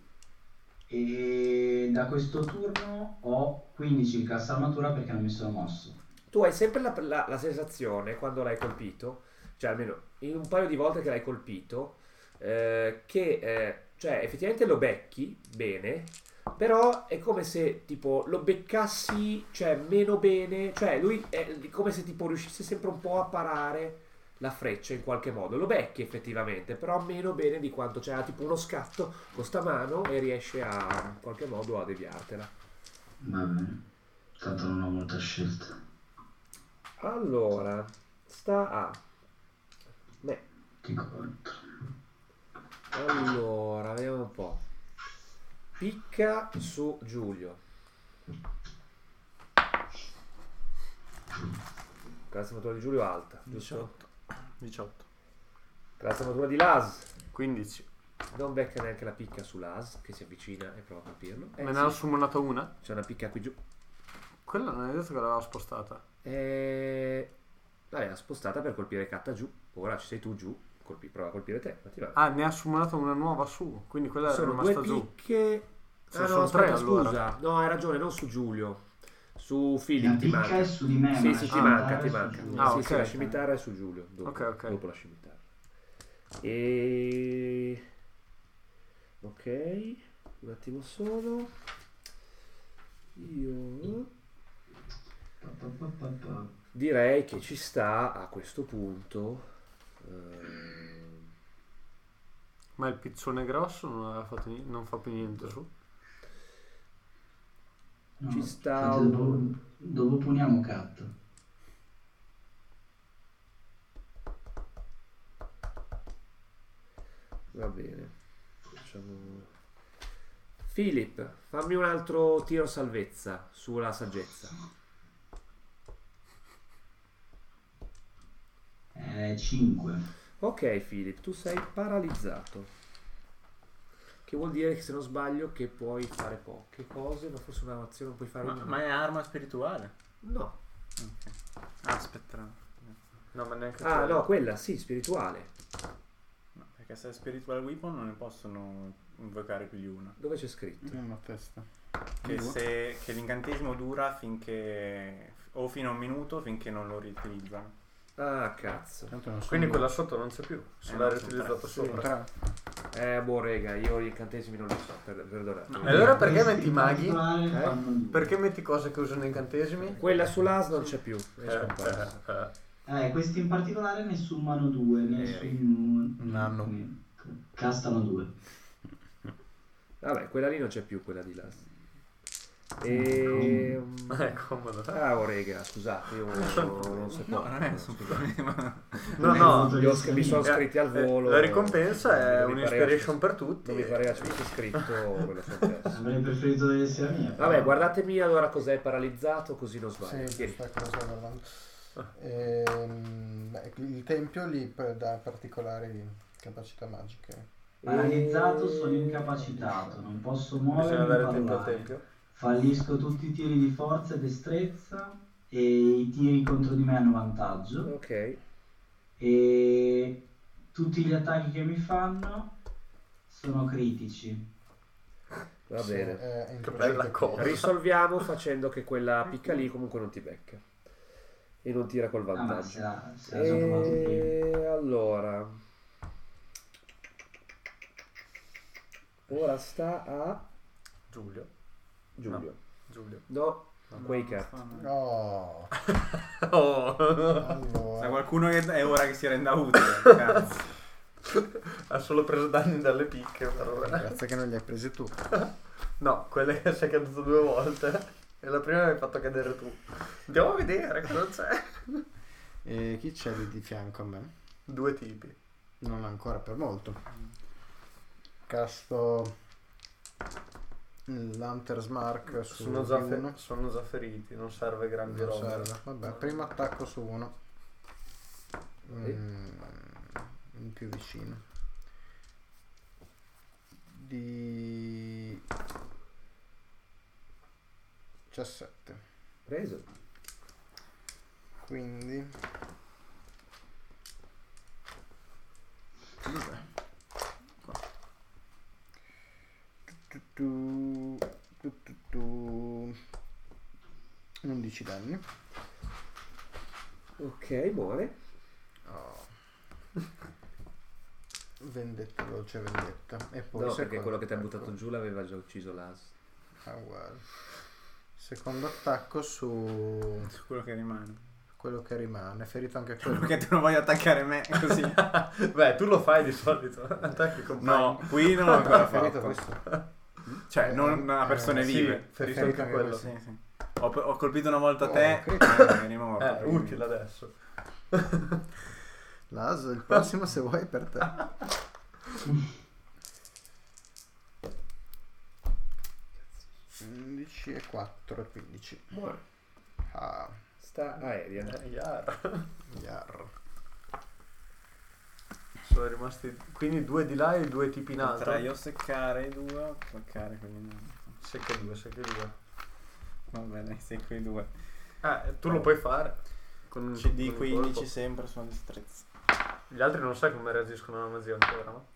H: E da questo turno ho 15 in cassa armatura perché non mi sono mosso.
A: Tu hai sempre la, la- la sensazione quando l'hai colpito, cioè almeno in un paio di volte che l'hai colpito, eh, che eh, cioè, effettivamente lo becchi bene, però è come se tipo lo beccassi cioè, meno bene, cioè lui è come se tipo riuscisse sempre un po' a parare la freccia in qualche modo, lo becchi effettivamente, però meno bene di quanto cioè, ha tipo uno scatto con sta mano e riesce a in qualche modo a deviartela.
H: Va bene. Tanto non ho molta scelta.
A: Allora, sta a me.
H: Ti conto.
A: Allora, vediamo un po'. Picca su Giulio. Classe matura di Giulio è alta, giusto?
B: 18. 18.
A: Classe matura di Las.
B: 15.
A: Eh, Non becca neanche la picca su Las, che si avvicina e prova a capirlo. Eh,
B: Me ne
A: sì,
B: hanno summonata una.
A: C'è una picca qui giù.
B: Quella non hai detto che l'aveva spostata.
A: E... Vabbè, l'ha Eh, spostata per colpire Katta giù. Ora ci sei tu giù. Colpi... Prova a colpire te. Ma ti va.
B: Ah, ne ha summonata una nuova su. Quindi quella era
A: sono due
B: rimasta giù.
A: picche.
B: Se
A: Ah, no,
B: sono
A: aspetta,
B: tre, allora.
A: scusa. No, hai ragione, non su Giulio. Su
H: La
A: Philip ti
H: picca
A: manca.
H: è su di me.
A: Sì, sì,
H: ma la
A: ti
H: scimitarra
A: manca, ti
H: è su
A: manca.
H: Giulio.
B: Ah,
A: sì,
B: ok.
A: sì, la scimitarra è su Giulio. Dopo,
B: Ok, ok.
A: dopo la scimitarra. E... Ok, un attimo solo. Io
H: Pa, pa, pa, pa, pa.
A: direi che ci sta a questo punto. ehm,
B: Ma il pizzone grosso non, aveva fatto ni- non fa più niente su.
H: No,
A: Ci sta
H: senti,
A: un-
H: dove, dove puniamo Cat?
A: Va bene. Facciamo... Philip, fammi un altro tiro salvezza sulla saggezza.
H: Eh, 5.
A: Ok, Philip, tu sei paralizzato. Che vuol dire che se non sbaglio che puoi fare poche cose, ma forse una azione non puoi fare
C: Ma,
A: una.
C: ma è arma spirituale?
A: No.
C: Ah, aspetta. No, ma neanche
A: Ah,
C: quella.
A: no, quella sì, spirituale.
C: No, perché se è spiritual weapon non ne possono invocare più di una.
A: Dove c'è scritto?
D: Mm.
B: Nella testa.
C: Che, se, che l'incantesimo dura finché... o fino a un minuto finché non lo riutilizzano.
A: Ah, cazzo.
B: Quindi quella sotto non c'è più. Se
C: Eh,
B: l'ha
C: no, sono
B: riutilizzata
C: tre.
B: sopra.
A: Eh, boh, rega, io gli incantesimi non li so, per- perdonate.
B: E allora perché
H: Questi
B: metti i maghi?
H: particolari
A: Eh?
H: fanno due.
B: Perché metti cose che usano incantesimi?
A: Quella sull'as non c'è più, è scomparsa.
B: Eh, eh, eh.
H: Eh, questi in particolare ne summano due, ne
A: Eh.
H: sum-
B: Un anno.
H: ne- Castano due.
A: Vabbè, quella lì non c'è più, quella di là. E...
B: Ma è comodo.
A: Ah, oh, rega, scusate, io non, non so
C: No, non è nessun
A: scusate.
C: problema.
B: No, no.
A: Gli ho- mi sono
B: Eh,
A: scritti al
B: eh,
A: volo.
B: La ricompensa è
A: Non mi pareva
B: un'inspiration
A: ci-
B: per tutti.
A: Non mi pareva ci fosse scritto quello che ho perso.
H: Avrei preferito deve essere mia. però.
A: Vabbè, guardatemi allora cos'è paralizzato, così non sbaglio.
D: Sì,
A: Vieni.
D: questa cosa guardando.
B: Ah.
D: Ehm, beh, il tempio lì per- dà particolari capacità magiche.
H: Paralizzato sono
A: E-
H: incapacitato, non posso
B: Bisogna
H: muovermi
B: dare tempo al
H: parlare.
B: tempio.
H: Fallisco tutti i tiri di forza e destrezza e i tiri contro di me hanno vantaggio
A: Ok,
H: e tutti gli attacchi che mi fanno sono critici.
A: va
D: Sì,
A: bene.
D: è- è
B: Che bella
D: incrociato.
B: cosa.
A: Risolviamo facendo che quella picca lì comunque non ti becca. E non tira col
H: Ah, ma
A: vantaggio.
H: se la, se la sono provato
A: Eh.
H: prima.
A: E allora. Ora sta a
B: Giulio.
A: Giulio.
B: Giulio.
A: No,
C: No,
A: Quei
C: non
A: cat.
C: sta- no.
D: No,
B: Oh.
C: Sa
D: allora.
C: qualcuno che è ora che si renda utile. cazzo.
B: ha solo preso danni dalle picche. però vabbè.
D: Grazie che non li hai presi tu.
B: No, quelle che sei caduto due volte. E la prima l'hai fatto cadere tu. Andiamo a vedere cosa c'è.
D: E chi c'è lì di fianco a me?
B: Due tipi.
D: Non ancora per molto. Casto l'Hunter's Mark su
B: Sono già, fe-
D: uno.
B: sono già feriti, non serve grandi
D: Non
B: robe.
D: serve. Vabbè, primo attacco su uno. Mm, il più vicino. Di 17.
A: preso.
D: Quindi 10 danni.
A: Ok, muore.
D: Oh. Vendetta, dolce vendetta. E poi
A: No, perché
D: secondo
A: quello che ti ha
D: attacco.
A: buttato giù l'aveva già ucciso l'as.
D: Ah, guarda. Secondo attacco su
C: Su quello che rimane.
D: quello che rimane. Ferito anche quello.
C: Perché tu non vuoi attaccare me così.
B: Beh, tu lo fai di solito. Attacchi con
C: No, qui non l'ho ancora
D: ferito
C: fatto.
D: questo.
C: Cioè, non a persone
D: Eh, sì,
C: vive.
B: ferito
D: ferito
B: anche
D: anche
B: quello.
D: questo.
C: Sì, sì. Ho, ho colpito una volta
D: Oh,
C: te,
D: ok.
C: eh, eri morto.
B: Eh,
C: quindi.
B: utile adesso.
D: Las, il prossimo se vuoi è per te. Undici e 4 e 15.
A: Muore.
D: Ah,
A: Sta aerea.
B: Eh, Iar.
D: yar.
B: Sono rimasti quindi due di là e due tipi in alto.
C: Tra io seccare i due, o toccare quelli in alto.
B: Secca due, secca due.
C: Vabbè, dai, secco i due.
B: Eh, tu lo puoi fare. Con
C: CD
B: con il Mm, colpo.
C: 15 sempre sulla destrezza.
B: Gli altri non sai come reagiscono alla magia ancora, no?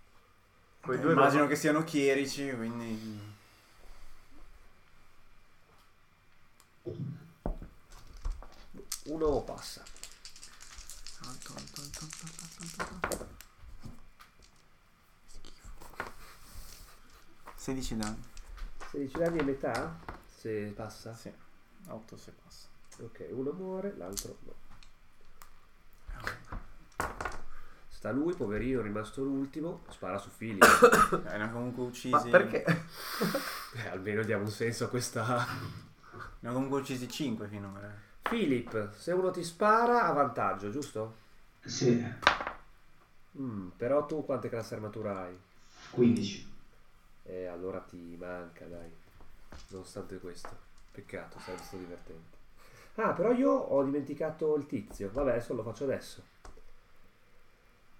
B: Quei due
C: Immagino
B: lo-
C: che siano chierici, quindi...
A: Uno passa.
C: Schifo. 16 danni.
A: 16 danni e metà? Se passa?
C: Sì. 8 se passa.
A: Ok, uno muore, l'altro no. Sta lui, poverino, è rimasto l'ultimo. Spara su Fili.
C: Eh, ne ha comunque uccisi.
B: Ma perché?
A: Eh, almeno diamo un senso a questa.
C: Ne ha comunque uccisi 5 finora.
A: Philip, se uno ti spara ha vantaggio, giusto?
H: Sì,
A: Mm, però tu quante classi armatura hai?
H: 15.
A: Eh, allora ti manca, dai. Nonostante questo. Peccato, sarebbe stato divertente. Ah, però io ho dimenticato il tizio. Vabbè, adesso lo faccio adesso.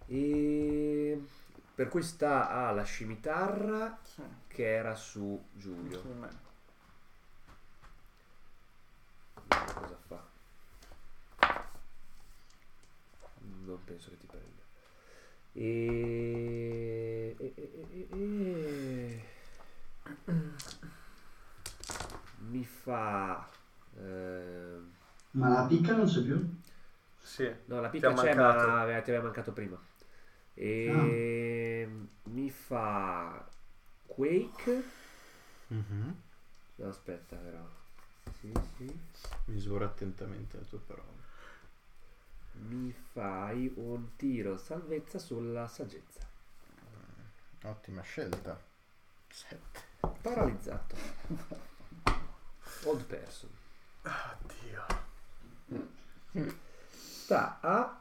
A: E... Per cui sta alla scimitarra
C: Sì.
A: che era su Giulio.
C: Su di me.
A: Vediamo cosa fa. Non penso che ti prenda. E... e- e- e- e- Mi fa... ehm,
H: Ma la picca non c'è più?
B: Sì.
A: No, la picca
B: Ti ha
A: c'è,
B: mancato.
A: ma aveva- ti aveva mancato prima. E... Mi fa... Quake...
D: Mhm.
A: No, aspetta però. Sì, sì.
D: Misura attentamente le tue parole.
A: Mi fai un tiro salvezza sulla saggezza.
D: Ottima scelta. 7.
A: Paralizzato. Old person.
B: Oddio.
A: Sta a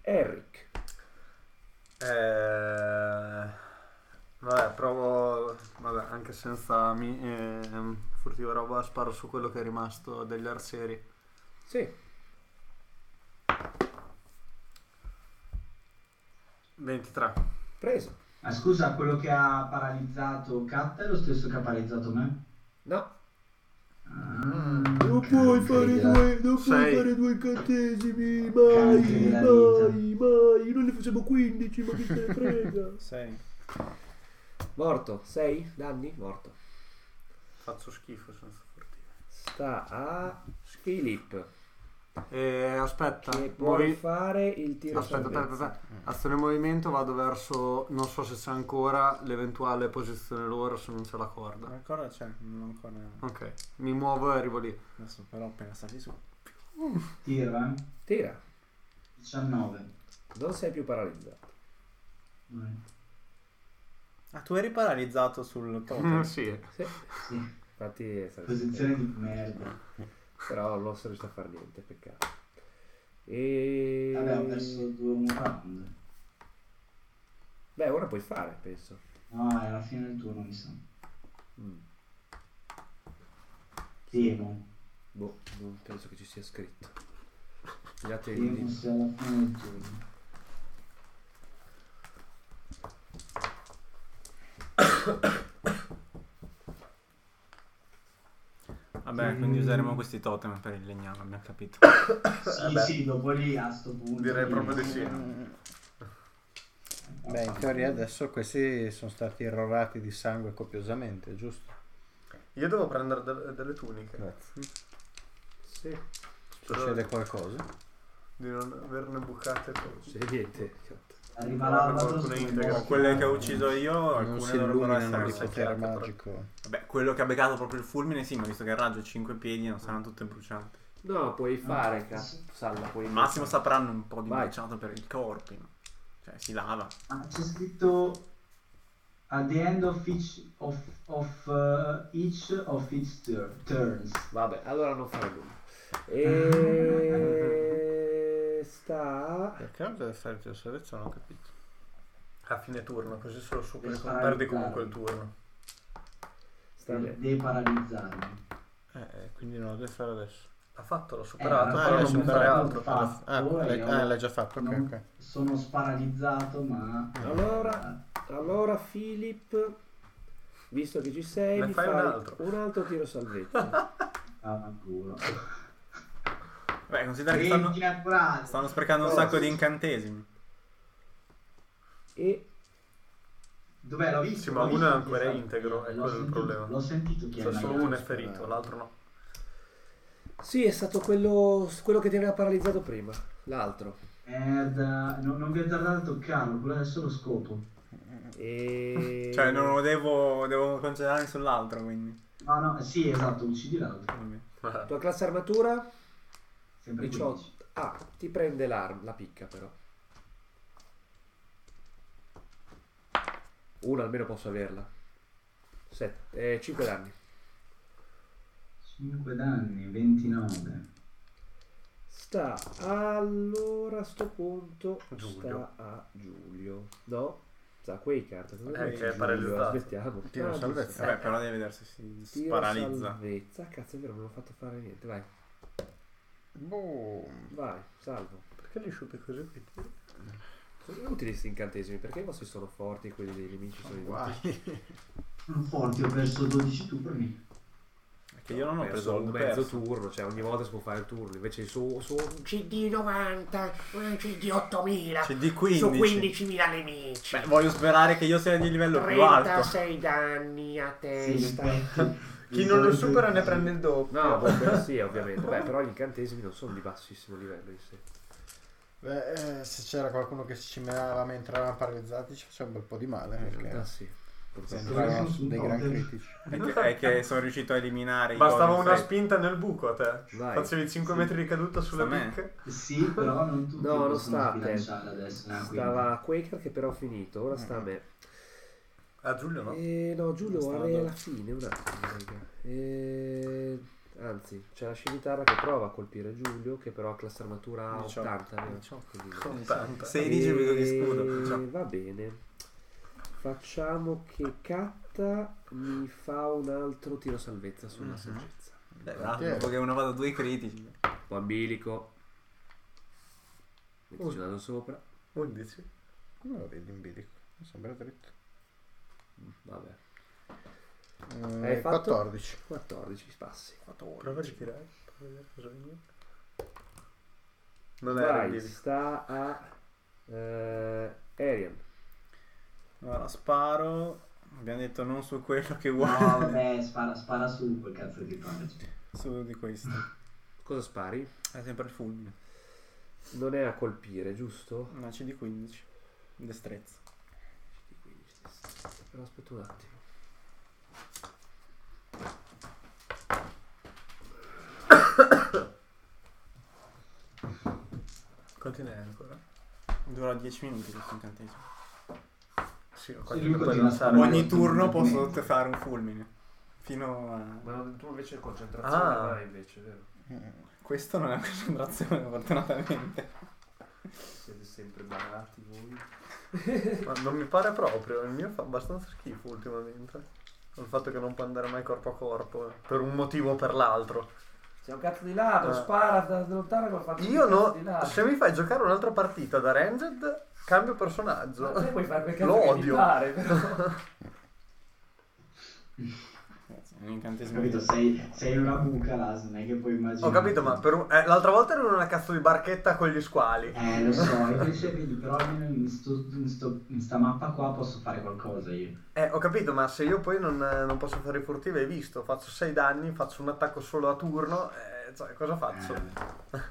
A: Eric.
B: Eh, vabbè, provo. Vabbè, anche senza mi, ehm, furtiva roba, sparo su quello che è rimasto degli arcieri.
A: Sì.
B: 23.
A: Preso.
H: Ah, scusa, quello che ha paralizzato Kat è lo stesso che ha paralizzato me?
A: No.
H: Ah,
A: Non Mm. puoi fare due, non puoi
B: Sei.
A: fare due incantesimi.
H: Cante
A: Mai,
H: della
A: mai, mai. Noi ne facciamo 15, ma chi se ne frega.
C: 6.
A: Morto. 6 danni? Morto.
B: Faccio schifo senza furtiva.
A: Sta a Philip.
B: Eh, aspetta,
A: Che
B: muovi-
A: puoi fare il tiro
B: Aspetta, aspetta,
A: salvezza.
B: aspetta. Azione in movimento, vado verso. Non so se c'è ancora l'eventuale posizione loro, se non c'è la corda.
C: Ancora c'è, non l'ho ancora.
B: Ok, mi muovo e arrivo lì.
C: Adesso però appena sali su.
H: Tira, eh?
A: Tira.
H: 19.
A: Non sei più paralizzato.
H: Vai.
C: Ah, tu eri paralizzato sul
B: Mm,
C: totem.
B: sì.
A: Sì.
H: Sì,
A: Infatti è stato-
H: posizione di merda.
A: Però non sono riuscito a fare niente, peccato. E...
H: Vabbè, ho perso due un round.
A: Beh, ora puoi fare, penso.
H: No, è la fine del turno, mi sa.
A: Mm.
H: Temo.
A: Boh, non penso che ci sia scritto. Pigliate il
H: Temo
A: libro.
H: sia la fine del turno.
C: Vabbè, quindi useremo questi totem per il legname, abbiamo capito. Eh,
H: Sì, sì, dopo lì a sto punto.
B: Direi
H: lì.
B: proprio di sì.
D: Beh, in teoria adesso questi sono stati irrorati di sangue copiosamente, giusto?
B: Eh. Io devo prendere de- delle tuniche.
D: Grazie.
A: Sì. Sì,
D: Succede qualcosa?
B: Di non averne bucate poi.
A: sì, niente.
H: Arriva
B: Guarda,
H: l'albero
B: qualcuno
H: sul
B: integra.
H: bosco.
C: Quelle che ho ucciso io,
D: Non si
C: alcune dovrebbero
D: illuminano
C: essere
D: di potere
C: secchiate, però-
D: magico.
C: Vabbè, quello che ha beccato proprio il fulmine, sì, ma visto che il raggio è 5 piedi, non saranno tutte bruciate.
A: No, puoi fare, cazzo. Salla, puoi
C: Al massimo sapranno un po' di
A: Vai.
C: bruciato per il corpo. no? Cioè, si lava.
H: Ah, c'è scritto at the end of each of, of uh, each of its tur- turns.
A: Vabbè, allora non fare nulla. E sta...
D: Perché non deve fare più salvezza? Non ho capito.
B: A fine turno, così solo superi,
H: Questa-
B: perdi comunque il turno.
A: sta bene.
H: Deparalizzarmi.
D: Eh, quindi non lo deve fare adesso.
B: L'ha fatto, l'ho superato,
H: Eh,
B: però
D: l'hai
B: non può fare
D: superato.
B: altro.
H: Ah,
D: Ah,
H: poi
D: l'hai,
H: ho-
D: ah, l'hai già fatto, ok,
H: non-
D: ok.
H: Sono sparalizzato, ma
A: Allora, allora Philip, visto che ci sei,
B: Ne
A: mi
B: fai
A: fai
B: un altro.
A: un altro tiro salvezza.
H: ah, Vaffanculo.
C: Beh, considera che stanno,
H: Venti naturali.
C: stanno sprecando un
H: Allora,
C: sacco di incantesimi.
A: e
H: Dov'è? L'ho visto.
B: Sì, ma
H: l'ho
B: uno
H: visto
B: è
H: chi
B: ancora
H: stato-
B: integro, è
H: l'ho
B: quello il
H: sentito-
B: problema.
H: L'ho sentito chi
B: Cioè,
H: era.
B: solo
H: io.
B: uno è ferito, l'altro no.
A: sì, è stato quello, quello che ti aveva paralizzato prima, l'altro.
H: Merda, no- non vi azzardate a toccarlo, quello è solo scopo.
A: E...
C: Cioè, non lo devo, devo concentrarmi sull'altro, quindi.
H: No, no, sì, esatto, uccidi l'altro.
C: Vabbè.
A: Tua classe armatura?
H: Sempre
A: 18.
H: 15.
A: Ah, ti prende l'arma, la picca però. Una almeno posso averla. 5 danni.
H: 5 danni, 29.
A: Sta allora a sto punto
B: Giulio.
A: sta a Giulio. No? Sta quei carte.
B: Eh, che è paralizzato.
A: Aspettiamo.
D: Tiro
A: Ah,
D: salvezza.
A: giusto.
C: Vabbè, però devi vedere se si
A: Tiro
C: sparalizza.
A: salvezza. Cazzo, è vero, non ho fatto fare niente. Vai,
D: Boom.
A: vai, salvo.
B: Perché li sciupi così quei tiri?
A: Sono utili questi incantesimi perché i vostri sono forti e quelli dei nemici sono inutili.
D: Guai.
H: Sono forti, ho perso 12 turni.
C: Perché io non ho
A: Perso
C: preso
A: un
C: il
A: Eh, mezzo
C: perso.
A: turno, cioè ogni volta si può fare il turno, invece su, su un CD 90, un CD 8000,
C: CD
A: su
C: 15.
A: 15.000 nemici.
C: Beh, voglio sperare che io sia di livello più alto.
A: 36 danni a
H: Sì,
A: testa.
B: Chi non lo supera ne prende il doppio.
A: No, boh, quello sì, ovviamente. Beh, però gli incantesimi non sono di bassissimo livello in sé.
D: Beh, eh, se c'era qualcuno che si cimerava mentre eravamo paralizzati ci faceva un bel po' di male
A: Ah,
C: Eh,
D: perché
A: sì. Purtroppo.
D: sembravano dei gran critici.
C: È che, è che sono riuscito a eliminare i
B: Bastava
C: golem
B: una
C: freddi.
B: spinta nel buco a te.
A: Vai.
B: Facevi 5
H: Sì.
B: metri di caduta sulla
C: Sta a me.
B: picca.
H: Sì, però non tutti
A: No, non
H: possono
A: sta a te.
H: bilanciare adesso. no, quindi.
A: Stava a Quaker che però ho finito, ora sta a me.
B: A Giulio no.
A: Eh, no, Giulio
C: Stava
A: guarda, è
C: dove?
A: alla fine un attimo. raga. Eh, anzi, c'è la scimitarra che prova a colpire Giulio, che però ha classe armatura
C: 18.
A: 80. eh,
C: 18.
A: quindi-
B: 80.
C: Sei- 16 vedo che scudo,
A: Eh,
C: ciao.
A: Va bene. Facciamo che Katta mi fa un altro tiro salvezza sulla
C: Mhm.
A: saggezza.
C: Beh, dato dopo ah, che uno vada due critici.
A: Buon bilico. Mettici un dado sopra.
B: 11.
D: Come lo vedi in bilico? Mi sembra dritto.
A: Vabbè.
D: Mm,
A: Hai fatto?
D: 14.
A: 14 spassi.
B: Prova a ritirare. prova a vedere cosa viene. Non era
A: Vai,
B: il
A: sta a eh, Arian.
C: Allora, sparo. Abbiamo detto non su quello che
H: No,
C: vuoi.
H: vabbè, spara, spara su quel cazzo cioè. di pare.
C: Su di questo.
A: Cosa spari?
C: È sempre il fulmine.
A: Non è a colpire, giusto?
C: Una CD 15. Destrezza.
A: Però aspetta un attimo.
B: Continua ancora.
C: Dura 10 minuti questo incantesimo.
B: Sì, ho
H: lui
B: capito.
H: continua a stare-
C: Ogni turno posso fare un fulmine. Fino a.
A: Ma tu invece
B: concentrazione Ah. vai
A: invece, vero?
C: Questo non è una concentrazione, fortunatamente.
A: Siete sempre barati voi.
B: Ma non mi pare proprio, il mio fa abbastanza schifo ultimamente. Il fatto che non può andare mai corpo a corpo, eh, per un motivo o per l'altro.
A: C'è un cazzo di ladro,
B: Eh.
A: spara da lontano col fatto
B: Io no, se
A: Cioè,
B: mi fai giocare un'altra partita da Ranged, cambio personaggio.
A: Ma Cioè, te puoi fare quel cazzo
B: Lo
A: che ti
B: odio.
A: pare, però.
C: È un incantesimo.
H: Capito? Sei, sei in una buca là, non è che puoi immaginare.
B: Ho capito, ma per un- eh, l'altra volta ero in una cazzo di barchetta con gli squali.
H: Eh, lo so, invece vedi, però almeno in, sto- in sto- in sta mappa qua posso fare qualcosa io.
B: Eh, ho capito, ma se io poi non, eh, non posso fare i furtivi, hai visto? Faccio 6 danni, faccio un attacco solo a turno. eh, Eh, cioè, cosa faccio?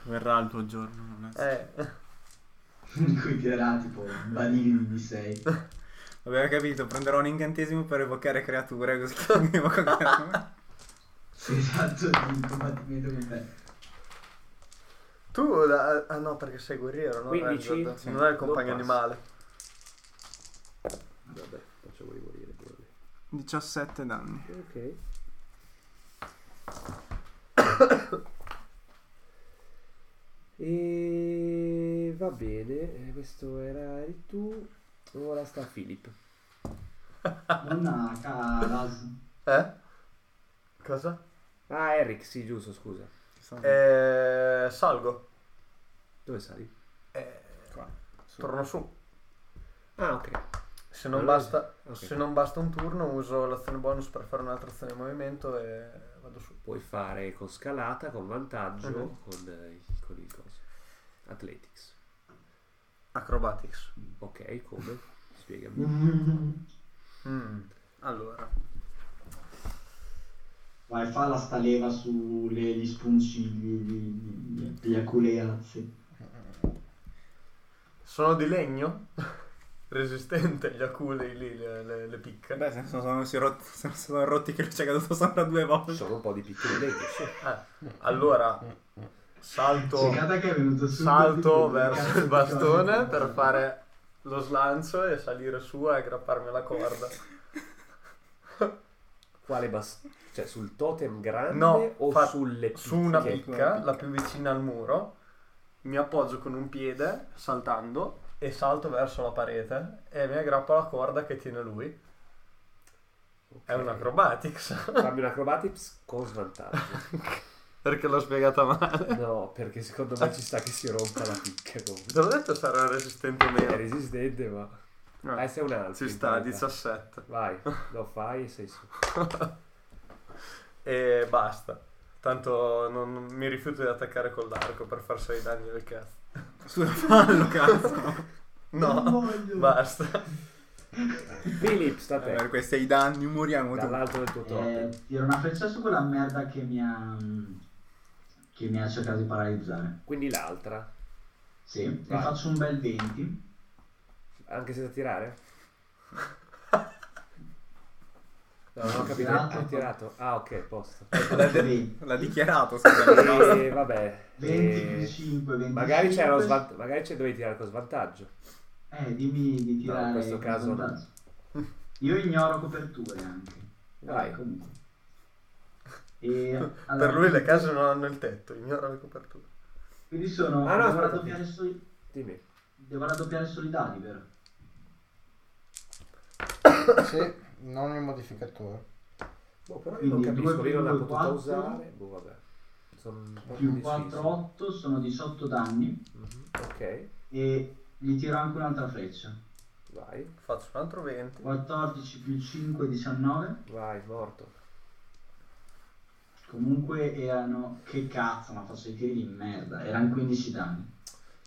C: Verrà il tuo giorno. non è-
B: Eh,
H: di cui tirerà tipo banini di 6.
C: Vabbè, ho capito, prenderò un incantesimo per evocare creature così che evoco creature.
H: Esatto, di combattimento con te.
B: tu, da- ah no, perché sei guerriero, no?
A: 15?
B: Ranged?
C: Sì.
B: Non hai il compagno
A: Non passa.
B: animale.
A: Vabbè, facciamoli morire. pure.
C: 17 danni.
A: Ok. E va bene, eh, questo era il tu. Ora sta Philip.
H: Donna Caras.
B: Eh? Cosa?
A: Ah, Eric, sì, giusto, scusa.
B: Eh, salgo.
A: Dove sali?
B: Eh,
C: Qua, su.
B: torno su.
A: Ah, ok.
B: Se non,
A: Allora-
B: basta,
A: ok.
B: se non basta un turno, uso l'azione bonus per fare un'altra azione di movimento e vado su.
A: Puoi fare con scalata, con vantaggio,
B: Mhm.
A: con, eh, con il coso. Athletics.
B: Acrobatics.
A: Ok, come? Spiegami.
H: Vai,
B: Mm, Allora,
H: fa la sta leva sugli spuncigli di, di, di, di aculeazzi.
B: sono di legno, resistente agli aculei lì, le, le- le picche.
C: Eh Beh, se ne sono, sono- si rot- se ne sono rotti che lui ci è caduto sopra due volte.
A: Sono un po' di piccoli leggi, sì.
B: Ah, allora, salto,
H: Cercata che è venuto su.
B: salto
H: tipo,
B: verso
H: cazzo
B: il
H: di
B: bastone
H: cosa.
B: per fare lo slancio e salire su e aggrapparmi alla corda.
A: Quale bas... Cioè, sul totem grande
B: No,
A: o
B: fa-
A: sulle
B: Su una
A: picche?
B: picca, la più vicina al muro, mi appoggio con un piede, saltando, e salto verso la parete e mi aggrappo alla corda che tiene lui.
A: Ok.
B: È un acrobatics,
A: Fammi un acrobatics con svantaggio.
B: perché l'ho spiegata male.
A: No, perché secondo me ci sta che si rompa la picca comunque.
B: Te l'ho detto sarà resistente o
A: È
B: meno.
A: resistente, ma... Ah,
B: Eh,
A: sei un altro.
B: Ci
A: in
B: sta, diciamo.
A: realtà.
B: 17.
A: Vai, lo fai e sei su.
B: E basta. Tanto non, non- mi rifiuto di attaccare con l'arco per far 6 danni del cazzo.
C: Scusa, fallo, cazzo.
H: Non
B: No,
H: voglio.
B: basta.
A: Philip, sta a te.
B: Eh,
C: Per questi i danni moriamo tu.
A: Dall'alto del tuo totem.
H: Eh, tiro una freccia su quella merda che mi ha. che mi ha cercato di paralizzare.
A: Quindi l'altra.
H: Sì, e
A: Vai.
H: faccio un bel 20.
A: Anche senza tirare? No, non ho
H: Ho
A: capito.
H: tirato.
A: Hai tirato? Ah, ok, posto.
C: L'ha, de-
H: 20
C: l'ha dichiarato, scusa. però.
A: E vabbè.
H: 20
A: eh,
H: più 5, 25.
A: Magari c'era lo svant- magari c'è dovevi tirare con svantaggio.
H: Eh, dimmi di
A: No, in
H: tirare.
A: questo
H: il
A: caso no.
H: vantaggio. Io ignoro coperture anche.
A: Vai.
H: Eh, comunque. E, allora,
B: Per lui le case non hanno il tetto, ignora le coperture.
H: Quindi sono.
A: Ah, no,
H: devo,
A: aspetta.
H: raddoppiare solo i-
A: Dimmi.
H: devo raddoppiare solo i dadi, vero?
D: Sì, non il modificatore.
A: Boh, però io non
H: Quindi
A: capisco,
H: due
A: io non l'ha
H: più
A: potuta
H: quattro.
A: usare. Boh, vabbè. Sono un po'
H: Più
A: indeciso.
H: 4, 8 sono 18 danni.
A: Mhm, Ok,
H: E gli tiro anche un'altra freccia.
A: vai,
B: Faccio un altro 20.
H: 14 più 5, 19.
A: vai, morto.
H: Comunque erano. Che cazzo, ma faccio i tiri di merda. Erano 15 danni.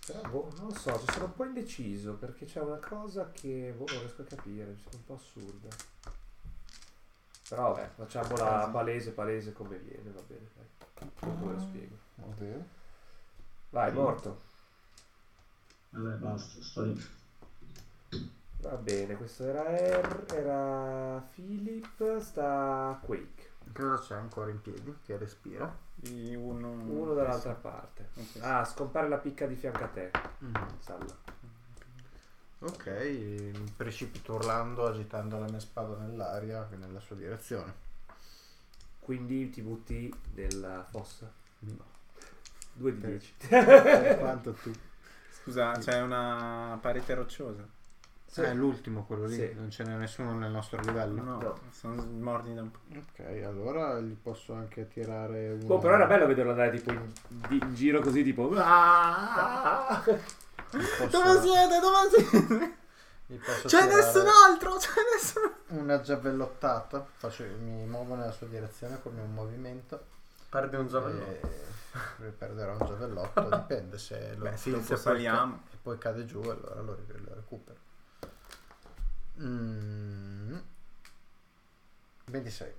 A: Però boh, non lo so, sono un po' indeciso perché c'è una cosa che boh, non riesco a capire, mi sembra un po' assurda. Però vabbè, facciamola palese, palese come viene, va bene, dai. Dopo ve lo spiego.
D: Oddio.
A: Vai, morto.
H: Vabbè, basta, sto lì.
A: Va bene, questo era R, era Philip, sta Quake.
B: Cosa c'è ancora in piedi che respira?
C: Di Uno,
D: Mm,
A: Uno dall'altra parte. Ah, scompare la picca di fianco a te, Salla.
D: Mm-hmm. Ok, mi precipito urlando, agitando la mia spada nell'aria, nella sua direzione.
A: Quindi ti butti nella fossa.
D: No. Eh,
A: 2 di
D: Per-
A: 10.
D: Per quanto tu.
C: Scusa, c'è una parete rocciosa.
A: Sì.
D: Eh, È l'ultimo quello lì,
A: Sì.
D: non ce n'è nessuno nel nostro livello.
C: No,
A: No.
C: sono morti da un po'.
D: Ok, allora gli posso anche tirare uno.
A: Boh, però era bello vederlo andare tipo in, di- in giro così, tipo. "Ah!"
D: Posso-
C: Dove Cioè, siete? Dove siete?
D: gli posso
C: C'è
D: tirare
C: nessun altro! C'è nessun altro!
D: Una giavellottata, faccio- mi muovo nella sua direzione con un movimento.
B: Perdi un giavellotto.
A: Eh.
D: E perderò un giavellotto, dipende se lo
C: Beh, sì,
D: infilo
C: se
D: poi
C: parliamo.
D: ca- e poi cade giù, allora lo, ri- lo recupero. Mm. 26.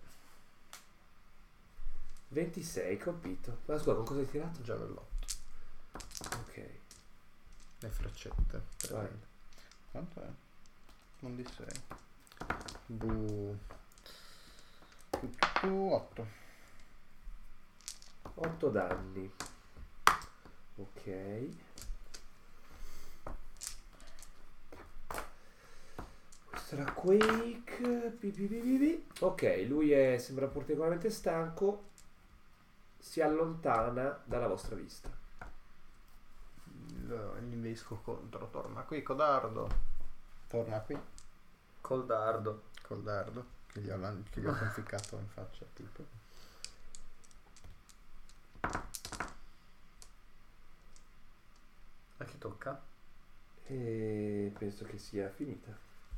A: 26 colpito. Ma scusa, con cosa hai tirato?
D: Giavellotto.
A: Ok.
D: Le freccette.
A: Vai.
D: prende.
I: Quanto è? Non di 6.
D: Bu.
I: Più 8.
A: 8 danni. Ok. Questo era Quake. pi, pi, pi, pi, pi. Ok, lui è- sembra particolarmente stanco. Si allontana dalla vostra vista.
D: Lo invesco contro. Torna qui, codardo. Torna qui,
B: Col dardo.
D: col dardo. Che gli ho, lan- che gli ho conficcato in faccia, tipo.
B: A chi tocca?
A: E penso che sia finita.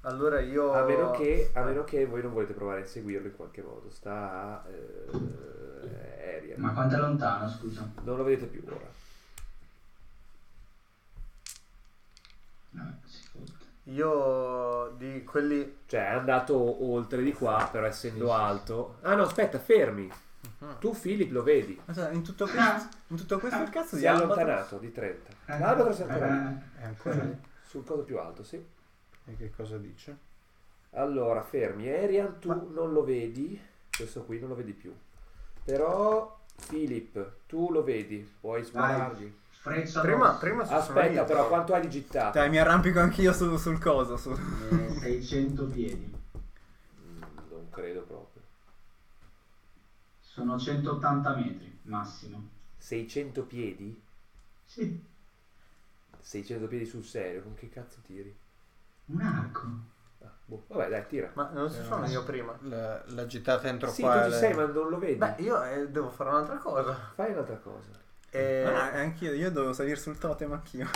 B: Allora io...
A: A meno che, a meno che voi non volete provare a seguirlo in qualche modo. Sta a eh, Ariel.
H: Ma quanto è lontano, scusa?
A: Non lo vedete più ora.
H: No, si fotte.
B: Io di quelli...
A: Cioè, è andato oltre di qua, però essendo alto. Ah no, aspetta, fermi. Tu, Philip, lo vedi.
C: Aspetta, in tutto questo,
H: Ah,
C: in tutto questo il cazzo
A: Si
C: di
A: è
C: Albatros
A: allontanato di 30. L'albatro Ah, si è allontanato
H: Eh,
D: È ancora lì.
A: sul coso più alto, sì.
D: E che cosa dice?
A: Allora, fermi. Arian, tu non lo vedi. Questo qui non lo vedi più. Però, Philip, tu lo vedi. Puoi sparargli.
H: Freccia
B: Prima,
H: rossa.
B: prima se sono
A: Aspetta,
B: io,
A: però, quanto hai di gittata?
C: Dai, mi arrampico anch'io su- sul coso. Su.
H: Eh, 600 piedi.
A: Mm, Non credo proprio.
H: Sono 180 metri, massimo.
A: 600 piedi?
H: Sì,
A: 600 piedi sul serio. Con che cazzo tiri?
H: un arco.
A: Ah, boh. Vabbè, dai, tira.
B: Ma non ci sono io prima.
D: La, la gittata entro
A: Sì,
D: qua.
A: tu ci
D: le-
A: sei, ma non lo vedi.
B: Beh, io eh, devo fare un'altra cosa.
A: Fai un'altra cosa.
B: E
C: Ah, anch'io, io devo salire sul totem anch'io.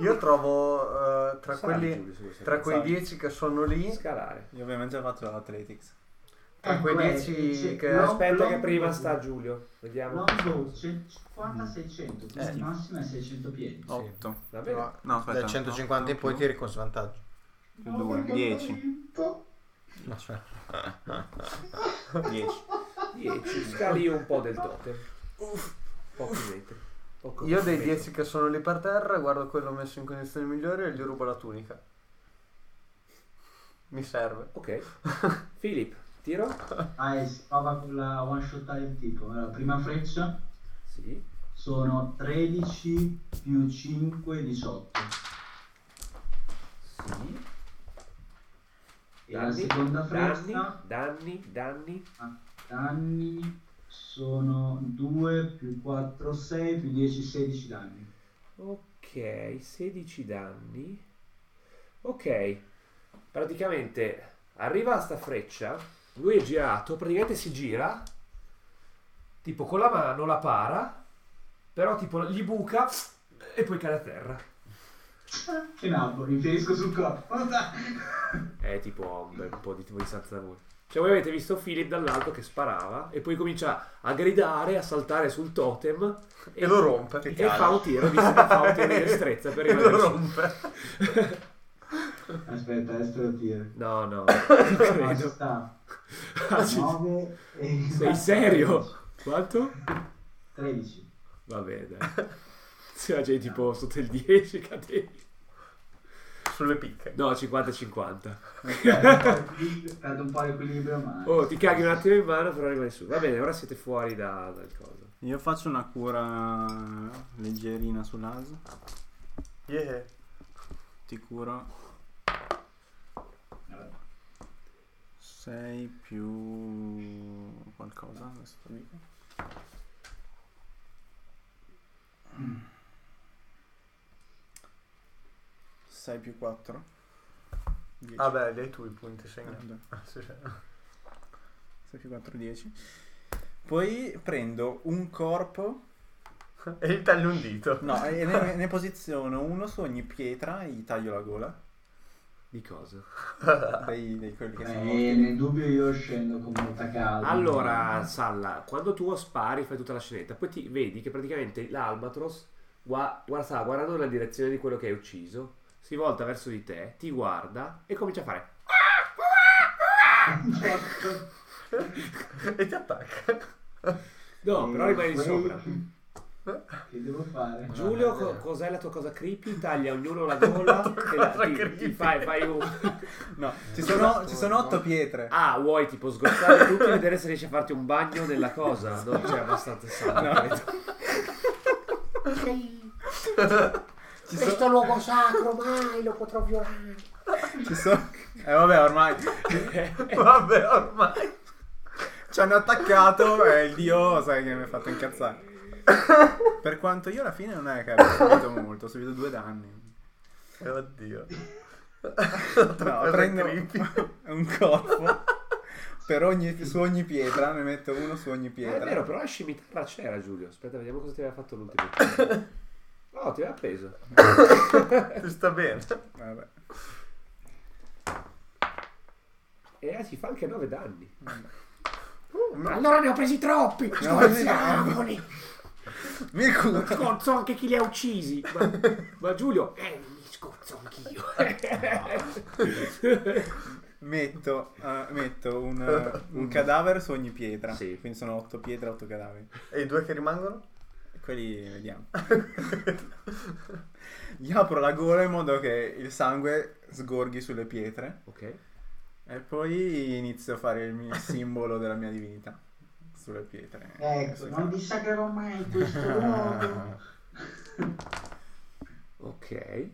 B: io trovo eh, tra
A: Salami,
B: quelli...
A: Giulio, se vuoi
B: Tra
A: salire.
B: quei 10 che sono lì,
A: Scalare.
C: Io ovviamente ho fatto l'athletics.
B: tra quei
H: Ecco, eh,
B: 10
H: sì,
B: che...
H: no.
A: Aspetta Ah, che
H: Long
A: prima
H: bow.
A: sta Giulio. Vediamo.
H: Longbow 50-600, quindi il cioè, massimo è 600 piedi.
C: 8.
A: Va bene.
D: Però
C: No, aspetta.
D: dal 150 in poi tiri con svantaggio.
C: 2, 10. 10.
A: 10. Scali un po' del totem. Pochi metri. Poco
B: Io dei
A: metri.
B: 10 che sono lì per terra, guardo quello messo in condizioni migliori e gli rubo la tunica. Mi serve.
A: Ok. Filippo, tiro?
H: Ah, e si prova con la one shot del tipo. Allora, prima freccia
A: Sì.
H: sono 13 più 5, 18.
A: Sì.
H: E alla seconda
A: danni,
H: freccia
A: danni, danni.
H: danni sono 2 più 4, 6 più 10, 16 danni.
A: Ok, 16 danni. Ok, praticamente arriva a sta freccia, lui è girato, praticamente si gira, tipo con la mano la para, però tipo gli buca e poi cade a terra.
H: Che nabbo, infinisco sul corpo.
A: È tipo un bel po' di tipo distanza da voi. Cioè voi avete visto Philip dall'alto che sparava e poi comincia a gridare, a saltare sul totem
B: E lo rompe.
A: e fa un tiro, visto che fa un tiro di destrezza per
B: E lo
A: rimanere su.
B: rompe.
H: Aspetta, eh, adesso lo tiro.
A: No, no, non
H: Ma ci
A: credo.
H: sta.
A: Ah, sì.
H: 9 e...
A: Sei serio? Quanto?
H: 13.
A: Vabbè, dai. Se la gente tipo sotto il 10 cadevi.
B: Sulle picche.
A: No, 50-50.
H: Perdo un po' l'equilibrio, ma...
A: Oh, ti caghi un attimo in mano, però rimani su. Va bene, ora siete fuori da, dal coso.
C: Io faccio una cura leggerina sull'AS.
B: Yeah.
C: Ti curo 6 più qualcosa. Adesso te lo dico. Sei più 4 10
B: Ah beh, li hai tu i punti segnati.
C: 6
B: Sì, sì.
C: più 4 10 poi prendo un corpo
B: E gli tagli un dito.
C: No, e ne, ne posiziono uno su ogni pietra e gli taglio la gola.
A: Di cosa?
C: Dei, dei quelli che sono
H: Eh,
C: morti.
H: nel dubbio io scendo con molta calma.
A: Allora, Salla, quando tu spari fai tutta la scenetta, poi ti vedi che praticamente l'albatros gua- guarda, stava guardando nella direzione di quello che hai ucciso, si volta verso di te, ti guarda e comincia a fare
B: e ti attacca.
A: No, però rimani
H: Quello-
A: sopra.
H: Che devo fare?
A: Giulio, co- cos'è la tua cosa creepy? Taglia ognuno la gola e la,
B: cosa
A: ti- ti
B: creepy.
A: fai, fai un...
C: No, ci sono, ci sono otto pietre.
A: Ah, vuoi tipo sgozzare tutti e vedere se riesci a farti un bagno nella cosa? Non c'è abbastanza sangue.
C: Ci so-
D: Questo luogo sacro mai lo potrò violare.
C: ci so- Eh vabbè, ormai
B: Vabbè, ormai.
C: ci hanno attaccato e il dio, sai che mi ha fatto incazzare. Per quanto io alla fine non è che abbia subito molto, ho subito due danni.
B: Eh, Oddio.
C: No,
B: cosa
C: prendo
B: creepy.
C: un corpo per ogni, su ogni pietra, ne metto uno su ogni
A: Eh, è
C: pietra.
A: vero, però la scimitarra c'era, Giulio. Aspetta, vediamo cosa ti aveva fatto l'ultimo. turno. No, ti aveva preso.
B: Ti sta bene.
C: Vabbè.
A: E eh, si fa anche 9 danni.
D: Mm. Allora ne ho presi troppi.
C: No,
D: Scorziamoli.
C: Mi curo.
A: Scorzo anche chi li ha uccisi. Ma, ma Giulio, eh, mi scorzo anch'io.
C: Metto, eh, metto un, eh, un cadavere su ogni pietra.
A: Sì.
C: Quindi sono otto pietre, otto cadaveri.
B: E i due che rimangono?
C: Quelli vediamo. Gli apro la gola in modo che il sangue sgorghi sulle pietre.
A: ok.
C: E poi inizio a fare il mio simbolo della mia divinità. Sulle pietre.
H: Ecco,
C: Sui
H: non
C: cadaveri.
H: dissacrerò mai questo luogo.
A: Ok.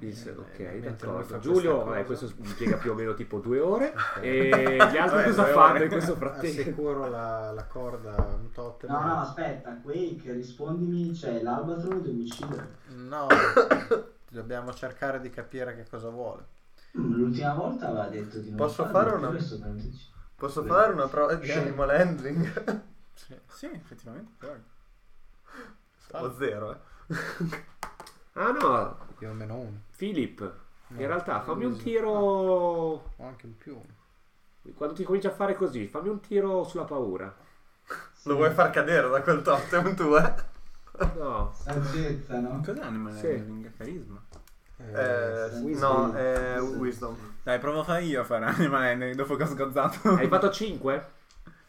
A: Il se- ok,
C: Eh, mentre lui fa
A: d'accordo. Giulio,
C: questa
A: vabbè,
C: cosa-
A: questo impiega più o meno tipo due ore. e gli altri
C: Vabbè,
A: cosa
C: due
A: fanno
C: ore. Ah,
A: in questo frattempo?
D: Assicuro Ah, la, la corda a un totem.
H: No, no, aspetta, Quake, rispondimi, cioè, c'è l'albatro devo uccidere.
D: No, dobbiamo cercare di capire che cosa vuole.
H: L'ultima volta aveva detto di non
B: Posso
H: farlo,
B: fare una-
H: adesso non ti-
B: Posso fare una prova di animal handling?
C: Sì, sì, effettivamente. però-
B: O zero, eh.
A: Ah no,
D: Più o meno uno.
A: Philip, in
C: Eh,
D: No,
A: realtà fammi un
D: diviso.
A: tiro...
D: O anche in più. uno.
A: Quando ti cominci a fare così, fammi un tiro sulla paura.
B: Lo vuoi far cadere da quel totem tu, eh?
A: No.
H: Saggezza, no?
C: Cos'è animal
A: Sì.
C: handling? Carisma.
B: Eh,
H: Wisdom.
B: no, eh, wisdom.
C: Dai, provo a fare io a fare animal handling dopo che ho sgozzato.
A: Hai fatto 5?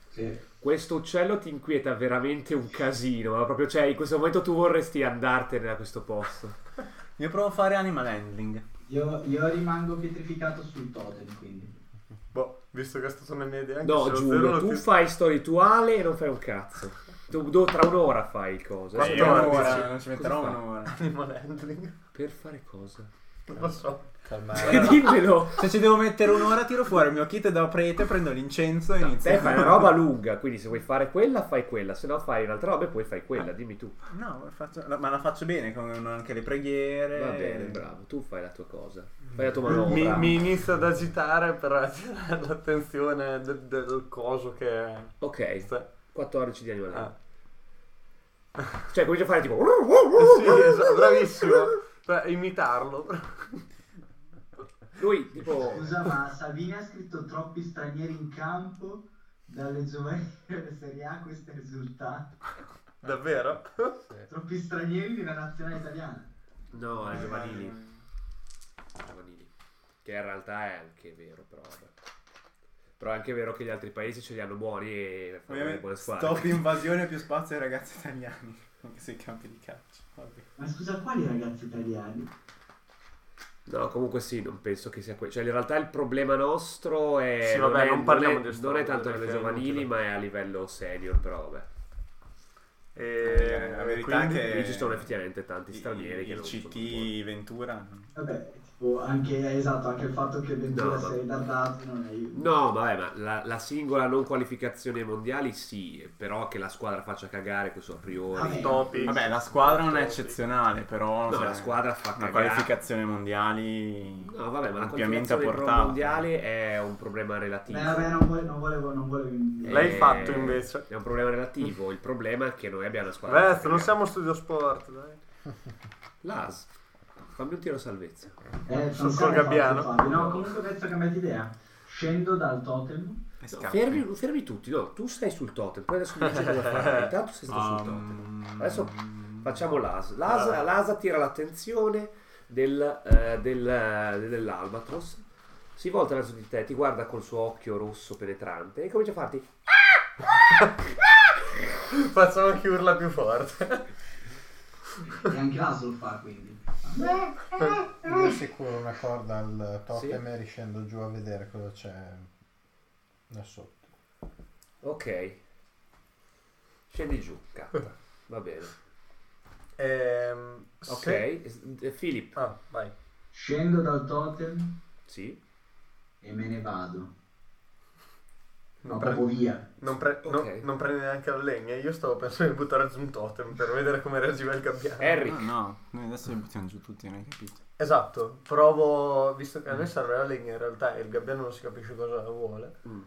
H: Sì.
A: Questo uccello ti inquieta veramente un casino, ma proprio cioè in questo momento tu vorresti andartene da questo posto.
C: Io provo a fare animal handling.
H: Io, io rimango pietrificato sul totem, quindi.
B: Boh, visto che sono le mie idee, anche se
A: No,
B: lo zero
A: Giulio,
B: lo
A: tu
B: ti-
A: fai sto rituale e non fai un cazzo. Tu do- tra un'ora fai il coso.
B: Quanto
C: Eh,
A: Adesso-
B: ora?
C: un'ora,
B: dici?
C: non ci metterò
A: Cosa fa?
C: un'ora.
B: Animal handling.
A: Per fare cosa?
B: Non lo so.
D: Calmare.
A: Dimmelo!
C: Se ci devo mettere un'ora, tiro fuori il mio kit da prete, prendo l'incenso e inizio.
A: Te Eh, fai una roba lunga, quindi se vuoi fare quella, fai quella, se no fai un'altra roba e poi fai quella, dimmi tu.
C: No, faccio- no, ma la faccio bene con anche le preghiere.
A: Va bene, bravo, tu fai la tua cosa. Fai la tua
B: Eh. Mi,
A: manovra.
B: mi inizio ad agitare per attirare l'attenzione del, del coso che...
A: Ok,
B: Sta-
A: 14 di animale.
B: Ah.
A: Cioè, cominci a fare tipo...
B: Sì,
A: Uh!
B: esatto, bravissimo. Cioè, imitarlo.
A: Lui, tipo...
H: Scusa, ma Salvini ha scritto troppi stranieri in campo dalle giovanili della Serie A, questo è il risultato.
B: Davvero? Eh.
H: Troppi stranieri nella nazionale italiana.
A: No, è Giovanili. Giovanili. Eh, Che in realtà è anche vero, però... vabbè. Però è anche vero che gli altri paesi ce li hanno buoni e fanno delle
C: Ovviamente,
A: buone squadre.
C: stop invasione, più spazio ai ragazzi italiani. Anche sui campi di calcio. Vabbè.
H: Ma scusa, quali ragazzi italiani?
A: No, comunque sì, non penso che sia quello. Cioè, in realtà il problema nostro è.
B: Sì, vabbè,
A: è-
B: non parliamo
A: non è,
B: di sto-
A: non è tanto a
B: perché
A: livello
B: è inutile.
A: giovanili, ma è a livello senior, però vabbè. Eh,
B: E...
C: la verità
B: quindi-
C: è che.
A: Lì ci sono effettivamente tanti stranieri
C: il,
A: che
C: il
A: non sono buoni.
C: CT Ventura.
H: Vabbè, tipo, anche, eh, esatto, anche il fatto che Ventura
A: No,
H: sia
A: ma-
H: ritardato non aiuta.
A: No, vabbè, ma la, la singola non qualificazione ai mondiali sì, però che la squadra faccia cagare questo a priori.
H: Vabbè.
B: Topi.
C: Vabbè, la squadra non è eccezionale, però.
A: No,
C: cioè,
A: la squadra fa
C: Una
A: cagare.
C: qualificazione mondiali.
A: No, vabbè, ma la
C: ampiamente a
A: qualificazione per
C: portata.
A: un mondiale è un problema relativo.
H: Beh, vabbè, non, vo- non volevo, non volevo...
B: Lei- L'hai
A: Eh,
B: fatto, invece.
A: È un problema relativo. Il problema è che noi abbiamo una squadra. che
B: Beh,
A: fa
B: non
A: cagare.
B: siamo studio sport, dai.
A: Las, fammi un tiro salvezza.
H: Eh,
B: Sono col
H: non siamo
B: gabbiano.
H: fatti, Fabio. No, comunque penso ho cambiato idea. Scendo dal totem.
C: E
A: No,
C: scappi.
A: fermi, fermi tutti, no, tu stai sul totem, poi adesso mi dici cosa fare. Intanto sei stato sul totem.
C: Um,
A: Adesso Facciamo l'as. L'as,
B: Ah.
A: l'as attira l'attenzione del, eh, del, eh, dell'albatros. Si volta verso di te, ti guarda col suo occhio rosso penetrante e comincia a farti.
B: Facciamo chi urla più forte.
H: E anche Aslo fa quindi.
D: Io sicuro una corda al totem e riscendo giù a vedere cosa c'è là sotto.
A: Ok. Scendi giù, catta. Va bene.
B: Ehm,
A: Ok.
B: se-
A: eh, Philip,
B: Ah, vai.
H: Scendo dal totem
A: sì.
H: e me ne vado.
B: Non,
H: Ma
B: pre-
H: proprio via.
B: non pre-
A: Ok.
B: non- non prendi neanche la legna. Io stavo pensando di buttare giù un totem per vedere come reagiva il gabbiano.
A: Eric,
C: No, no, noi adesso li buttiamo giù tutti, non hai capito.
B: Esatto. Provo, visto che a noi serve la legna in realtà e il gabbiano non si capisce cosa vuole,
A: Mm.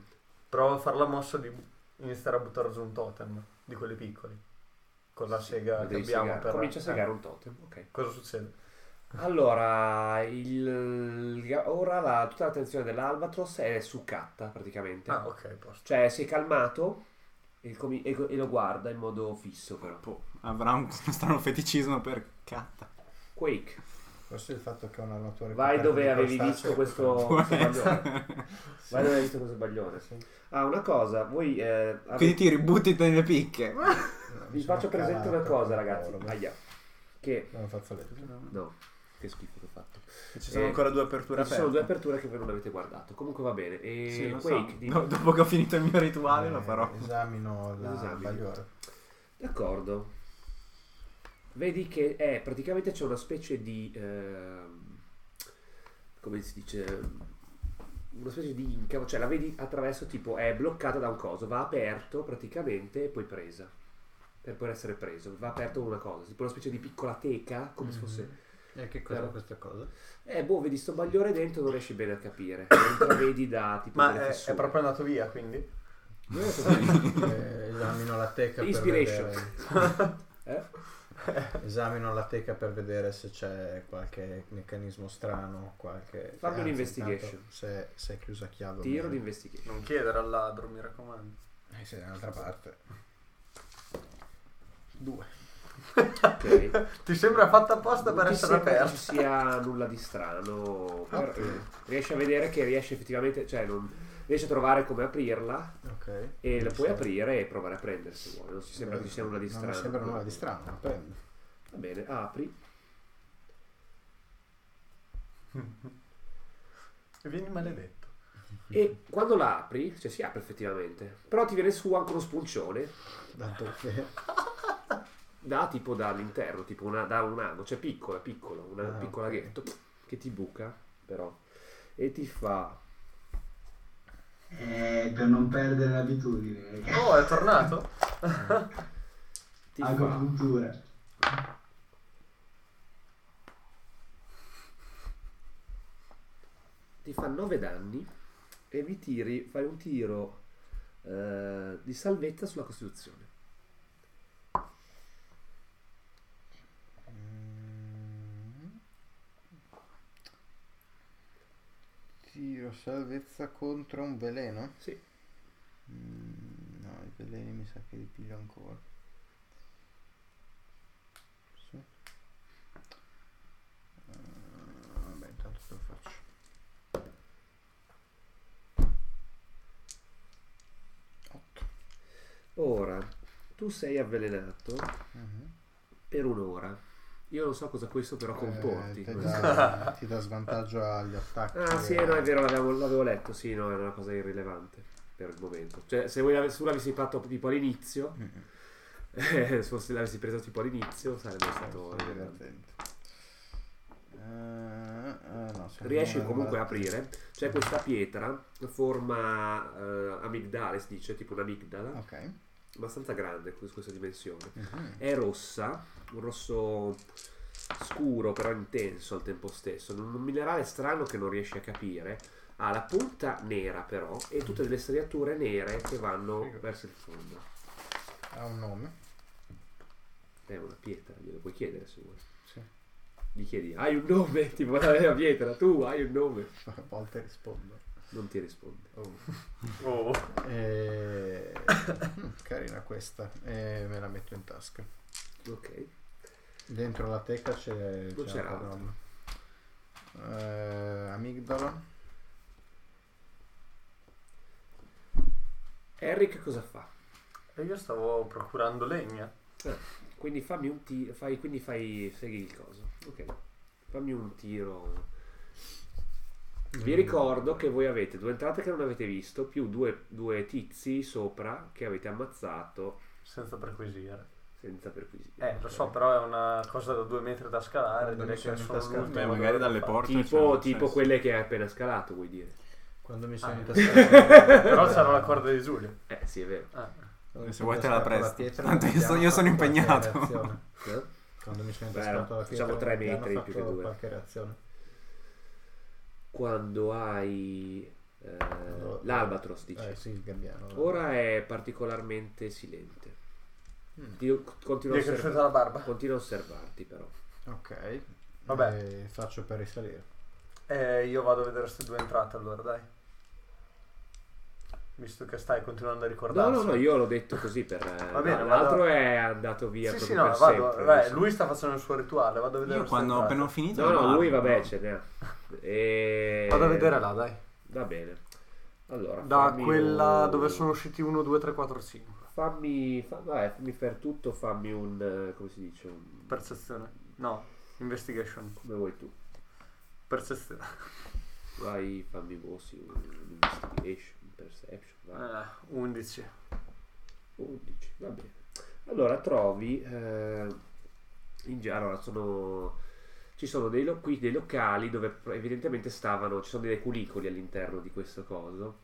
B: provo a far la mossa di iniziare a buttare giù un totem di quelli piccoli. Con la sega
A: lo
B: che
A: devi
B: abbiamo
A: segare.
B: per...
A: comincia a segare
B: eh,
A: un totem. Ok.
B: Cosa succede?
A: Allora, il- ora la- tutta l'attenzione dell'Albatros è su Katta praticamente.
B: Ah, ok, posto.
A: Cioè, si è calmato e, comi- e- e lo guarda in modo fisso però.
C: Boh, avrà un strano feticismo per catta.
A: Quake,
D: Questo è il fatto che è un armatore
A: vai
D: coperto
A: dove
D: di
A: avevi
D: crostacei.
A: visto questo, questo
C: Può
A: baglione.
C: essere.
A: Vai dove avevi visto questo baglione.
D: Sì.
A: Ah, una cosa, voi... eh, avete-
C: Quindi ti ributtiti nelle picche.
D: No, mi
A: Vi
D: sono
A: faccio presente una
D: calato,
A: cosa
D: cavolo,
A: ragazzi.
D: ma-
A: Aia. Che...
D: Non faccio leggere.
A: No, che schifo che ho fatto.
C: Ci sono
A: Eh,
C: ancora due aperture
A: Ci sono due
C: aperte.
A: aperture che voi non avete guardato. Comunque va bene. E
C: Sì, lo so.
A: Quake, di- esatto.
C: Do- dopo che ho finito il mio rituale lo
D: Eh,
C: farò.
D: Esamino
A: Lo
D: la
A: esamini.
D: bagliore.
A: D'accordo. Vedi che è praticamente c'è una specie di. ehm, come si dice? Una specie di incavo, cioè la vedi attraverso tipo è bloccata da un coso, va aperto praticamente e poi presa. Per poi essere preso, va aperto una cosa, tipo una specie di piccola teca, come se fosse.
D: E che
A: cos'è
D: questa cosa?
B: Mm-hmm.
A: Eh, boh, vedi sto bagliore dentro, non riesci bene a capire. Lo vedi da tipo.
B: Ma eh,
A: delle
B: è, è
A: fessure.
B: proprio andato via, quindi...
A: Non è proprio-
D: Eh, Esamino la teca per
A: Inspiration.
D: vedere.
A: Eh?
D: Esamino la teca per vedere se c'è qualche meccanismo strano, qualche...
A: Fammi
D: anzi,
A: un'investigation.
D: intanto, Se, se è chiusa a chiave. o
A: Tiro
D: meno.
A: di investigation.
B: Non chiedere al ladro, mi raccomando.
D: Eh sì, dall'altra parte.
A: Ok.
B: Ti sembra fatta apposta per
A: Non ti
B: essere
A: sembra che
B: aperta.
A: ci sia nulla di strano. però, eh, riesci a vedere che riesci effettivamente, cioè non riesci a trovare come aprirla
D: Ok.
A: e la
D: Sì.
A: puoi aprire e provare a prendere se vuoi. Non ci sembra che ci sia nulla di
D: Eh, Non mi
A: strano.
D: sembra nulla di strano, la prendo.
A: Va bene, apri.
B: Vieni maledetto.
A: E quando la apri, cioè si apre effettivamente, però ti viene su anche uno spuncione
D: Dato che...
A: da tipo dall'interno, tipo una- da un ago, cioè piccola, piccola, una
D: Ah,
A: piccola
D: ok.
A: ghetto che ti buca però e ti fa
H: Eh, per non perdere l'abitudine. eh,
B: Oh, è tornato?
A: ti fa
H: Agopuntura.
A: ti fa 9 danni e mi tiri, fai un tiro eh, di salvezza sulla costituzione.
D: Mm. Tiro salvezza contro un veleno?
A: Sì.
D: Mm, no, i veleni mi sa che li piglio ancora. Sì. Eh, vabbè, intanto te lo faccio. Otto.
A: Ora, tu sei avvelenato
D: Mhm.
A: per un'ora. Io non so cosa questo però comporti.
D: Eh, te dà- ti dà svantaggio agli attacchi.
A: Ah sì,
D: e-
A: no, è vero, l'avevo, l'avevo letto, sì, no, era una cosa irrilevante per il momento. Cioè, se voi l'ave- se tu l'avessi fatto tipo all'inizio,
D: Mm.
A: eh, se fosse- l'avessi preso tipo all'inizio, sarebbe stato...
D: Sono divertente. Eh, eh, no, sono
A: Riesci
D: una
A: comunque a
D: roba-
A: aprire. C'è questa pietra, forma eh, amigdale, si dice, tipo un'amigdala.
D: Ok.
A: abbastanza grande con questa dimensione.
D: Mhm.
A: È rossa, un rosso scuro però intenso al tempo stesso, un un minerale strano che non riesci a capire. Ha la punta nera però e tutte delle striature nere che vanno
B: Figo.
A: verso il fondo.
D: Ha un nome?
A: È una pietra, glielo puoi chiedere se vuoi.
D: Sì.
A: Gli chiedi, hai un nome? Tipo la pietra, tu hai un nome.
D: A volte rispondo.
A: Non ti risponde.
D: Oh.
B: Oh.
D: Eh, mm, carina questa. E me la metto in tasca.
A: Ok.
D: Dentro la teca c'è,
A: Non c'era
D: altra
A: altro.
D: roba. Eh, amigdala.
A: Eric cosa fa?
B: E io stavo procurando legna.
A: Quindi fammi un tiro. Fai, quindi fai. Segui il coso. Ok. Fammi un tiro. Vi ricordo che voi avete due entrate che non avete visto, più due, due tizi sopra che avete ammazzato
B: Senza perquisire.
A: senza perquisire.
B: Eh, lo so, però è una cosa da due metri da scalare.
D: Quando
B: Direi
D: mi
B: che
D: sono
B: sono
D: intascato.
B: l'ultimo
D: Beh,
C: magari
B: che
C: dalle
B: fa.
C: porte cioè,
A: Tipo, tipo quelle che hai appena scalato, vuoi dire?
D: Quando mi
B: Ah.
D: sono intascato.
B: Però c'era la corda di Giulio.
A: Eh, sì, è vero.
B: Ah,
C: Se vuoi te la presto.
D: pietra,
C: Tanto io so- io sono impegnato.
A: Eh?
D: Quando mi sono
A: Beh,
D: intascato
A: no,
D: la pietra,
A: facciamo tre
D: mi hanno
A: metri più che
D: fatto
A: due.
D: qualche reazione.
A: Quando hai. eh,
D: Allora,
A: l'albatros, dici.
D: Eh sì, il gabbiano.
A: Ora è particolarmente silente. Ti-
B: Gli
A: Continua a,
B: è
A: osserv-
B: cresciuta la barba.
A: continua a osservarti, però.
D: Ok.
B: Vabbè.
D: E faccio per risalire.
B: Eh, io vado a vedere queste due entrate allora, dai. Visto che stai continuando a
A: No,
B: ricordarsi.
A: no, no, io l'ho detto così per... eh,
B: Va bene,
A: l'altro
B: vado-
A: è andato via
B: Sì, sì,
A: proprio
B: no,
A: per
B: vado.
A: sempre.
B: vai,
A: adesso.
B: lui sta facendo il suo rituale, vado a
C: Io
B: vedere queste
C: quando ho
B: entrate.
C: appena ho finito...
A: No, no,
C: guardo,
A: lui vabbè,
C: no?
A: ce n'è. E...
B: Vado a vedere là, dai.
A: Va bene. Allora,
B: Da
A: fammi
B: quella
A: un-
B: dove sono usciti 1, 2, 3, 4, 5.
A: Fammi, fa- vabbè, fammi per tutto, fammi un... eh, come si dice? Un...
B: Percezione. No, investigation.
A: Come vuoi tu.
B: Percezione.
A: Vai, fammi bossi, un, un investigation, un perception, vai.
B: Eh, 11.
A: 11, va bene. Allora, trovi... eh, in gi- allora, sono... Ci sono dei lo- qui dei locali dove pro- evidentemente stavano, ci sono dei cunicoli all'interno di questo coso,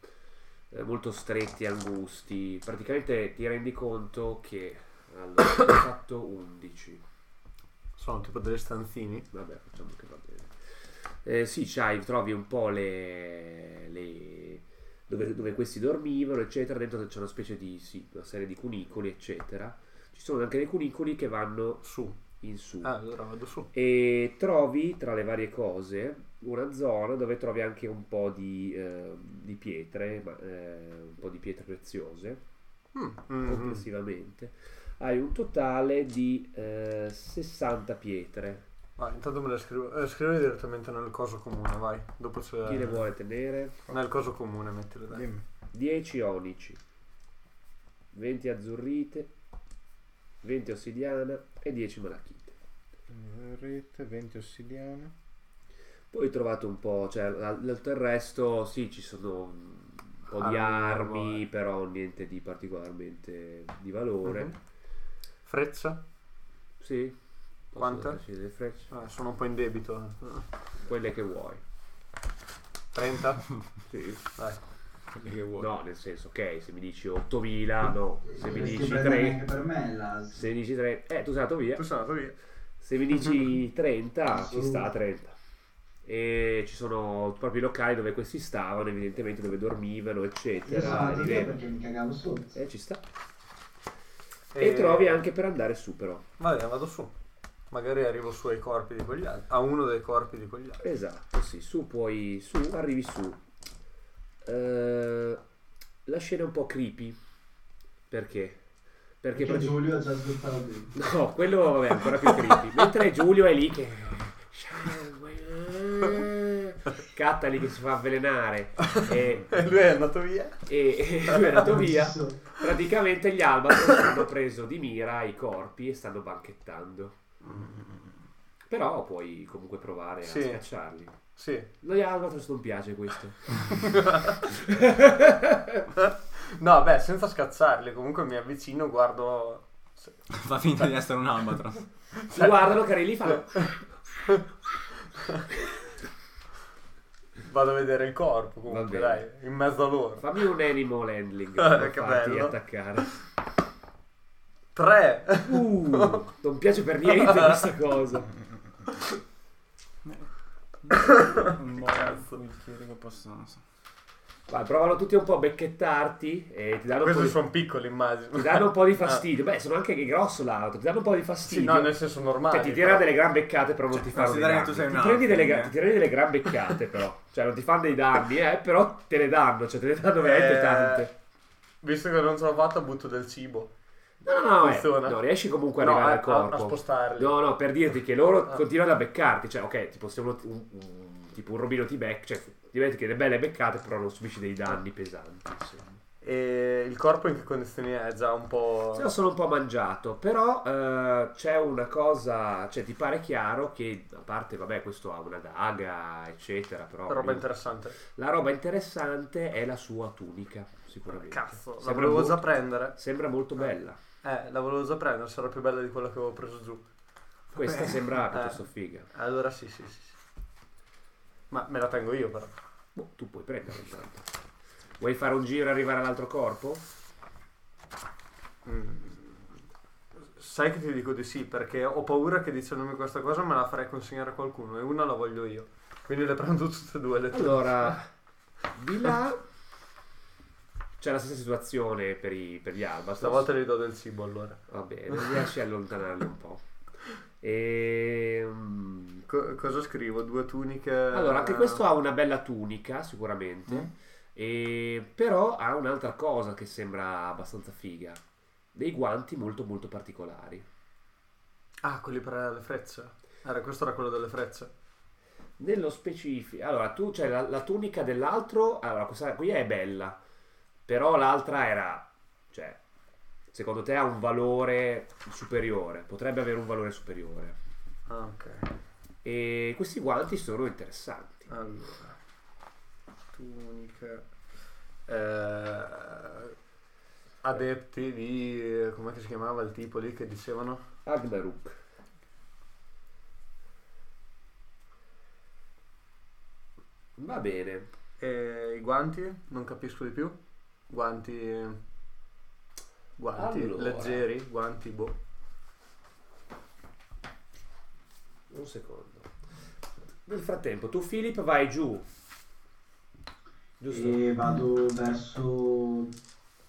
A: eh, molto stretti, angusti. Praticamente ti rendi conto che... Allora, ho fatto 11.
B: Sono tipo delle stanzini.
A: Vabbè, facciamo che va bene. Eh, sì, c'hai, trovi un po' le... le- dove, dove questi dormivano, eccetera. Dentro c'è una specie di... sì, una serie di cunicoli, eccetera. Ci sono anche dei cunicoli che vanno
B: Su.
A: in su.
B: Ah, allora vado su.
A: E trovi, tra le varie cose, una zona dove trovi anche un po' di, eh, di pietre, ma, eh, un po' di pietre preziose,
B: Mm, mm, mm.
A: complessivamente. Hai un totale di eh, 60 pietre.
B: Vai, intanto me le scrivo. Eh, scrivile direttamente nel coso comune, vai. Dopo c'è.
A: Chi le vuole tenere?
B: Nel coso comune, mettile dai.
D: Dimmi.
A: 10 onici, 20 azzurrite, 20 ossidiana e 10 malachite.
D: Eh, Rete, 20 ossidiana.
A: Poi trovate un po', cioè la- la- tutto il resto, sì, ci sono un po' di
B: Armi,
A: armi,
B: vabbè.
A: però niente di particolarmente di valore.
B: Mhm. Freccia?
A: Sì. Posso
B: Quante?
A: darci delle frecce?
B: Eh, sono un po' in debito. eh.
A: Quelle che vuoi.
B: 30?
A: Sì.
B: Dai.
C: Quelli che vuoi.
A: No, nel senso, ok, se mi dici 8000, Ah, no. Se mi
H: Dovresti
A: dici
H: prendere
A: 3,
H: Eh, anche per me l'AS.
A: se mi dici 3, eh, tu sei andato via.
B: Tu sei andato via.
A: Se mi dici 30, ci
H: Assolutamente.
A: sta 30. E ci sono proprio i locali dove questi stavano, evidentemente dove dormivano,
H: Io sono
A: eccetera.
H: andato
A: E
H: via
A: vedi-
H: perché mi cagavo sotto.
A: Eh, ci sta.
H: Eh.
A: E... trovi anche per andare su, però.
B: Vabbè, vado su. Magari arrivo su ai corpi di quegli altri. A uno dei corpi di quegli altri.
A: Esatto, sì, su puoi. su, arrivi su. Eh, la scena è un po' creepy. Perché? Perché
H: Perché
A: praticamente.
H: Giulio ha già svoltato bene.
A: No, quello vabbè, è ancora più creepy. Mentre Giulio è lì che. eh. Catta lì che si fa avvelenare e,
B: E lui è andato via.
A: e lui è andato via.
H: Ci sono.
A: Praticamente gli Albatros hanno preso di mira i corpi e stanno banchettando. Però puoi comunque provare a
B: Sì.
A: schiacciarli.
B: Sì.
A: Gli Albatros non piace questo.
B: No, beh, senza scacciarli. Comunque mi avvicino, guardo.
C: Fa finta di essere un albatros.
A: Lo Guardano, cari lì fanno.
B: Vado a vedere il corpo.
A: Va
B: Comunque,
A: bene.
B: dai. In mezzo a loro.
A: Fammi un animal handling
B: Ah,
A: per
B: che
A: farti
B: bello.
A: attaccare.
B: Tre.
A: Uh, non piace per niente questa cosa.
C: un
B: cazzo.
C: buon il chierico posso... Non so.
A: Vai, provano tutti un po' a becchettarti e ti danno un po'
B: Questi
A: di,
B: sono piccoli, immagino.
A: ti danno un po' di fastidio. Beh, sono anche grosso l'auto, ti danno un po' di
B: Ah. Sì,
A: fastidio.
B: no, nel senso normale.
A: Cioè, ti tira delle gran beccate, però non ti fanno dei
C: Cioè, considera che
A: danni.
C: tu sei un
A: Ti prendi delle,
C: alfing,
A: gra-
C: eh.
A: ti prendi delle gran beccate, però. Cioè, non ti fanno dei danni, eh, però te le danno, cioè te le danno veramente
B: Eh,
A: tante.
B: Visto che non ce l'ho fatta, butto del cibo.
A: No, no, no, eh,
B: funziona.
A: no, riesci comunque a
B: No,
A: arrivare
B: a,
A: al corpo.
B: a- a spostarli.
A: No, no, per dirti che loro
B: Ah.
A: continuano a beccarti. Cioè, ok, tipo se uno, un, un- tipo un robino ti becca, cioè, diventi che le belle beccate, però non subisci dei danni pesanti. Insomma.
B: E il corpo in che condizioni è? È Già un po'...
A: Se no sono un po' mangiato, però eh, c'è una cosa, cioè ti pare chiaro che, a parte, vabbè, questo ha una daga, eccetera, però...
B: Roba interessante.
A: La roba interessante è la sua tunica, sicuramente.
B: Cazzo, la
A: Sembra
B: volevo
A: molto-
B: già prendere.
A: Sembra molto bella.
B: Eh, la volevo già prendere, sarà più bella di quella che avevo preso giù.
A: Questa sembra piuttosto
B: Eh.
A: figa.
B: Allora sì, sì, sì. sì. Ma me la tengo io però.
A: Boh, tu puoi prenderla intanto. Vuoi fare un giro e arrivare all'altro corpo?
B: Mm. Sai che ti dico di sì, perché ho paura che dicendomi questa cosa me la farei consegnare a qualcuno e una la voglio io. Quindi le prendo tutte e due le tue.
A: Allora, di là c'è la stessa situazione per, i- per gli albatros.
B: Stavolta gli do del cibo allora.
A: Va bene, riesci a allontanarli un po'. Ehm,
B: Co- cosa scrivo? Due tuniche.
A: Allora,
B: Eh.
A: anche questo ha una bella tunica, sicuramente. E- però ha un'altra cosa che sembra abbastanza figa. Dei guanti molto molto particolari.
B: Ah, quelli per le frecce. Era, questo era quello delle frecce.
A: Nello specifico, allora tu c'è la, la tunica dell'altro, allora questa qui è bella, però l'altra era, cioè, secondo te ha un valore superiore, potrebbe avere un valore superiore.
B: Ah, ok.
A: E questi guanti sono interessanti.
B: Allora. Tunica. Eh, adepti di. Com'è che si chiamava il tipo lì che dicevano?
A: Agdaruk. Va bene.
B: E i guanti, non capisco di più. Guanti. Guanti
A: Allora.
B: leggeri, guanti boh.
A: Un secondo. Nel frattempo, tu, Philip, vai giù. Giusto?
H: E vado verso...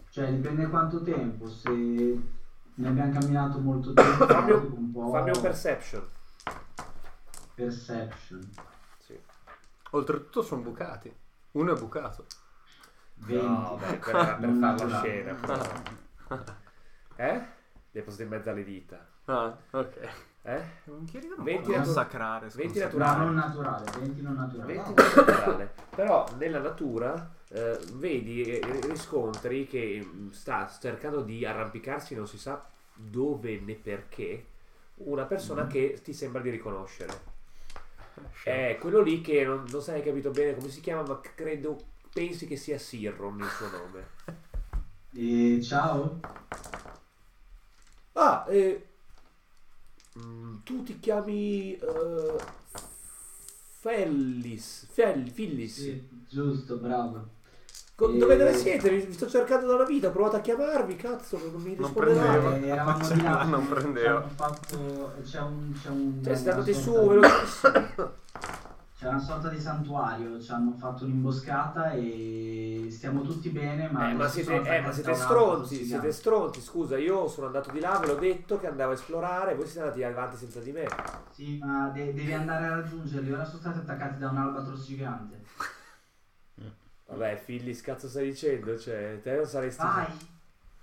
H: Cioè dipende quanto tempo, se ne abbiamo camminato molto tempo,
A: Fammi un-
H: un po'...
A: Fammi un perception.
H: Perception.
A: Sì.
B: Oltretutto sono bucati. Uno è bucato.
H: 20.
A: No, beh, quella era per fare la
H: No.
A: scena. però. Eh? Le poste in mezzo alle dita.
B: Ah, ok.
A: Eh?
C: Non chiedi da
A: Venti natu-
C: consacrare. scusa.
A: 20
H: No, non
A: naturale.
H: naturale, 20 non naturale.
A: 20 naturale. Però nella natura eh, vedi e e riscontri che mm, sta cercando di arrampicarsi, non si sa dove né perché, una persona che ti sembra di riconoscere. È quello lì che non, non sai hai capito bene come si chiama, ma credo pensi che sia Sirron il suo nome.
H: E Eh, ciao,
A: Ah, eh, mm, tu ti chiami eh, Fellis, Fel- Fillis.
H: Sì, giusto, bravo.
A: Co-
H: Eh.
A: Dove, dove siete? Vi, vi sto cercando da una vita, ho provato a chiamarvi, cazzo, non mi
B: Non
A: rispondevate.
B: prendeva.
H: Eh, eravamo di là,
B: Non prendeva.
H: ci hanno fatto- eh, C'è un... C'è un...
A: Cioè, siete
H: una
A: andati su,
H: sorta di-
A: velocissimo.
H: Eh, C'è una sorta di santuario, ci hanno fatto un'imboscata e stiamo tutti bene, ma...
A: Eh, ma
H: adesso
A: siete,
H: sono
A: eh, ma
H: attaccati
A: siete
H: da un altro
A: stronzi,
H: gigante.
A: siete stronzi, scusa, io sono andato di là, ve l'ho detto che andavo a esplorare, voi siete andati avanti senza di me.
H: Sì, ma de- devi andare a raggiungerli, ora sono stati attaccati da un albatros gigante.
A: Vabbè, Fillis, cazzo stai dicendo? Cioè, te non saresti...
H: Vai,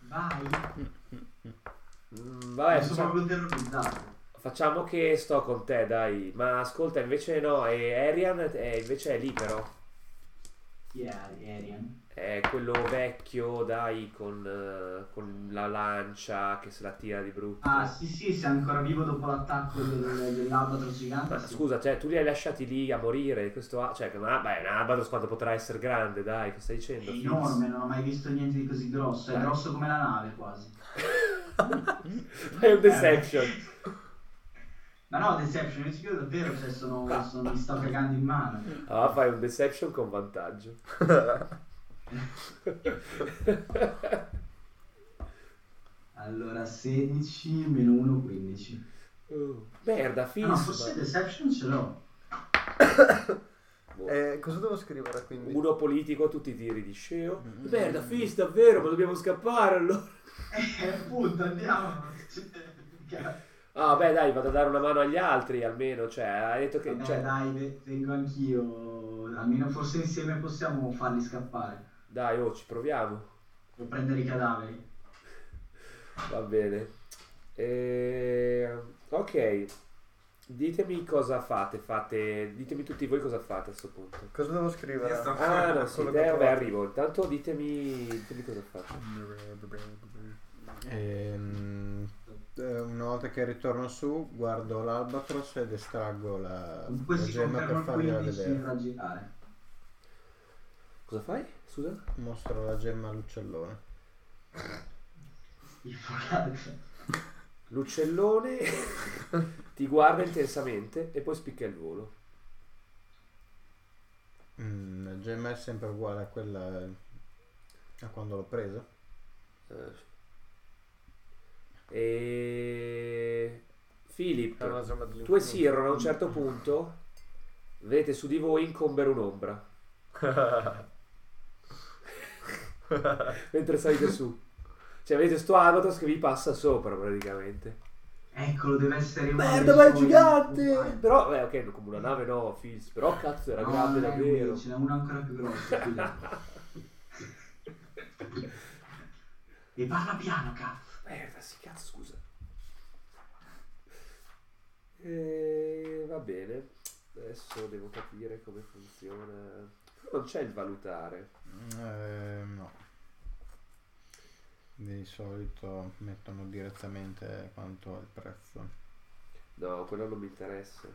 H: vai.
A: Mm, vabbè,
H: sono
A: facciamo-
H: proprio terrorizzato.
A: Facciamo che sto con te, dai. Ma ascolta, invece no, e Arian è, invece è lì però.
H: Chi è Arian?
A: È quello vecchio, dai, con, eh, con la lancia che se la tira di brutto.
H: Ah, sì, sì, sei ancora vivo dopo l'attacco del- dell'albatros gigante.
A: Ma
H: sì.
A: scusa, cioè, tu li hai lasciati lì a morire, questo ha... Cioè, ma, beh, un albatros quando potrà essere grande, dai, che stai
H: È
A: dicendo?
H: enorme, non ho mai visto niente di così grosso, è
A: Dai.
H: grosso come la nave quasi. Eh,
A: Fai un deception.
H: Ma no, Deception, io ci credo davvero, cioè sono, sono- mi sto cagando in mano.
A: Ah, fai un deception con vantaggio.
H: Allora, 16 meno 1, 15.
A: Oh, Merda,
H: Ah,
A: Fils.
H: no, forse Deception ce l'ho.
B: Eh, cosa devo scrivere quindi?
A: Uno politico, tutti i tiri di sceo.
H: Mm,
A: Merda, Fils, davvero, ma dobbiamo scappare allora.
H: Eh, appunto, andiamo. Cioè,
A: Ah, beh, dai, vado a dare una mano agli altri almeno. Cioè, hai detto che.
H: Vabbè,
A: cioè, dai.
H: dai, ve- vengo anch'io. Almeno forse insieme possiamo farli scappare.
A: oh, ci proviamo.
H: O prendere i cadaveri.
A: Va bene. Eh, Ehm, ok. Ditemi cosa fate, fate, ditemi tutti voi cosa fate a questo punto.
B: Cosa devo
I: Io
B: scrivere?
I: sto-
A: Ah, no, sì,
B: Quello che
A: te,
B: ho
A: vabbè,
B: trovato.
A: arrivo. Intanto ditemi, ditemi cosa fate.
D: Ehm, eh, una volta che ritorno su, guardo l'albatros ed estraggo la,
H: Comunque
D: la
H: si
D: gemma per
H: conferma
D: fargliela
H: 15
D: vedere.
H: da girare.
A: Cosa fai? Scusa?
D: Mostro la gemma all'uccellone.
H: Il fornace.
A: L'uccellone ti guarda intensamente e poi spicca il volo.
D: Mm, la gemma è sempre uguale a quella a quando l'ho presa.
A: Eh. E...
B: È una
A: Filippo,
B: gemma dell'infinito.
A: tu e Siron a un certo punto vedete su di voi incombere un'ombra mentre salite su. Cioè vedete sto albatros che vi passa sopra praticamente.
H: Eccolo, deve essere uno
A: Merda,
H: dei
A: ma è
H: suoi
A: gigante!
H: compagni.
A: Però, beh, ok, come una nave no, Fils, però cazzo era
H: No,
A: grande
H: non è lui,
A: davvero.
H: Ce n'è uno ancora più grosso. qui dentro. e parla piano, cazzo.
A: Merda, si cazzo, scusa. E, va bene, adesso devo capire come funziona. Non c'è il valutare.
D: Eh, no. Di solito mettono direttamente quanto è il prezzo.
A: No, quello non mi interessa.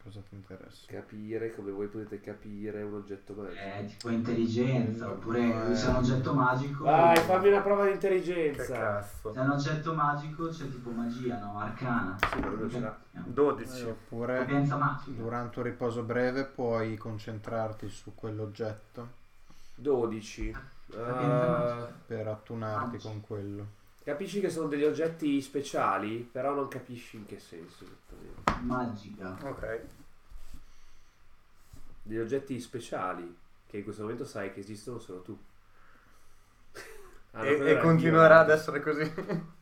D: Cosa ti interessa?
A: Capire come voi potete capire un oggetto
H: Eh,
A: magico.
H: tipo intelligenza, oppure lui se è un oggetto magico.
A: Eh. Vai, fammi una prova di
B: Che
A: intelligenza.
B: cazzo.
H: Se è un oggetto magico c'è tipo magia, no? Arcana.
A: Sì, ma non ce l'ha.
B: 12.
D: Eh, oppure
H: Sapienza magica.
D: durante un riposo breve puoi concentrarti su quell'oggetto
A: 12.
H: Sapienza
A: Ah,
H: magica.
D: per attunarti
H: Ah, sì.
D: con quello.
A: capisci che sono degli oggetti speciali, però non capisci in che senso esattamente.
H: Magica.
B: Ok.
A: degli oggetti speciali che in questo momento sai che esistono solo tu. Ah, no,
B: E,
A: quello
B: e
A: era
B: continuerà
A: io.
B: ad essere così.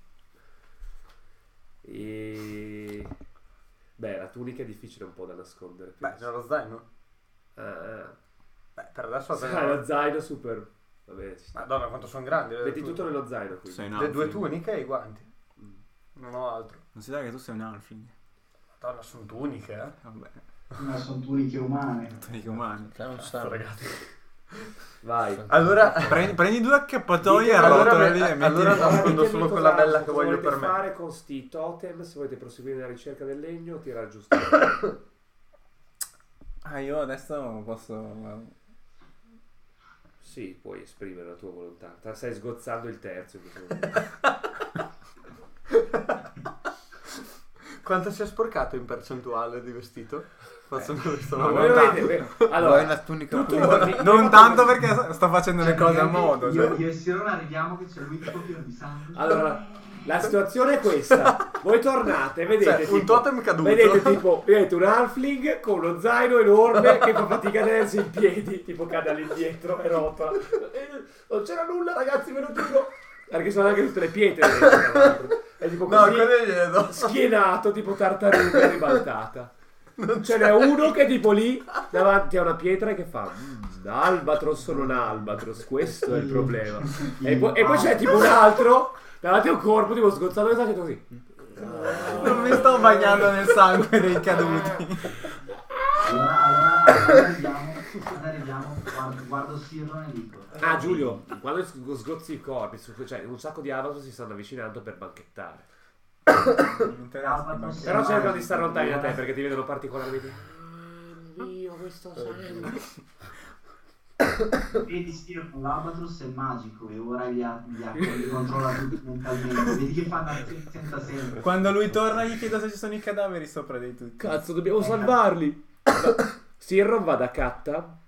A: E... Beh, la tunica è difficile un po' da nascondere.
B: Beh,
A: penso.
B: nello zaino.
A: Ah, ah.
B: Beh, per adesso
A: Sai,
B: abbiamo-
A: lo zaino super... Vabbè, ci sta.
B: Madonna, quanto sono grandi. Le,
A: Metti
B: tuniche.
A: tutto nello zaino qui.
C: Sei un
B: le due
C: halfling.
B: tuniche e i guanti.
A: Mm.
B: Non ho altro.
C: Considera che tu sei un halfling.
B: Madonna, sono tuniche, eh.
C: Vabbè,
H: Ma sono tuniche umane.
C: tuniche umane.
D: Te non
B: Cazzo,
D: sai.
B: ragazzi.
A: Vai.
B: Allora,
C: Prendi, prendi due accappatoi e
B: Allora
C: rotolali
B: me-
C: e metti
B: allora no.
A: Ora
B: nascondo
A: ditemi
B: solo
A: cosa-
B: quella bella che
A: cosa
B: voglio
A: volete
B: per me.
A: fare con sti totem, se volete proseguire nella ricerca del legno, tirare giusto.
C: Ah, io adesso posso...
A: sì, puoi esprimere la tua volontà. Te la stai sgozzando il terzo in questo momento.
B: quanto si è sporcato in percentuale di vestito? Faccio questo
A: No,
B: lavoro.
A: Eh. voi dovete-
D: Vuoi
A: Allora,
D: una tunica
A: tutto-
D: pulita?
C: Non tanto perché sto facendo le
H: Cioè,
C: cose a
H: praticamente
C: modo.
H: Io,
C: cioè.
H: io e Sirona arriviamo che c'è lui tipo pieno di sangue.
A: Allora, la situazione è questa. Voi tornate, vedete
B: Cioè, un
A: tipo,
B: totem caduto.
A: vedete tipo, vedete un halfling con uno zaino enorme che fa fatica a tenersi in piedi, tipo cade all'indietro e rotola. Eh, Non c'era nulla, ragazzi, ve lo giuro. Perché sono anche tutte le pietre. dentro, tra l'altro. È tipo
B: No,
A: così,
B: quello glielo do.
A: schienato, tipo tartaruga ribaltata. Ce n'è uno che è tipo lì davanti a una pietra che fa "Mm, albatros o non albatros, questo è il problema. E poi, e poi c'è tipo un altro davanti a un corpo tipo sgozzato che sta facendo così.
C: Non mi sto bagnando nel sangue dei caduti.
H: Allora, allora, allora arriviamo, allora arriviamo, guardo, guardo Sirona e dico.
A: Ah Giulio, quando sg- sgozzi i corpi, su- cioè un sacco di albatros si stanno avvicinando per banchettare.
C: Non mi interessa.
H: Albatros
C: ma-
A: Però
H: sembra-
A: cercano di stare lontani da te perché ti vedono particolarmente. "Ah, Dio, questo sangue.
H: Vedi Sirona, l'albatros è magico e ora gli, ha- gli, ha- li controlla tutti mentalmente. Vedi che fanno azioni senza senso.
C: Quando lui torna gli chiedo se ci sono i cadaveri sopra dei tutti.
A: Cazzo, dobbiamo salvarli. Sirron va da Katta,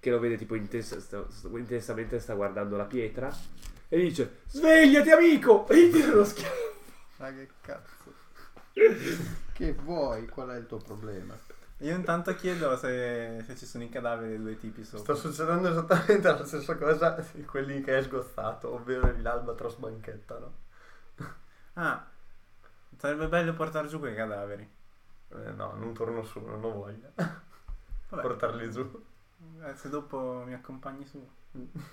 A: che lo vede tipo intens- sta- sta- intensamente, sta guardando la pietra, e dice: Svegliati, amico! E gli tira lo schiaffo.
D: Ma che cazzo? Che vuoi? Qual è il tuo problema?
C: Io intanto chiedo se, se ci sono i cadaveri dei due tipi sopra.
B: Sta succedendo esattamente la stessa cosa di quelli che è sgozzato, ovvero l'albatros banchetta, no?
C: Ah, sarebbe bello portare giù quei cadaveri.
B: Eh, no, non torno su, non ho voglia.
C: Vabbè.
B: Portarli giù.
C: Eh, Se dopo mi accompagni su.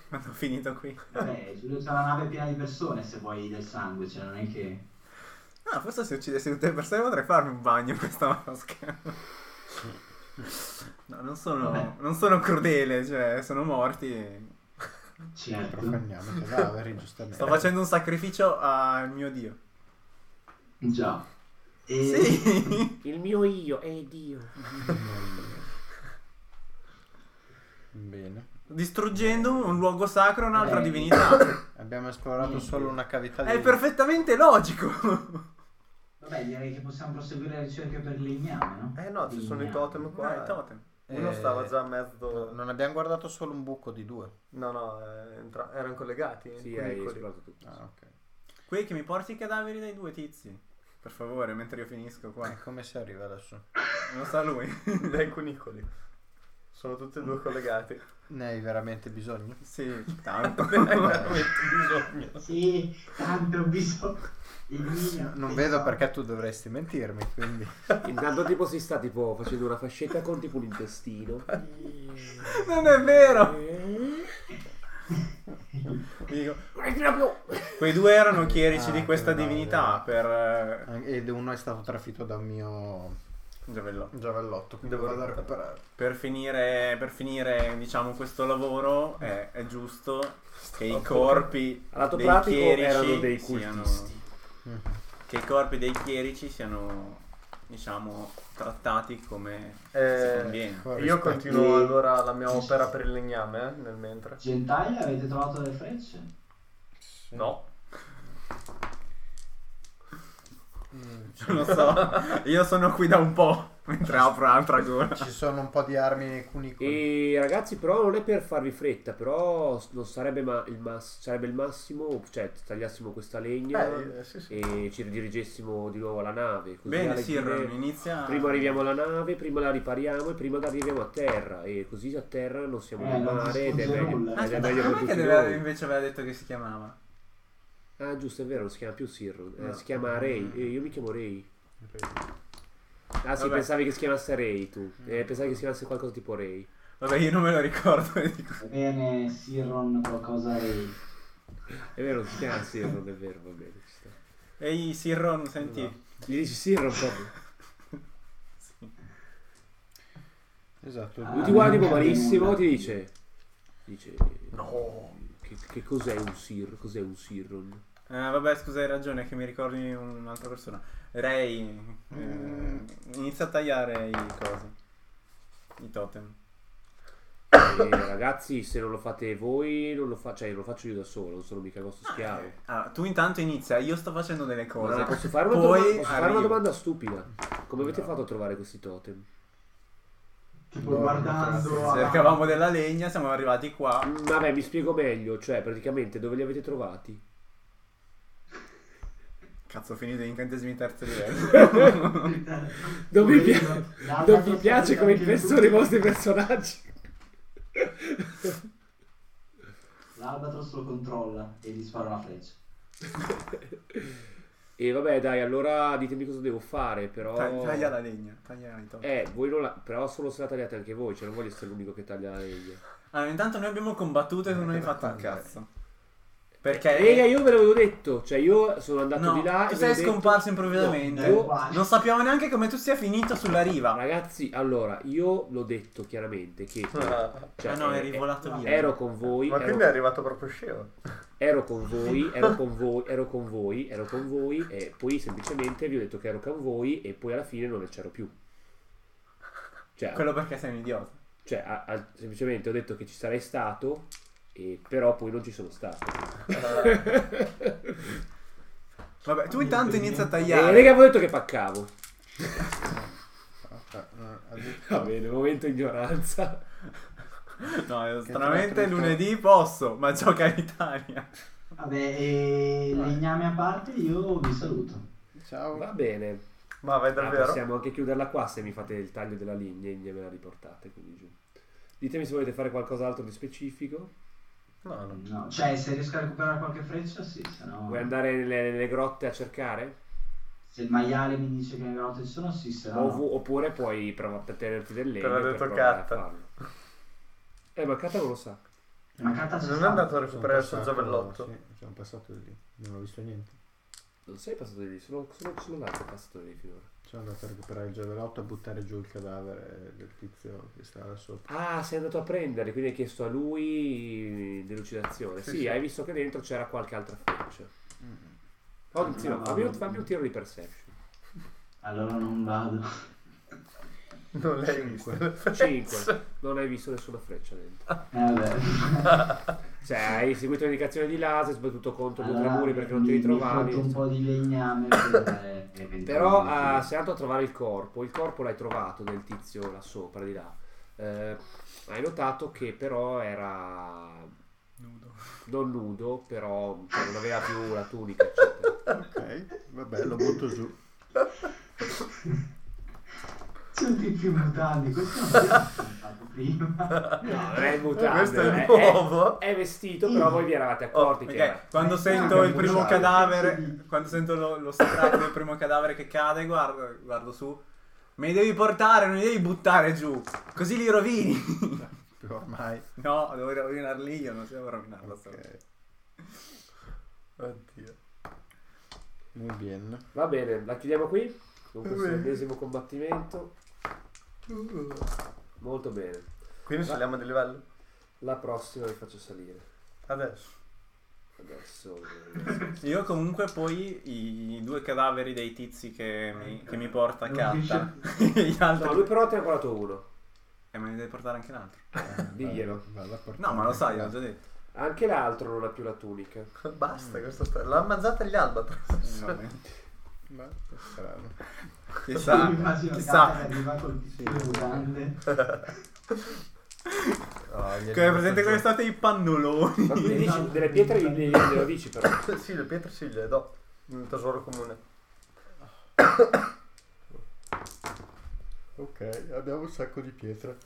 C: Quando ho finito qui.
H: Vabbè, Giulio c'ha la nave piena di persone se vuoi del sangue, cioè non è che.
C: Ah, forse se uccidessi tutte le persone potrei farmi un bagno con questa maschera. No, non sono, non sono crudele, cioè, sono morti. e-
H: Certo.
D: Profaniamo i cadaveri,
C: Sto
D: giustamente.
C: facendo un sacrificio al mio dio.
H: Già. E...
C: Sì!
A: Il mio io è Dio.
D: Bene.
C: Distruggendo un luogo sacro, un'altra divinità.
D: Abbiamo esplorato solo una cavità
C: È
D: di...
C: perfettamente logico.
H: Vabbè, direi che possiamo proseguire la ricerca per il legname, no?
B: Eh no, ci sono i
H: Legname.
B: totem qua.
C: Ah, il totem.
B: Uno
D: Eh,
B: stava già a mezzo.
D: Non abbiamo guardato solo un buco di due.
B: No, no, eh, entra- erano collegati. eh,
A: Sì,
B: quelli-
A: hai
B: quelli.
A: esplorato tutto.
D: Ah, ok.
C: Qui che mi porti i cadaveri dei due tizi. Per favore, mentre io finisco qua.
D: E come si arriva adesso?
C: Non sa lui.
B: Dai cunicoli. Sono tutti e due collegati.
D: Ne hai veramente bisogno?
C: Sì, tanto.
H: Sì, tanto ho bisogno. Il mio.
D: Non vedo perché tu dovresti mentirmi, quindi...
A: Intanto tipo si sta tipo facendo una fascetta con tipo un intestino.
C: non è vero.
A: Eh.
C: Dico, quei due erano chierici
D: Ah,
C: di questa
D: quella no,
C: divinità per... eh,
D: Ed uno è stato trafitto da un mio
C: Giavello.
D: giavellotto, quindi devo vado a recuperare.
C: Per finire, per finire, diciamo, questo lavoro è, è giusto che i corpi
A: Al lato
C: dei
A: pratico erano
C: chierici
A: dei
C: siano...
A: cultisti.
C: Che i corpi dei chierici siano, diciamo, trattati come si
B: Eh,
C: conviene.
B: io
D: Corrispe-
B: continuo allora la mia opera per il legname, eh, nel mentre.
H: Gentile, avete trovato le frecce?
B: No.
C: Non lo so, io sono qui da un po', mentre apro un'altra gola.
D: Ci sono un po' di armi cunicole.
A: E ragazzi, però non è per farvi fretta, però s- non sarebbe ma- il, mas- sarebbe il massimo, cioè tagliassimo questa legna
B: Eh, sì, sì.
A: e ci ridirigessimo di nuovo alla nave. Così
C: Bene,
A: alla
C: Sir,
A: fine
C: inizia...
A: prima arriviamo alla nave, prima la ripariamo e prima arriviamo a terra. E così a terra non siamo
H: Eh,
A: nel
H: non
A: mare ed è
H: distrugge
A: meglio,
H: nulla.
A: ed è
C: Aspetta,
A: meglio per
C: com'è che
A: tutti
C: deve-
A: noi.
C: invece aveva detto che si chiamava?
A: Ah, giusto, è vero, non si chiama più Sir, eh,
C: No.
A: si chiama Ray. Eh, io mi chiamo Ray. Ah, sì,
C: Vabbè.
A: pensavi che si chiamasse Ray tu. Eh, pensavi che si chiamasse qualcosa tipo Ray.
C: Vabbè, io non me lo ricordo. dico.
H: Bene, Siron, qualcosa di...
A: È vero, si chiama Sir, non è vero, va bene. ci sta.
C: Ehi, Sirron, senti.
A: Gli dici Sir, non proprio.
D: Esatto.
H: Ah,
A: Lui ti guarda tipo
H: non c'è
A: malissimo,
H: nulla.
A: ti dice. Dice.
B: No.
A: Che, che cos'è un Sir? Cos'è un Sirron?
C: Eh, vabbè, scusa, hai ragione, che mi ricordi un'altra persona. Ray, eh,
A: Mm.
C: inizia a tagliare i cosi. I totem.
A: E Eh, ragazzi, se non lo fate voi, non lo, fa- cioè, non lo faccio io da solo, non sono mica il vostro schiavo.
C: Ah, tu intanto inizia, io sto facendo delle cose.
A: Ma posso fare una,
C: Poi
A: doma- posso fare una
C: arrivo.
A: domanda stupida? Come avete fatto a trovare questi totem?
H: Tipo
D: No,
H: guardando... a-
C: Cercavamo della legna, siamo arrivati qua.
A: Mm, Vabbè, mi spiego meglio, cioè praticamente dove li avete trovati?
C: Cazzo, ho finito gli incantesimi terzo livello.
A: Non mi, pia-
H: Dall'altra
A: non mi piace
H: parte
A: come
H: anche
A: pensano
H: lui.
A: i vostri personaggi.
H: L'albatros lo controlla e gli spara una freccia.
A: E vabbè, dai, allora ditemi cosa devo fare, però...
C: Ta- Taglia la legna, taglia i totem.
A: Eh, voi non la... però solo se la tagliate anche voi, cioè non voglio essere l'unico che taglia la legna.
C: Allora, intanto noi abbiamo combattuto e tu non hai fatto un cazzo. Perché...
A: Raga, Eh, io ve l'avevo detto, cioè io sono andato
C: No,
A: di là
C: tu
A: e
C: sei
A: vi ho detto-
C: scomparso improvvisamente.
A: No, eh, io-
H: Qua.
C: Non sappiamo neanche come tu sia finito sulla riva.
A: Ragazzi, allora, io l'ho detto chiaramente che...
B: Ah,
A: cioè,
C: ah no,
A: eh,
C: eri volato via.
A: Ero con voi,
B: ma
A: ero,
B: quindi è arrivato proprio scemo.
A: ero con voi, ero con voi, ero con voi, ero con voi e poi semplicemente vi ho detto che ero con voi e poi alla fine non c'ero più. Cioè,
C: Quello perché sei un idiota.
A: cioè, a- a- semplicemente ho detto che ci sarei stato, e- però poi non ci sono stato.
C: Vabbè, tu intanto inizi a
A: E
C: tagliare.
A: raga, vi ho detto che paccavo.
D: Ah, no, ha detto-
A: Va bene, momento ignoranza.
C: No, eh,
D: Che tra
C: stranamente
D: l'altro-
C: lunedì posso, ma gioca in Italia.
H: Vabbè, e legname a parte io vi saluto.
D: Ciao.
A: Va bene,
B: Ma vai
A: Ah,
B: davvero?
A: possiamo anche chiuderla qua se mi fate il taglio della linea e me la riportate quindi giù. Ditemi se volete fare qualcos'altro di specifico.
B: No, no.
H: No, cioè, se riesco a recuperare qualche freccia, sì, se no...
A: Vuoi andare nelle, nelle grotte a cercare?
H: Se il maiale mi dice che le grotte ci sono, sì, se no...
A: Ov- oppure puoi provare a tenerti del legno
B: Te l'ha
A: per
B: detto
A: provare a
B: Katta.
A: farlo. Eh, ma Katta non lo sa.
H: Ma carta ci
B: Non è
H: sta.
B: andato a
D: Sono
B: recuperare il suo
D: passato-
B: giavellotto.
D: Sì, sono passato di lì. Non ho visto niente.
A: Non sei passato di lì, sono, sono, sono l'altro passato di lì finora.
D: Sono andato a recuperare il giavelotto e buttare giù il cadavere del tizio che stava sopra.
A: Ah, sei andato a prendere, quindi hai chiesto a lui delucidazione. Sì,
B: Sì, Mm-hmm. sì.
A: hai visto che dentro c'era qualche altra freccia. Oh, sì, no,
H: No,
A: fammi, un-
H: no.
A: fammi un tiro di perception.
H: Allora non vado.
B: Non l'hai visto.
A: 5. Non hai visto nessuna freccia dentro.
H: Eh, vabbè.
A: Cioè, hai seguito l'indicazione di laser, soprattutto contro due o tre
H: Allora,
A: muri perché non ti
H: mi- Mi
A: ritrovavi.
H: fotto un po' di legname per... eh,
A: Però
H: eventualmente.
A: ah, sei andato a trovare il corpo, il corpo l'hai trovato del tizio là sopra, di là. Eh, hai notato che però era
C: Nudo.
A: non nudo, però cioè, non aveva più la tunica, eccetera.
D: Ok, vabbè, lo butto giù.
H: C'è un tizio in mutande, questo non l'abbiamo fatto prima.
A: No, non è in mutande,
B: eh, Questo è
A: è-
B: nuovo.
A: È vestito, però voi vi eravate
C: Oh,
A: accorti
C: ok,
A: che era.
C: Quando
H: Ma
C: sento
H: guarda,
C: il primo
H: bruciare.
C: cadavere, quando sento lo, lo strato del primo cadavere che cade, guardo, guardo su. Me li devi portare, non li devi buttare giù, così li rovini.
B: Ormai.
C: no, devo rovinarli io, non devo rovinarlo.
D: Ok,
B: Oddio.
D: muy bien.
A: Va bene, la chiudiamo qui con questo
B: Va bene. Uh.
A: ennesimo combattimento. Molto bene.
B: Quindi saliamo di livello?
A: La prossima vi faccio salire.
B: Adesso.
A: Adesso
C: Io comunque poi i due cadaveri dei tizi che mi, che mi porta a
H: Non
C: carta.
H: riesce-
C: Gli altri.
A: No, lui però te ne ha guardato uno.
C: E me ne devi portare anche l'altro.
A: Diglielo.
C: No, ma lo sai, l'ho già detto.
A: Anche l'altro non ha più la tunica.
B: Basta questa storia. L'ha ammazzata gli albatros.
C: Vabbè.
D: Basta, strano.
C: Chissà,
H: Mi immagino
C: chissà.
H: Gatta che arriva col tizio in mutande.
B: No, gli
C: Come presente come state i pannoloni.
A: Ma tu gli dici, delle pietre gli- gli- glielo dici però.
B: Sì, le pietre sì, le do. Un tesoro comune.
D: Ok, abbiamo un sacco di pietre.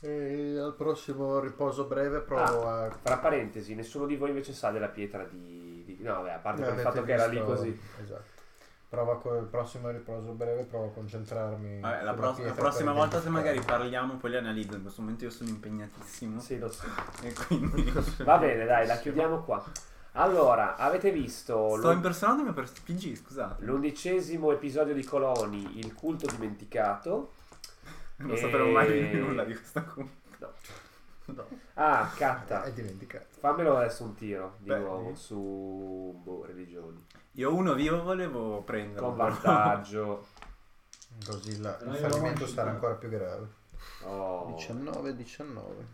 D: E al prossimo riposo breve provo a...
A: Tra parentesi, nessuno di voi invece sa della pietra di... di- no, vabbè, a parte per il
D: Avete
A: fatto che era lì
D: Eh, visto-
A: così.
D: Esatto. Provo a co- il prossimo riposo breve provo a concentrarmi.
C: Vabbè, la,
D: sulla
C: pro- la
D: pietra
C: prossima
D: per
C: volta se magari
D: identificare.
C: parliamo poi li analizzo, in questo momento io sono impegnatissimo
A: Sì, lo so.
C: e quindi
A: Va bene, dai, la chiudiamo qua. Allora, avete visto
C: sto
A: l'un-
C: impersonando il mio pers- PG, scusate.
A: l'undicesimo episodio di Coloni, il culto dimenticato.
C: Non
A: E-
C: sapevo
A: Eh.
C: mai nulla di questa cosa.
A: Ah, Catta,
D: È dimenticato.
A: fammelo adesso un tiro di
C: Beh,
A: nuovo
C: sì.
A: su boh, religioni.
C: Io uno vivo volevo prenderlo.
A: Con vantaggio.
D: Così la-
H: Però
D: il
H: io
D: fallimento
H: non-
D: sarà ancora più grave.
A: Oh.
D: 19-19.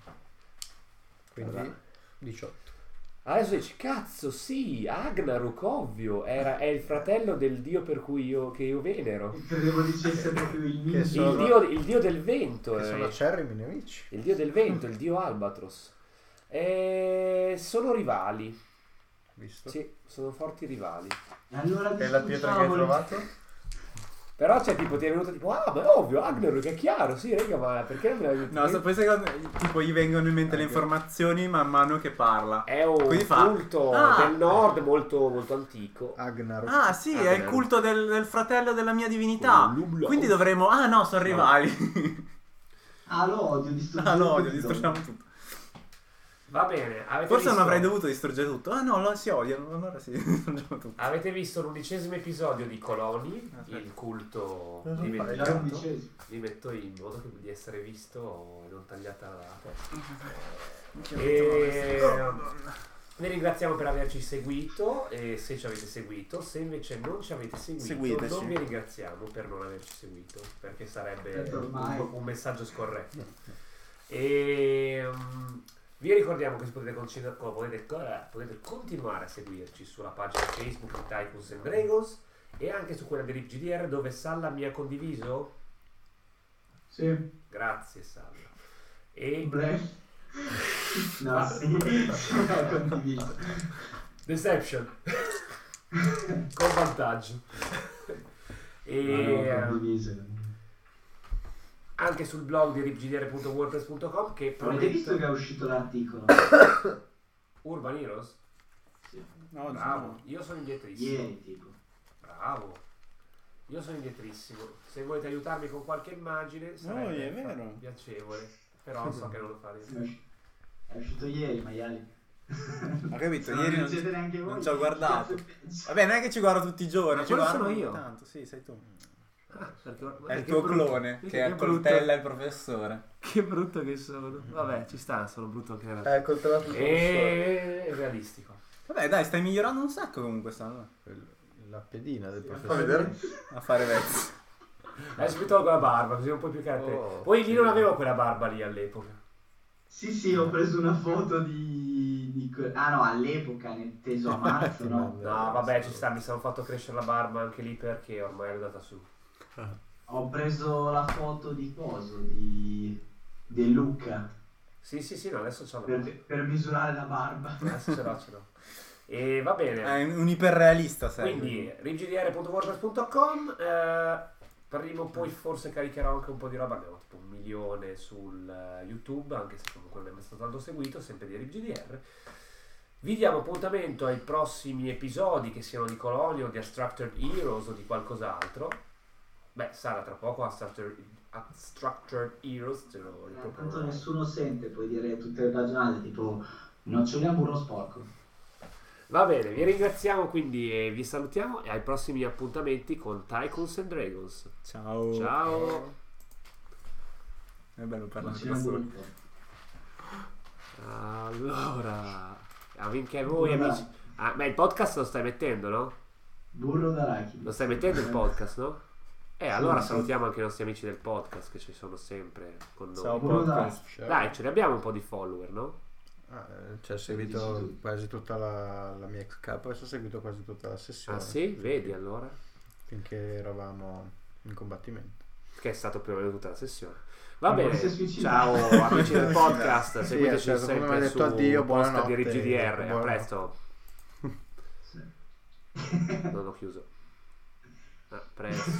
D: Quindi
A: Allora.
D: 18.
A: Adesso dici, cazzo, sì, Agnaruk, ovvio, era, è il fratello del dio per cui io, che io venero.
H: Credevo dicesse proprio il
D: Che
H: mio.
D: so-
A: Il
D: Sono-
A: dio, il dio del vento,
D: Che
A: eh,
D: sono acerrimi nemici.
A: il dio del vento, il dio Albatros. Eh, sono rivali,
D: Visto?
A: sì, sono forti rivali.
H: Allora
B: E la pietra che hai trovato?
A: Però c'è tipo, ti è venuto tipo, ah, ma è ovvio, Agnaruk, è chiaro, sì, raga, ma perché non me l'avete detto?
C: No, so, poi secondo tipo gli vengono in mente le informazioni man mano che parla.
A: È un
C: Quindi fa-
A: culto
C: Ah!
A: del nord molto, molto antico.
D: Agnar.
C: Ah, sì,
A: Ah,
C: è il
A: bene.
C: culto del, del fratello della mia divinità.
A: Lublò.
C: Quindi dovremmo Ah, no, sono rivali.
H: Ah, l'odio, distruggiamo.
C: ah, no,
H: tutto.
C: distruggiamo tutto.
A: Va bene, avete
C: Forse non
A: visto-
C: avrei dovuto distruggere tutto. Ah no, lo- si odiano, allora si distruggiamo tutto.
A: Avete visto l'undicesimo episodio di Coloni,
C: Aspetta.
A: il culto
B: Non lo fai,
H: Già
A: diventato.
H: l'undicesimo.
A: Vi metto in modo che- di essere visto e non tagliata la testa. E... Vi ringraziamo per averci seguito e se ci avete seguito, se invece non ci avete seguito,
C: Seguiteci.
A: non vi ringraziamo per non averci seguito, perché sarebbe
H: Perché ormai-
A: un, un messaggio scorretto. E mm, vi ricordiamo che potete, concina- co- potete- eh, potete continuare a seguirci sulla pagina Facebook di Tycoons and Dragons e anche su quella di RipGDR dove Salla mi ha condiviso.
H: Sì.
A: Grazie Salla. E
H: Blash. No, sì. Sono condiviso.
A: Deception con vantaggio. E
H: No, no,
A: ehm,
H: condiviso.
A: anche sul blog di ripgdr.wordpress.com che
H: Avete visto
A: promette
H: che è uscito l'articolo?
A: Urban Heroes.
H: Sì.
C: No,
A: Bravo, io sono indietrissimo.
H: Ieri, tipo.
A: Bravo. Io sono indietrissimo. Se volete aiutarmi con qualche immagine sarebbe
C: è vero.
A: piacevole, però so che non lo farete.
H: È uscito ieri, maiali.
J: Ho capito,
H: Non
J: Cioè, ieri non,
H: leggete neanche voi.
J: non ci ho guardato.
H: Che cazzo
J: Vabbè, non è che ci guardo tutti i giorni,
A: Ma
J: ci
A: quello
J: guardo
A: sono
J: ogni
A: io.
J: tanto. Sì, sei tu.
A: Perché-
J: È
A: guarda
J: il
A: che
J: tuo
A: brutto.
J: clone che
A: Vedi che brutto.
J: accoltella il professore.
A: Che brutto che sono. Vabbè, ci sta, sono brutto
H: Eh,
A: anche nella-
B: Ecco, te la
A: E è realistico.
J: Vabbè, dai, stai migliorando un sacco comunque stanno
D: La pedina del
B: Fa
D: professore.
B: vedere?
J: a fare pezzi.
A: Adesso mi tolgo la barba, così non puoi più caractere.
D: Oh,
A: Poi lì
D: sì. Eh,
A: non avevo quella barba lì all'epoca.
H: Sì, sì, ho preso una foto di... di que- Ah no, all'epoca, nel teso a marzo, no?
A: No, vabbè, ci sta, mi sono fatto crescere la barba anche lì perché ormai ero andata su.
H: Ho preso la foto di coso, di... di Luca,
A: Sì, sì, sì, no, adesso ce l'ho.
H: per, per misurare la barba.
A: Adesso ce l'ho, ce l'ho. E va
C: Eh,
A: bene.
J: È un iperrealista, sai.
A: Quindi rigidr.wordpress.com eh, prima o poi forse caricherò anche un po' di roba, abbiamo tipo un milione sul eh, YouTube, anche se comunque non è mai stato tanto seguito, sempre di rigidr. Vi diamo appuntamento ai prossimi episodi, che siano di Colonio, di Structured Heroes o di qualcos'altro. Beh, Sara tra poco a Structured, a Structured Heroes te lo
H: Tanto
A: riproporrò.
H: nessuno sente, puoi dire tutte le ragionate, tipo... Noccioliamo uno sporco.
A: Va bene, vi ringraziamo quindi e vi salutiamo e ai prossimi appuntamenti con Tycoons and Dragons.
C: Ciao.
A: Ciao!
J: È bello parlare da
H: Noccioliamo
J: solo.
H: uno sporco.
A: Allora, ah, minchia voi
H: Vabbè.
A: amici. Ah, ma il podcast lo stai mettendo, no?
H: Burro d'arachidi.
A: Lo stai mettendo il podcast, no? Eh, allora
H: sì.
A: salutiamo anche i nostri amici del podcast che ci sono sempre con noi.
J: Ciao,
H: Burro
J: podcast.
H: d'arachidi.
A: Dai, ce ne abbiamo un po' di follower, no?
D: Ah, eh, ci ha seguito quasi tutta la, la mia ex capo e ci ha seguito quasi tutta la sessione.
A: Ah sì? Vedi allora?
D: Finché eravamo in combattimento.
A: Che è stato più o meno tutta la sessione. Va
H: Non
A: bene,
H: si è suicidato.
A: ciao amici del podcast,
D: Sì,
A: seguiteci
D: è stato come
A: sempre
D: ha detto,
A: su Posta
D: addio,
A: di
D: buonanotte,
A: RGDR, a
D: buonanotte.
A: presto,
H: Sì.
A: non ho chiuso. A Ah, presto.